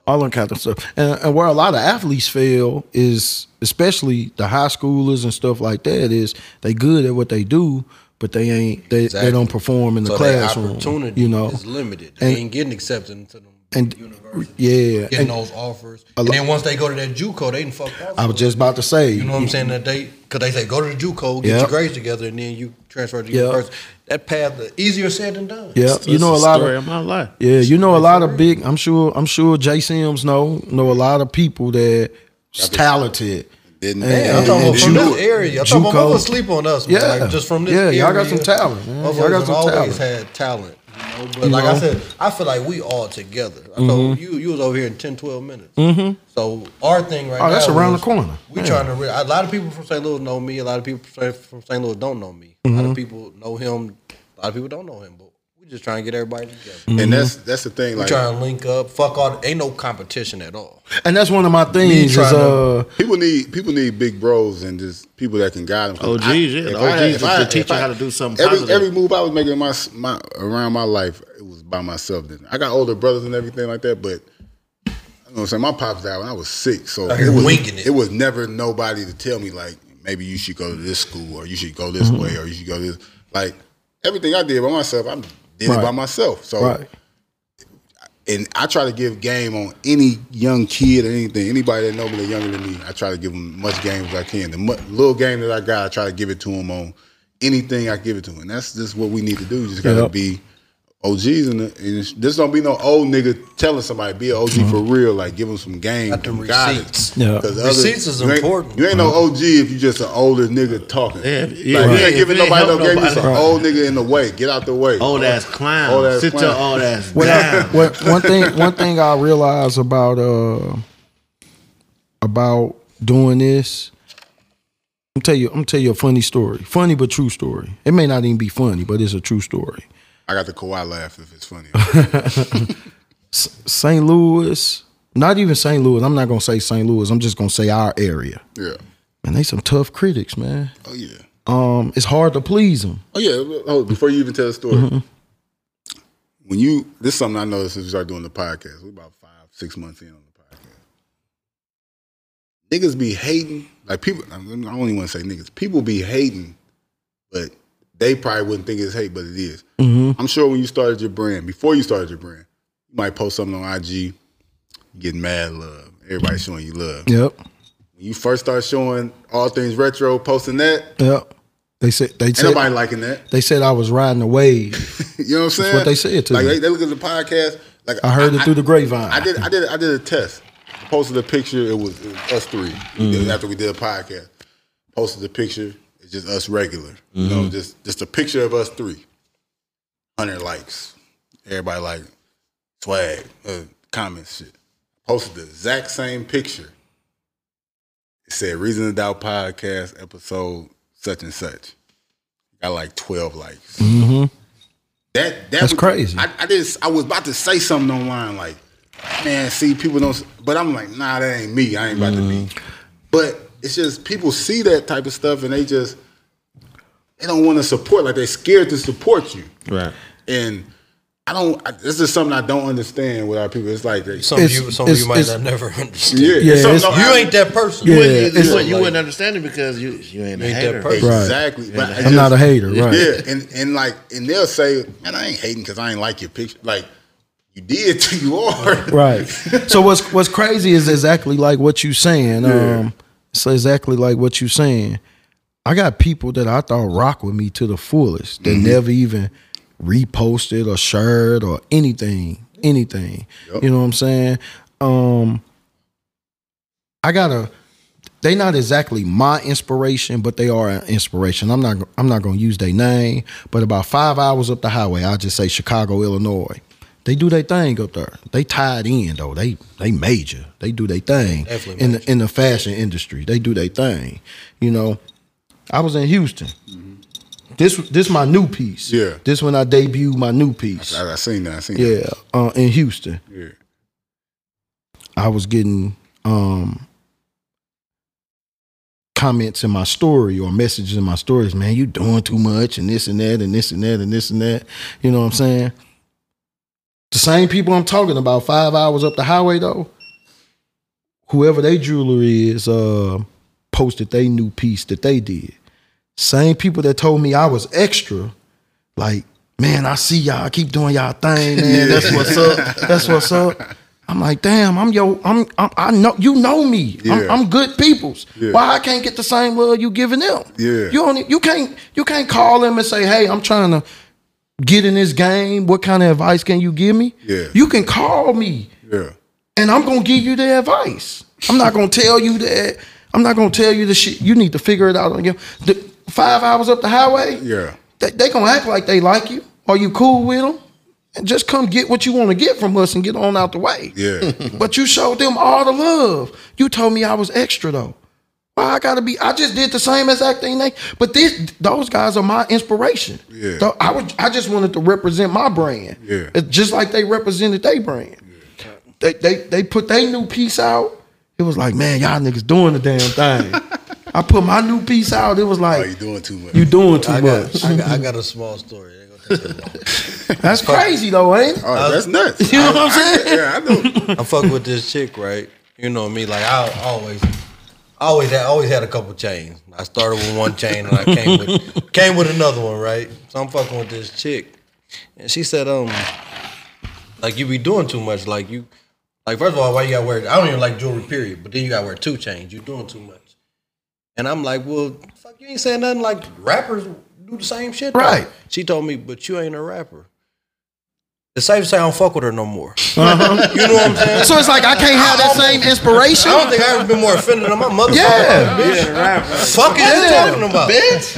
S3: all that kind of stuff. And, and where a lot of athletes fail is, especially the high schoolers and stuff like that, is they good at what they do, but they ain't they, they
S4: Exactly.
S3: don't perform in the
S4: So their
S3: classroom.
S4: opportunity
S3: you know,
S4: is limited. They
S3: And-
S4: ain't getting accepted into them
S3: and
S4: universities.
S3: yeah,
S4: getting
S3: and
S4: those offers.
S3: A
S4: And
S3: lo-
S4: then once they go to that JUCO, they didn't fuck up.
S3: I was just about to say,
S4: You know what I'm saying? That they, because they say go to the JUCO, get
S3: Yeah.
S4: your grades together, and then you transfer to
S3: Yeah.
S4: university. That path is easier said than done.
S3: Yeah, you know a
S2: That's the
S3: lot
S2: story
S3: of
S2: of my life.
S3: yeah, you know a lot of big. I'm sure. I'm sure Jay Sims know know a lot of people that is talented.
S1: Didn't
S3: And-
S4: I'm talking about
S3: and
S4: from
S3: Ju-
S4: this area. I'm talking about
S3: Juco.
S4: motherfuckers sleep on us, man.
S3: Yeah.
S4: Like just from this
S3: Yeah,
S4: area.
S3: y'all got some talent, man. Y'all got
S4: motherfuckers
S3: some
S4: always
S3: talent.
S4: had talent. You know? But
S3: You
S4: like I
S3: know. Mm-hmm.
S4: said, I feel like we all together. I know you you was over here in 10, 12 minutes. So our thing right
S3: Oh,
S4: now
S3: that's around the
S4: is
S3: corner.
S4: We
S3: Yeah.
S4: trying to. Re- a lot of people from St. Louis know me. A lot of people from St. from St. Louis don't know me. A lot
S3: Mm-hmm.
S4: of people know him. A lot of people don't know him. But we just trying to get everybody together.
S3: Mm-hmm.
S1: And that's that's the thing.
S4: We
S1: Like
S4: trying to link up. Fuck all. Ain't no competition at all.
S3: And that's one of my things is
S4: trying to-
S3: uh
S1: people need people need big bros and just people that can guide them. 'Cause
S2: OGs,
S1: I-
S2: Oh, yeah,
S1: if
S2: the
S1: I had-
S2: OGs
S1: if
S2: to-
S1: I-
S2: to
S1: if
S2: teach you
S1: I-
S2: how to do something
S1: Every
S2: positive.
S1: every move I was making in my, my around my life, it was by myself. Then I got older brothers and everything like that, but. You know what I'm saying? My pops died when I was six, so
S4: here
S1: was,
S4: winging it.
S1: was never nobody to tell me like maybe you should go to this school or you should go this
S2: Mm-hmm.
S1: way or you should go this. Like everything I did by myself, I did it
S3: Right.
S1: by myself. So
S3: right.
S1: and I try to give game on any young kid or anything, anybody that know me that younger than me. I try to give them much game as I can. The mu- little game that I got, I try to give it to them on anything I give it to them. And that's just what we need to do. You just gotta
S3: Yep.
S1: be OGs, and, and it's- this don't be no old nigga telling somebody be an OG for real. Like give them some game,
S4: Got them
S1: some guidance.
S4: receipts.
S3: Mm-hmm. Yeah.
S1: 'Cause
S4: Receipts is
S1: you ain't-
S4: important.
S1: You ain't no OG if you just an older nigga talking.
S2: Yeah,
S1: like,
S2: yeah,
S1: you
S2: yeah,
S1: ain't
S2: if
S1: giving
S2: you ain't
S1: nobody no
S2: help
S1: game. You just an
S2: nobody.
S1: old nigga in the way. Get out the way.
S2: Old ass clown.
S1: Old ass
S2: Sit
S1: clown.
S2: your old ass
S3: What I-
S2: down.
S3: what- one thing one thing I realize about uh about doing this I'm tell you I'm tell you a funny story. Funny but true story. It may not even be funny, but it's a true story.
S1: I got the Kawhi laugh if it's funny.
S3: St. Louis, not even St. Louis. I'm not gonna say St. Louis. I'm just gonna say our area.
S1: yeah.
S3: Man, they some tough critics, man.
S1: Oh yeah.
S3: Um, it's hard to please them.
S1: Oh yeah. Oh, before you even tell the story, when you this is something I noticed since we started doing the podcast. We're about five, six months in on the podcast. Niggas be hating like people. I don't even want to say niggas. People be hating, but they probably wouldn't think it's hate, but it is. I'm sure when you started your brand, before you started your brand, you might post something on IG, you get mad love. Everybody showing you love.
S3: Yep,
S1: When you first start showing all things retro, posting that, ain't
S3: yep. They said they said
S1: nobody liking that.
S3: they said I was riding the wave.
S1: You know what I'm saying?
S3: what they said to
S1: like,
S3: me.
S1: They, they look at the podcast. Like
S3: I heard it through the grapevine.
S1: I did. I did. I did a test. I posted a picture. It was, it was us three. We
S3: Mm-hmm.
S1: did- after we did a podcast, posted the picture. It's just us regular. You know,
S3: Mm-hmm.
S1: just just a picture of us three. Hundred likes. Everybody like swag uh, comments shit. Posted the exact same picture. It said "Reason to Doubt" podcast episode such and such. Got like twelve likes. That, that
S3: Mm-hmm. That's
S1: was-
S3: crazy.
S1: I, I just I was about to say something online like, man, see people don't, s-" but I'm like, nah, that ain't me. I ain't about
S3: Mm-hmm.
S1: to be. But it's just people see that type of stuff and they just they don't want to support. Like they're scared to support you.
S2: Right.
S1: And I don't. I, this is something I don't understand with our people. It's like they,
S4: Some of
S3: It's-
S4: you, some of you
S3: it's-
S4: might
S3: it's-
S4: not never understand.
S1: yeah,
S3: Yeah,
S1: it's something
S3: it's-
S1: I'm-
S4: You ain't that person.
S3: Yeah,
S2: You,
S3: it's-
S2: wouldn't- you
S4: like-
S2: wouldn't understand it because you you ain't,
S4: ain't
S2: a
S4: that
S2: hater.
S4: person.
S3: Right.
S1: Exactly. But I
S3: I'm not a hater, right?
S1: Yeah, and and like and they'll say, man, I ain't hating because I ain't like your picture. Like you did till you are.
S3: Right. So what's what's crazy is exactly like what you saying. Um, it's exactly like what you saying. I got people that I thought rock with me to the fullest that never even reposted or shared or anything, anything. You know what I'm saying? Um, I gotta. They not exactly my inspiration, but they are an inspiration. I'm not. I'm not gonna use their name, but about five hours up the highway, I just say Chicago, Illinois. They do their thing up there. They tied in though. They they major. They do their thing
S4: Definitely
S3: in the, in the fashion industry. They do their thing. You know, I was in Houston. This this my new piece.
S1: Yeah.
S3: This when I debuted my new piece.
S1: I, I seen that. I seen that.
S3: Yeah, uh, in Houston.
S1: Yeah.
S3: I was getting um comments in my story or messages in my stories, man, you doing too much and this and that and this and that and this and that. You know what I'm saying? The same people I'm talking about five hours up the highway though, whoever they jewelry is uh posted they new piece that they did. Same people that told me I was extra, like, man, I see y'all keep doing y'all thing, man. That's what's up. That's what's up. I'm like, damn, I'm yo, I'm, I'm I know you know me. I'm,
S1: Yeah.
S3: I'm good peoples.
S1: Yeah.
S3: Why I can't get the same love you giving them?
S1: Yeah.
S3: You only you can't you can't call them and say, hey, I'm trying to get in this game. What kind of advice can you give me?
S1: Yeah.
S3: You can call me
S1: Yeah.
S3: and I'm gonna give you the advice. I'm not gonna tell you that. I'm not gonna tell you the shit. You need to figure it out on your the five hours up the highway.
S1: Yeah.
S3: they, they gonna act like they like you. Are you cool with them? And just come get what you want to get from us and get on out the way.
S1: Yeah.
S3: But you showed them all the love. You told me I was extra though. Why I gotta be? I just did the same exact thing they. But this, those guys are my inspiration.
S1: Yeah.
S3: Though I was. I just wanted to represent my brand.
S1: Yeah.
S3: It's just like they represented their brand. They they they put their new piece out. It was like, man, y'all niggas doing the damn thing. I put my new piece out. It was
S1: Are
S3: like,
S1: Oh, you doing too much?
S3: you doing too
S4: I
S3: much.
S4: got, I, got, I got a small story. It ain't gonna take that long.
S3: That's crazy though, ain't it?
S1: All right, Oh, that's nuts.
S3: You know what I'm saying?
S1: yeah, I know.
S4: I fuck with this chick, right? You know me, like I always, I always had, always had a couple chains. I started with one chain and I came with came with another one, right? So I'm fucking with this chick, and she said, um, like you be doing too much, like you, like first of all, why you gotta wear? I don't even like jewelry, period. But then you gotta wear two chains. You doing too much, and I'm like, well, fuck, you ain't saying nothing. Like rappers do the same shit, though.
S3: Right.
S4: She told me, but you ain't a rapper. It's safe to say I don't fuck with her no more. You know what I'm saying?
S3: So it's like I can't have that same inspiration.
S4: I don't think I've ever been more offended than my motherfucker.
S3: Yeah.
S4: bitch. Fuck is you
S3: Yeah.
S4: talking about?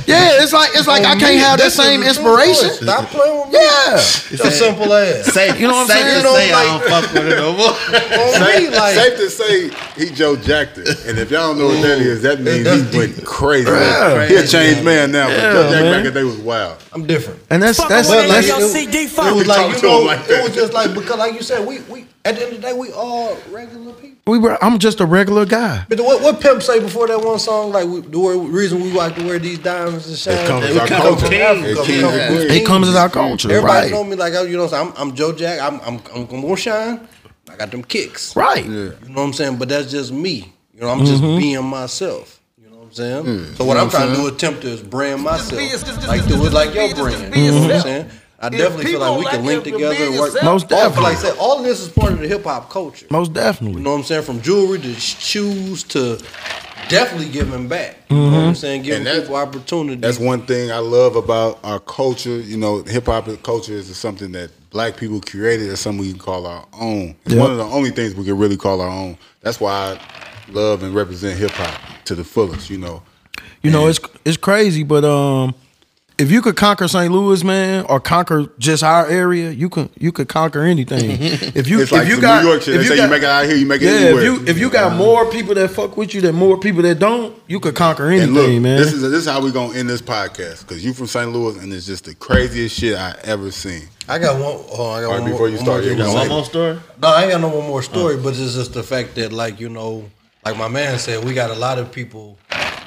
S3: Yeah, it's like it's like I can't have that
S4: That's
S3: same
S4: the truth.
S3: inspiration.
S4: Stop playing with me.
S3: Yeah.
S4: Your simple ass.
S2: Say, you know what I'm saying?
S4: You know,
S2: say I
S4: like-
S2: don't fuck with it no more.
S4: On me, like,
S1: Safe to say he Joe jacked it. And if y'all don't know what that is, that means
S4: that's
S1: he went crazy. He a changed man now, but Joe Jack back in the day was wild.
S4: I'm different.
S3: And that's
S7: Fuck
S3: that's
S7: with
S4: like-
S7: that
S3: that's
S7: yo CD
S4: It
S7: fuck.
S4: was
S1: Talk
S4: like,
S1: to
S4: you
S1: 'em
S4: know,
S1: like
S4: it
S1: that.
S4: was just like, because like you said, we, we, at the end of the day, we all regular people.
S3: we were. I'm just a regular guy.
S4: But what, what Pimp say before that one song? Like, we, the wor- reason we like to wear these diamonds and shine.
S1: It comes
S4: They
S1: with our
S4: come from
S1: culture.
S4: Africa,
S1: It
S4: we
S1: comes
S4: come
S1: with
S4: from
S1: our
S4: Queens.
S3: It comes as our culture,
S4: Everybody
S3: right?
S4: know me like, I- you know what I'm saying? I'm, I'm Joe Jack. I'm, I'm, I'm going to shine. I got them kicks.
S3: Right.
S4: You know what I'm saying? But that's just me. You know, I'm just being myself. Mm-hmm. You know what I'm saying?
S1: Mm.
S4: So what I'm trying to do is attempt to is brand myself.
S5: be- it's just- it's
S4: like
S5: just-
S4: do
S5: it's
S4: it like
S5: just
S4: your
S5: be- it's just
S4: brand.
S5: be
S4: You know what I'm
S5: yourself.
S4: saying? I
S5: If
S4: definitely feel
S5: people
S4: like we
S5: like
S4: can
S5: it,
S4: link
S5: then
S4: together
S5: be
S4: and work.
S5: yourself.
S3: Most
S4: All- Like I
S3: definitely.
S4: said, all of this is part of the hip hop culture.
S3: Most
S4: You
S3: definitely.
S4: know what I'm saying? From jewelry to shoes to definitely giving back. You know what I'm saying? Giving
S1: And that's-
S4: people opportunity.
S1: That's one thing I love about our culture. You know, hip hop culture is something that black people created. It's something we can call our own. It's
S3: Yeah.
S1: one of the only things we can really call our own. That's why I love and represent hip hop to the fullest. You know,
S3: You know, it's it's crazy, but um, if you could conquer St. Louis, man, or conquer just our area, you could you could conquer anything. If you
S1: it's
S3: if
S1: like
S3: you
S1: the
S3: got
S1: New York shit.
S3: if
S1: They say
S3: got-
S1: you make it out here, you make it
S3: yeah,
S1: anywhere.
S3: if you if you got more people that fuck with you than more people that don't, you could conquer anything,
S1: and look,
S3: man.
S1: this is this is how we gonna end this podcast because you from St. Louis and it's just the craziest shit I ever seen.
S4: I got one. Hold on, I got
S1: All right,
S4: one
S1: before
S4: more,
S1: you
S4: one
S1: start,
S4: more
S1: you
S4: thing to
S1: got
S4: say.
S1: one
S2: One more story.
S4: No, I ain't got no one more story,
S1: Oh.
S4: but it's just the fact that, like, you know, like my man said, we got a lot of people.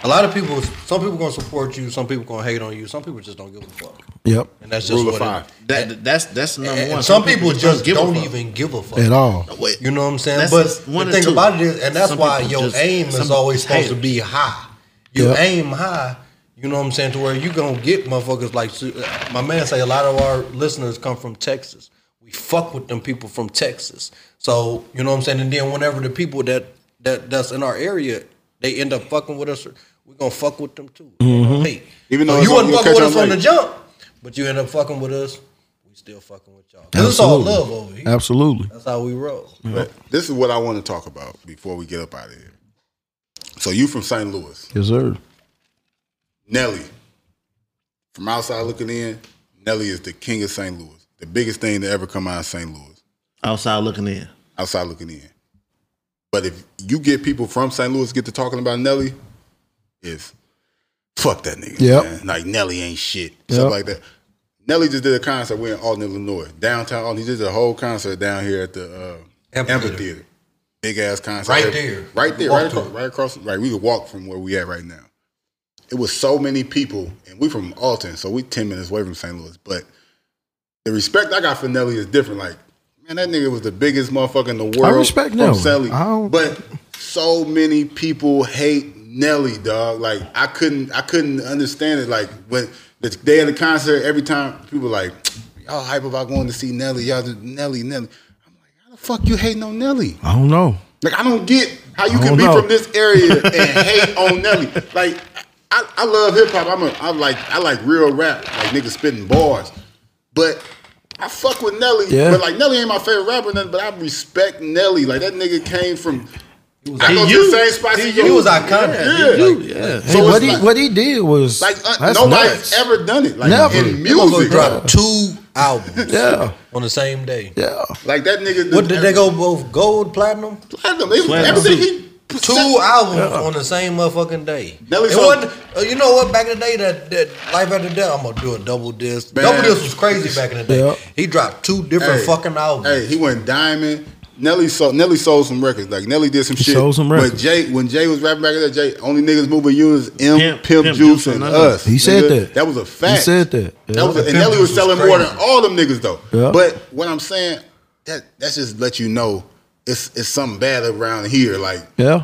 S4: A lot of people. Some people gonna support you. Some people gonna hate on you. Some people just don't give a fuck,
S3: yep,
S4: and that's just
S1: Rule of
S4: what. It,
S1: five.
S2: That, that's that's number
S4: and
S2: one.
S4: some, people, just
S2: give a
S4: don't
S2: fuck.
S4: even give a fuck
S3: at all.
S2: Wait,
S4: You know what I'm saying?
S2: That's
S4: but
S2: just one
S4: the
S2: or
S4: thing
S2: two.
S4: about it is, and that's
S2: Some
S4: why
S2: people
S4: your
S2: just-
S4: aim is
S2: some
S4: always
S2: people
S4: supposed to
S2: hate.
S4: be high. You
S3: Yeah.
S4: aim high. You know what I'm saying? To where you gonna get motherfuckers like my man say. A lot of our listeners come from Texas. We fuck with them people from Texas. So you know what I'm saying. And then whenever the people that that that's in our area, they end up fucking with us. We gonna fuck with them too. They gonna hate.
S1: Mm-hmm. Even though
S4: So
S1: it's
S4: you
S1: on-
S4: wasn't
S1: you'll
S4: fucking with
S1: catch
S4: us
S1: on
S4: on the
S1: late.
S4: jump, but you end up fucking with us. We still fucking with y'all. 'Cause it's all love over here.
S3: Absolutely.
S4: That's how we roll.
S1: But this is what I want to talk about before we get up out of here. So you from St. Louis,
S3: Yes, sir.
S1: Nelly. From outside looking in, Nelly is the king of St. Louis, the biggest thing to ever come out of St. Louis.
S2: Outside looking in.
S1: Outside looking in. But if you get people from St. Louis get to talking about Nelly, it's fuck that nigga.
S3: Yep.
S1: man. Like Nelly ain't shit.
S3: Yep.
S1: Stuff like that. Nelly just did a concert. We're in Alton, Illinois, downtown. Alton. He did a whole concert down here at the uh, amphitheater.
S4: Amphitheater.
S1: big ass concert.
S4: Right there.
S1: Right there.
S4: Walk
S1: Right
S4: to
S1: across,
S4: it.
S1: right across. Right. We could walk from where we at right now. It was so many people, and we from Alton, so we ten minutes away from St. Louis. But the respect I got for Nelly is different. Like, man, that nigga was the biggest motherfucker in the world.
S3: respect
S1: from
S3: Nelly.
S1: Selly.
S3: I don't-
S1: But so many people hate Nelly, dog. Like, I couldn't, I couldn't understand it. Like when the day of the concert, every time people like, y'all hype about going to see Nelly, y'all do Nelly, Nelly. I'm like, how the fuck you hating on Nelly?
S3: I don't know.
S1: Like I don't get how you can
S3: I don't
S1: be
S3: know.
S1: from this area and hate on Nelly. Like I, I love hip hop. I'm a I like I like real rap. Like niggas spitting bars. But I fuck with Nelly.
S3: Yeah.
S1: But like Nelly ain't my favorite rapper or nothing, but I respect Nelly. Like that nigga came from I go to
S4: you.
S1: the same spots
S4: He
S1: as you.
S4: you. He was iconic.
S1: Yeah.
S3: Yeah.
S1: So
S3: Hey,
S1: it's
S3: what he
S1: like-
S3: what he did was
S1: Like uh,
S3: that's
S1: nobody's
S3: nuts.
S1: ever done it. Like
S3: Never.
S1: in
S4: That motherfucker
S1: music.
S4: dropped two albums
S3: Yeah,
S4: on the same day.
S3: yeah.
S1: Like that nigga
S4: What did they go both gold platinum?
S1: platinum. It was everything he
S4: Two albums on the same motherfucking day.
S1: Nelly
S4: It
S1: Soul-
S4: wasn't- uh, you know what? Back in the day, that, that Life After Death, I'm gonna do a double disc.
S1: Man.
S4: Double disc was crazy back in the day.
S3: Yeah.
S4: He dropped two different
S1: Hey,
S4: fucking albums.
S1: Hey, he went diamond. Nelly sold Nelly sold some records. Like Nelly did some shit.
S3: sold some
S1: But
S3: records.
S1: Jay, when Jay was rapping back in there, Jay only niggas moving units M, Pimp,
S2: Pimp- Pimp
S1: Juice,
S2: Juice
S1: and
S2: and
S1: us.
S3: He said
S1: nigga.
S3: that.
S1: That was a fact.
S3: He said that. Yeah.
S1: That was a, and
S4: Pimp
S1: Nelly was
S4: Juice
S1: selling
S4: was
S1: more than
S4: crazy.
S1: all them niggas though.
S3: Yeah.
S1: But what I'm saying, that that just let you know it's it's something bad around here. Like
S3: yeah.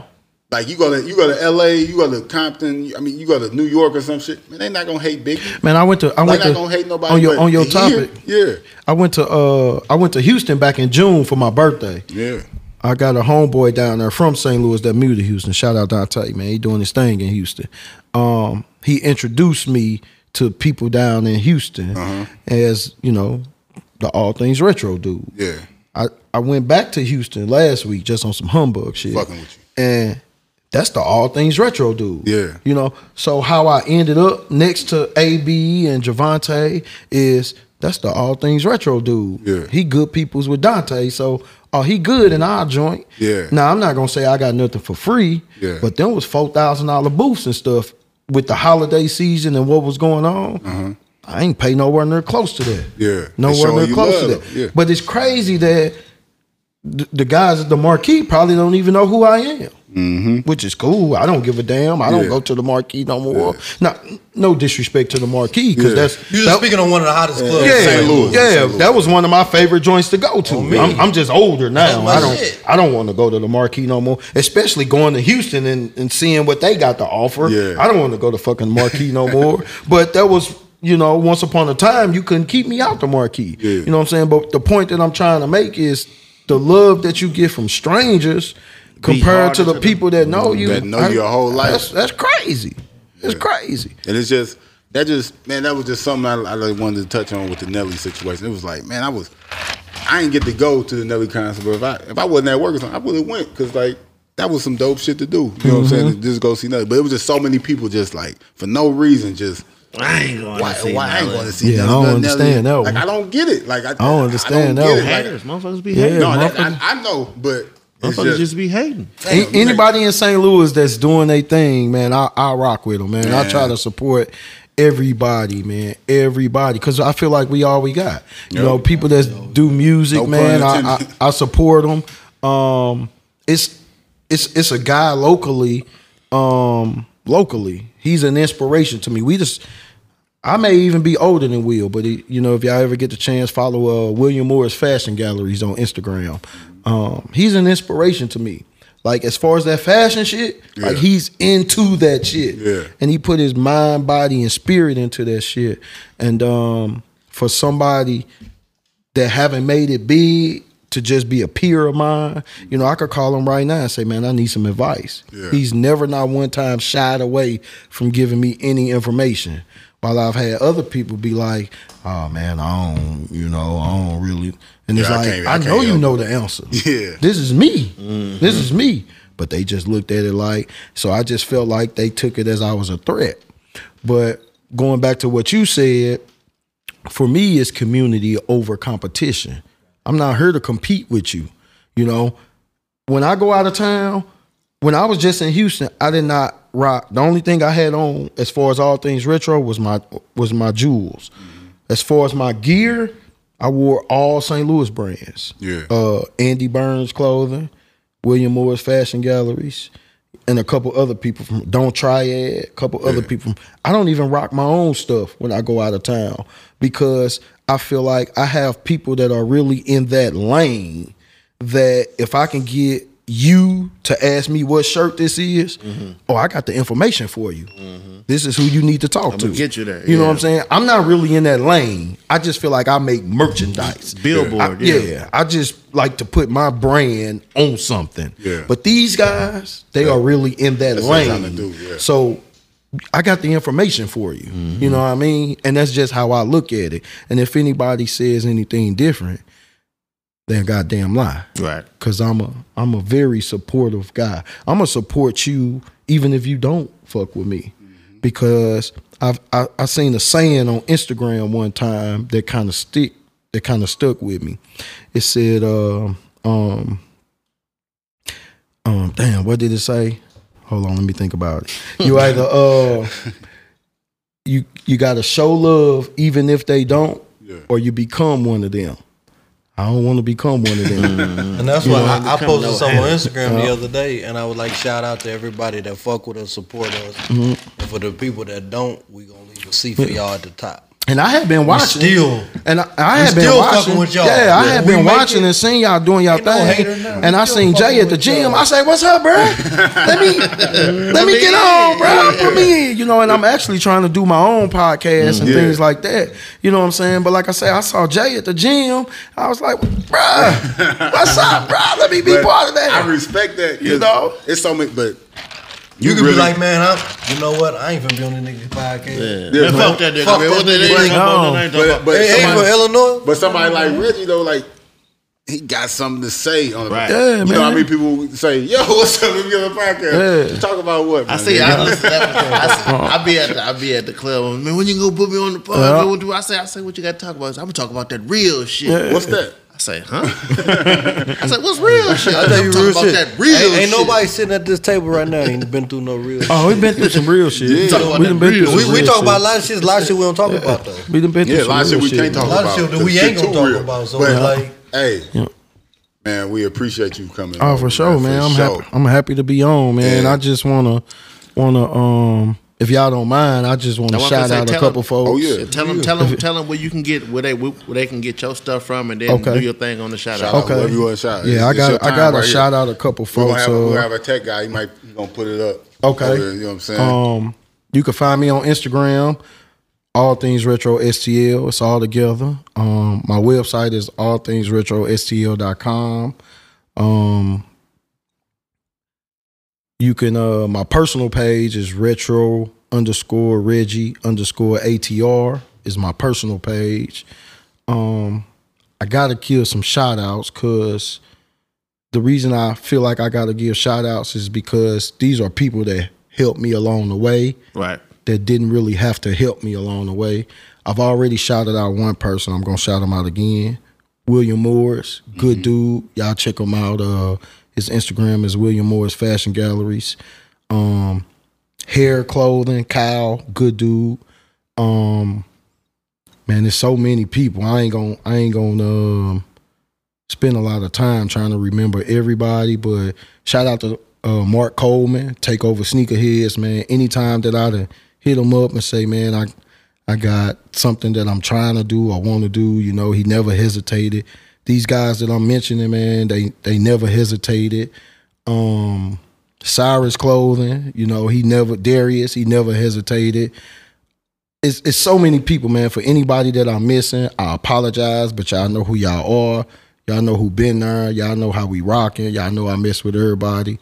S1: like you go to you go to L.A., you go to Compton. I mean, you go to New York or some shit. Man, they not gonna hate big.
S3: Man, I went to I
S1: They
S3: went
S1: not
S3: to
S1: gonna hate nobody.
S3: on your
S1: but
S3: on your
S1: here,
S3: topic.
S1: Yeah,
S3: I went to uh I went to Houston back in June for my birthday.
S1: yeah.
S3: I got a homeboy down there from St. Louis that moved to Houston. Shout out Dante, man. He doing his thing in Houston. Um, he introduced me to people down in Houston
S1: Uh-huh.
S3: as, you know, the all things retro dude.
S1: Yeah.
S3: I, I went back to Houston last week just on some humbug shit.
S1: Fucking with you.
S3: And that's the all things retro dude.
S1: Yeah.
S3: You know, so how I ended up next to AB and Javante is that's the all things retro dude.
S1: Yeah.
S3: He good peoples with Dante. So, oh, he good in our joint.
S1: Yeah.
S3: Now, I'm not going to say I got nothing for free.
S1: Yeah.
S3: But them was $4,000 booths and stuff with the holiday season and what was going on. I ain't pay nowhere near close to that.
S1: Uh-huh. Yeah. They
S3: Nowhere
S1: showing
S3: near
S1: you
S3: close to
S1: love,
S3: that.
S1: yeah.
S3: But it's crazy that th- the guys at the marquee probably don't even know who I am, which is cool. I don't give a damn. I don't
S1: Mm-hmm. Yeah.
S3: go to the marquee no more. Now, no disrespect to the marquee because
S1: Yeah.
S3: that's
S4: You was
S3: that-
S4: speaking on one of the hottest clubs.
S3: yeah,
S4: in St. Louis.
S1: Louis.
S3: yeah,
S1: St. Louis.
S3: that was one of my favorite joints to go to. I'm, I'm just older now.
S4: my
S3: I don't,
S4: shit.
S3: I don't want to go to the marquee no more. Especially going to Houston and, and seeing what they got to offer.
S1: Yeah.
S3: I don't want to go to fucking marquee no more. But that was, you know, once upon a time you couldn't keep me out the marquee.
S1: Yeah.
S3: You know what I'm saying? But the point that I'm trying to make is the love that you get from strangers compared
S2: harder
S3: to
S2: to
S3: the
S2: the-
S3: people that know you
S1: That know you your whole life.
S3: That's, that's crazy. It's crazy.
S1: And it's just that just man, that was just something I, I like wanted to touch on with the Nelly situation. It was like, man, I was I didn't get to go to the Nelly concert, but if I if I wasn't at work or something, I would have went because like that was some dope shit to do. You know what I'm saying? To
S3: Mm-hmm.
S1: just go see Nelly. But it was just so many people just like for no reason just
S2: I ain't going
S1: why,
S2: to see
S1: why I ain't
S2: Nelly.
S1: going to see
S3: Yeah, I
S1: Nelly,
S3: don't
S1: Nelly.
S3: understand that
S1: Like
S3: one.
S1: I don't get it. Like I, I
S3: don't understand that
S1: get
S3: one.
S1: it.
S2: Haters,
S1: Like,
S2: motherfuckers be
S3: Yeah,
S2: hating.
S1: no, that,
S3: motherfuckers-
S1: I, I know, but it's
S2: Motherfuckers
S1: just,
S2: just be hating.
S1: Damn,
S3: An-
S1: you
S3: anybody in St. Louis that's doing their thing, man, I, I rock with them, man. I try to support everybody, man, everybody, because I feel like we all we got. You know, people that do music,
S1: No pun
S3: man, I,
S1: intended.
S3: I I support them. Um, it's it's it's a guy locally, um, locally. He's an inspiration to me. We just. I may even be older than Will, but he, you know, if y'all ever get the chance, follow uh, William Morris Fashion Galleries on Instagram. Um, he's an inspiration to me. Like as far as that fashion shit, like
S1: Yeah.
S3: he's into that shit,
S1: Yeah.
S3: and he put his mind, body, and spirit into that shit. And um, for somebody that haven't made it big to just be a peer of mine, you know, I could call him right now and say, man, I need some advice.
S1: Yeah.
S3: He's never not one time shied away from giving me any information. While I've had other people be like, oh man, I don't, you know, I don't really. And it's
S1: Yeah, I
S3: like,
S1: can't- I
S3: I,
S1: can't
S3: know you
S1: help
S3: know the answer.
S1: Yeah. Mm-hmm.
S3: This is me. This is me. But they just looked at it like, so I just felt like they took it as I was a threat. But going back to what you said, for me it's community over competition. I'm not here to compete with you. You know, when I go out of town, when I was just in Houston, I did not rock. The only thing I had on as far as all things retro was my was my jewels.
S1: Mm-hmm.
S3: As far as my gear, I wore all St. Louis brands.
S1: Yeah.
S3: Uh Andy Burns uh, clothing, William Moore's Fashion Galleries, and a couple other people from Don't Triad, a couple other people. From, I don't even rock my own stuff when I go out of town because I feel like I have people that are really in that lane that if I can get you to ask me what shirt this is,
S2: Mm-hmm.
S3: oh, I got the information for you. This is who you need to talk to.
S2: get you there,
S3: You know what
S2: yeah.
S3: I'm saying? I'm not really in that lane. I just feel like I make merchandise.
S2: Billboard,
S3: I-
S2: yeah.
S3: yeah. I just like to put my brand on something.
S1: Yeah.
S3: But these guys, they are really in that
S1: That's what
S3: lane.
S1: I'm trying to do, yeah. Mm-hmm.
S3: So I got the information for you. You know what I mean? And that's just how I look at it. And if anybody says anything different, then goddamn lie.
S2: Right.
S3: Cause I'm a I'm a very supportive guy. I'm gonna support you even if you don't fuck with me. Because I've I, I seen a saying on Instagram one time that kind of stick that kind of stuck with me. It said um um um damn, what did it say? Hold on, let me think about it. You either uh you you gotta show love even if they don't,
S1: Yeah.
S3: or you become one of them. I don't want to become one of them.
S4: And that's why I, I posted
S2: no
S4: something on
S2: hater.
S4: Instagram the other day, and I was like, shout out to everybody that fuck with us, support us.
S3: Mm-hmm.
S4: And for the people that don't, we gonna leave a C for y'all at the top.
S3: And I have been watching.
S4: still-
S3: and I, I have been
S4: still
S3: watching.
S4: fucking with y'all.
S3: Yeah, I
S4: Yeah.
S3: have
S4: We
S3: been
S4: make
S3: watching
S4: it.
S3: and seeing y'all doing y'all
S4: Ain't no
S3: thing.
S4: hater now.
S3: and I
S4: We still
S3: seen Jay
S4: fucking
S3: at the
S4: with
S3: gym.
S4: y'all.
S3: I say, "What's up, bro? let me let me get on, bro. Put me in." You know, and I'm actually trying to do my own podcast and
S1: Yeah.
S3: things like that. You know what I'm saying? But like I said, I saw Jay at the gym. I was like, "Bro, what's up, bro? Let me be
S1: But
S3: part of that."
S1: I respect that.
S3: You
S1: 'cause
S3: know?
S1: it's so many. But
S4: You, could
S1: really-
S4: be like, man, I'm, you know what? I ain't finna be on the nigga's podcast.
S1: Yeah,
S2: Fuck that nigga.
S4: Fuck
S2: man.
S4: that
S2: What the
S4: nigga.
S2: nigga
S4: Like,
S2: talking about?
S3: no.
S2: That ain't talking
S1: but
S2: about-
S1: but
S4: Hey, ain't
S1: somebody,
S4: from Illinois?
S1: but somebody like Reggie though, like he got something to say on the
S2: Right.
S3: Yeah,
S1: you know,
S3: man.
S1: I mean, people say, "Yo, what's up with you on the podcast?
S3: Yeah.
S1: Talk about what?"
S2: I
S1: man?
S2: see. I, listen, that was- I, see- I be at the, I be at the club. Man, when you gonna put me on the pod?
S3: Yeah.
S2: man? What do I say? I say what you got to talk about. I'm gonna talk about that real shit.
S1: What's that?
S2: I say, huh? I say, what's real shit? I
S4: I tell you real
S2: about
S4: shit.
S2: that real
S4: ain't,
S2: shit.
S4: ain't nobody sitting at this table right now ain't been through no real. shit.
S3: Oh, we've been through some real shit. We
S2: Talk about
S3: done
S2: that
S3: been through
S2: real.
S3: some
S4: We, we
S3: real
S4: talk
S3: shit.
S4: about a lot of shit, a lot of shit we don't talk about though.
S3: We done been through
S1: Yeah, a
S3: some
S1: lot of shit we
S3: real
S1: can't talk
S4: A lot of
S1: about.
S4: shit that
S1: The
S4: we ain't gonna
S1: too
S4: talk
S1: real.
S4: about, so
S1: But,
S4: it's like-
S1: hey,
S3: Yeah.
S1: man, we appreciate you coming.
S3: Oh,
S1: over,
S3: for sure, man.
S1: for
S3: I'm
S1: sure.
S3: happy. I'm happy to be on, man.
S1: Yeah.
S3: I just wanna wanna um if y'all don't mind, I just wanna
S2: I want to
S3: shout
S2: say,
S3: out a
S2: tell
S3: couple
S2: them-
S3: folks.
S1: Oh, yeah.
S2: Tell them, tell them, tell them where you can get where they where they can get your stuff from, and then
S3: Okay.
S2: do your thing on the shout out.
S1: Shout out.
S3: Okay.
S1: Whoever you wanna shout.
S3: Yeah,
S1: It's-
S3: I
S1: it's your
S3: got I
S1: time
S3: got
S1: right
S3: a
S1: here.
S3: shout out a couple
S1: We're gonna
S3: folks.
S1: have, a- we're gonna
S3: uh,
S1: have a tech guy. He might he gonna put it up.
S3: Okay.
S1: over there, you know what I'm saying?
S3: Um, you can find me on Instagram, all things retro STL. It's all together. Um, my website is all things retro STL.com. Um, you can, uh, my personal page is retro underscore Reggie underscore ATR is my personal page. Um, I gotta give some shout outs because the reason I feel like I gotta give shout outs is because these are people that helped me along the way
S2: Right.
S3: that didn't really have to help me along the way. I've already shouted out one person. I'm gonna shout him out again. William Morris, good dude. Y'all check him out. Uh, his Instagram is William Morris Fashion Galleries. Um, hair, clothing, Kyle, good dude. Um, man, there's so many people. I ain't gonna I ain't gonna um, spend a lot of time trying to remember everybody, but shout out to uh, Mark Coleman, take over sneakerheads, man. Anytime that I done hit him up and say, man, I I got something that I'm trying to do, I want to do, you know, he never hesitated. These guys that I'm mentioning, man, they they never hesitated. Um Cyrus clothing, you know, he never Darius, he never hesitated it's, it's so many people, man. For anybody that I'm missing, I apologize, but y'all know who y'all are. Y'all know who been there. Y'all know how we rocking. Y'all know I mess with everybody.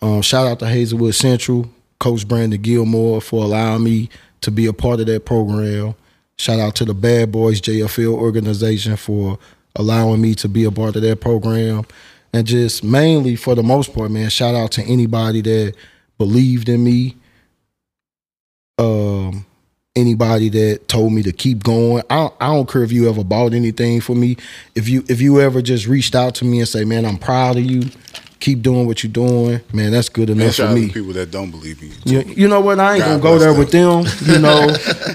S3: Um, shout out to Hazelwood Central, Coach Brandon Gilmore for allowing me to be a part of that program. Shout out to the Bad Boys JFL organization for allowing me to be a part of that program. And just mainly for the most part, man, shout out to anybody that believed in me. Um, anybody that told me to keep going. I I don't care if you ever bought anything for me. If you if you ever just reached out to me and say, "Man, I'm proud of you. Keep doing what you're doing." Man, that's good
S1: And
S3: enough
S1: shout
S3: for
S1: out
S3: me.
S1: to people that don't believe in you.
S3: You, you know what? I ain't
S1: God
S3: gonna go there
S1: bless
S3: with them, you know,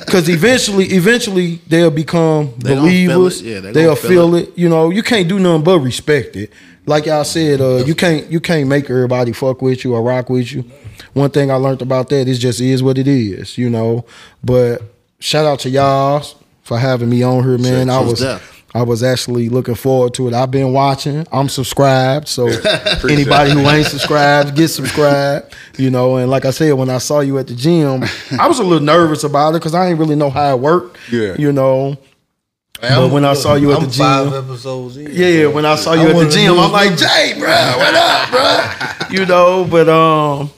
S3: because eventually, eventually they'll become
S2: gonna feel
S3: believers.
S2: it. Yeah, they
S3: they'll
S2: gonna feel
S3: feel it. You know, you can't do nothing but respect it. like y'all said, uh, you can't you can't make everybody fuck with you or rock with you. One thing I learned about that is just is what it is, you know. But shout out to y'all for having me on here, man. I
S2: truth
S3: was
S2: there.
S3: I was actually looking forward to it. I've been watching. I'm subscribed, so
S1: appreciate
S3: anybody who ain't subscribed, get subscribed. You know, and like I said, when I saw you at the gym, I was a little nervous about it because I didn't really know how it worked.
S1: Yeah.
S3: you know. But when I saw you at
S4: I'm
S3: the gym,
S4: five episodes in.
S3: yeah, when I saw you
S4: I
S3: at the
S4: wanted to
S3: gym,
S4: lose
S3: I'm like, Jay, bro, what up, bro? you know, but um,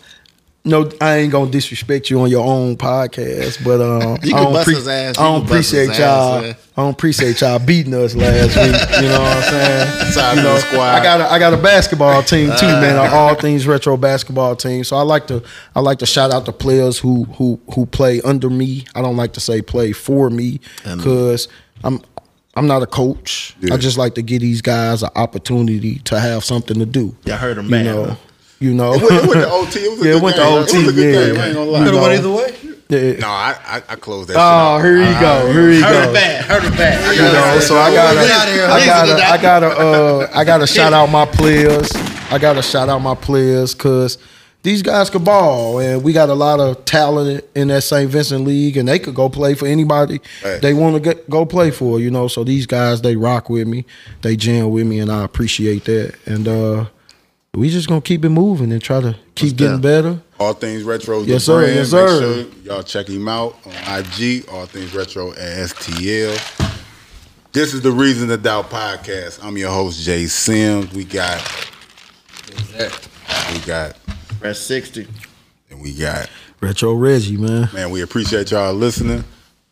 S3: no, I ain't gonna disrespect you on your own podcast, but um,
S2: You can
S3: I don't,
S2: bust his ass.
S3: I
S2: You
S3: don't
S2: can bust his
S3: appreciate
S2: ass,
S3: y'all.
S2: man.
S3: I don't appreciate y'all beating us last week. You know what I'm saying?
S1: Side
S3: You
S1: of the
S3: know,
S1: squad.
S3: I got a, I got a basketball team too,
S2: Uh.
S3: man. An all things retro basketball team. So I like to I like to shout out the players who who who play under me. I don't like to say play for me because I'm I'm not a coach.
S1: Yeah.
S3: I just like to give these guys an opportunity to have something to do.
S2: Y'all heard him
S3: you
S2: mad,
S3: know.
S2: huh?
S3: You know,
S1: It went, it went to OT. It was a
S3: Yeah, it
S1: good
S3: went to
S1: game.
S3: OT,
S1: It was a good
S3: yeah.
S1: game. I ain't gonna lie.
S4: Could have
S3: No.
S4: went either way.
S3: Yeah.
S1: No, I, I, I closed that
S3: Oh,
S1: shit. Uh,
S3: here you go. Here you
S2: Heard
S3: go.
S2: it bad. Heard it bad.
S3: You know, so I gotta,
S2: Get outta here.
S3: I gotta,
S2: Listen to
S3: I gotta, uh, I gotta shout out my players. I gotta shout out my players because these guys could ball, and we got a lot of talent in that St. Vincent League, and they could go play for anybody
S1: Right.
S3: they want to go play for. You know, so these guys they rock with me, they jam with me, and I appreciate that. And uh, we just gonna keep it moving and try to keep getting better.
S1: All things retro. the
S3: Yes, sir.
S1: brand.
S3: Yes,
S1: Make
S3: sir.
S1: sure y'all check him out on IG. All things retro at STL. This is the Reason to Doubt podcast. I'm your host Jay Sims. We got, we got,
S2: Press 60.
S1: and we got.
S3: Retro Reggie, man.
S1: Man, we appreciate y'all listening.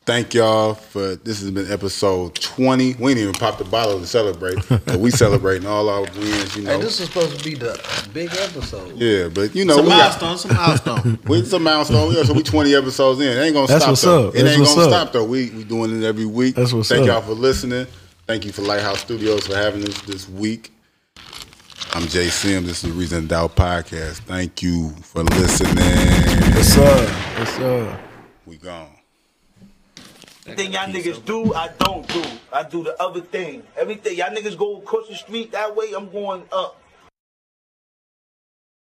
S1: Thank y'all for this has been episode 20. We ain't even popped a bottle to celebrate, but we celebrating all our wins, you know.
S4: Hey, this is supposed to be the big episode.
S1: yeah, but you know,
S2: Some
S1: we got-
S2: milestone. Some milestone.
S1: we- it's a milestone. Yeah, so we 20 episodes in. It ain't gonna
S3: That's
S1: stop
S3: what's
S1: though.
S3: up.
S1: It
S3: That's
S1: ain't
S3: what's
S1: gonna
S3: up.
S1: stop though. We we doing it every week.
S3: That's what's
S1: Thank
S3: up.
S1: y'all for listening. Thank you for Lighthouse Studios for having us this week. I'm Jay Sim. This is the Reason to Doubt Podcast. Thank you for listening.
S3: What's up? What's up?
S1: We gone.
S7: Everything y'all niggas do, I don't do. I do the other thing. Everything y'all niggas go across the street that way, I'm going up.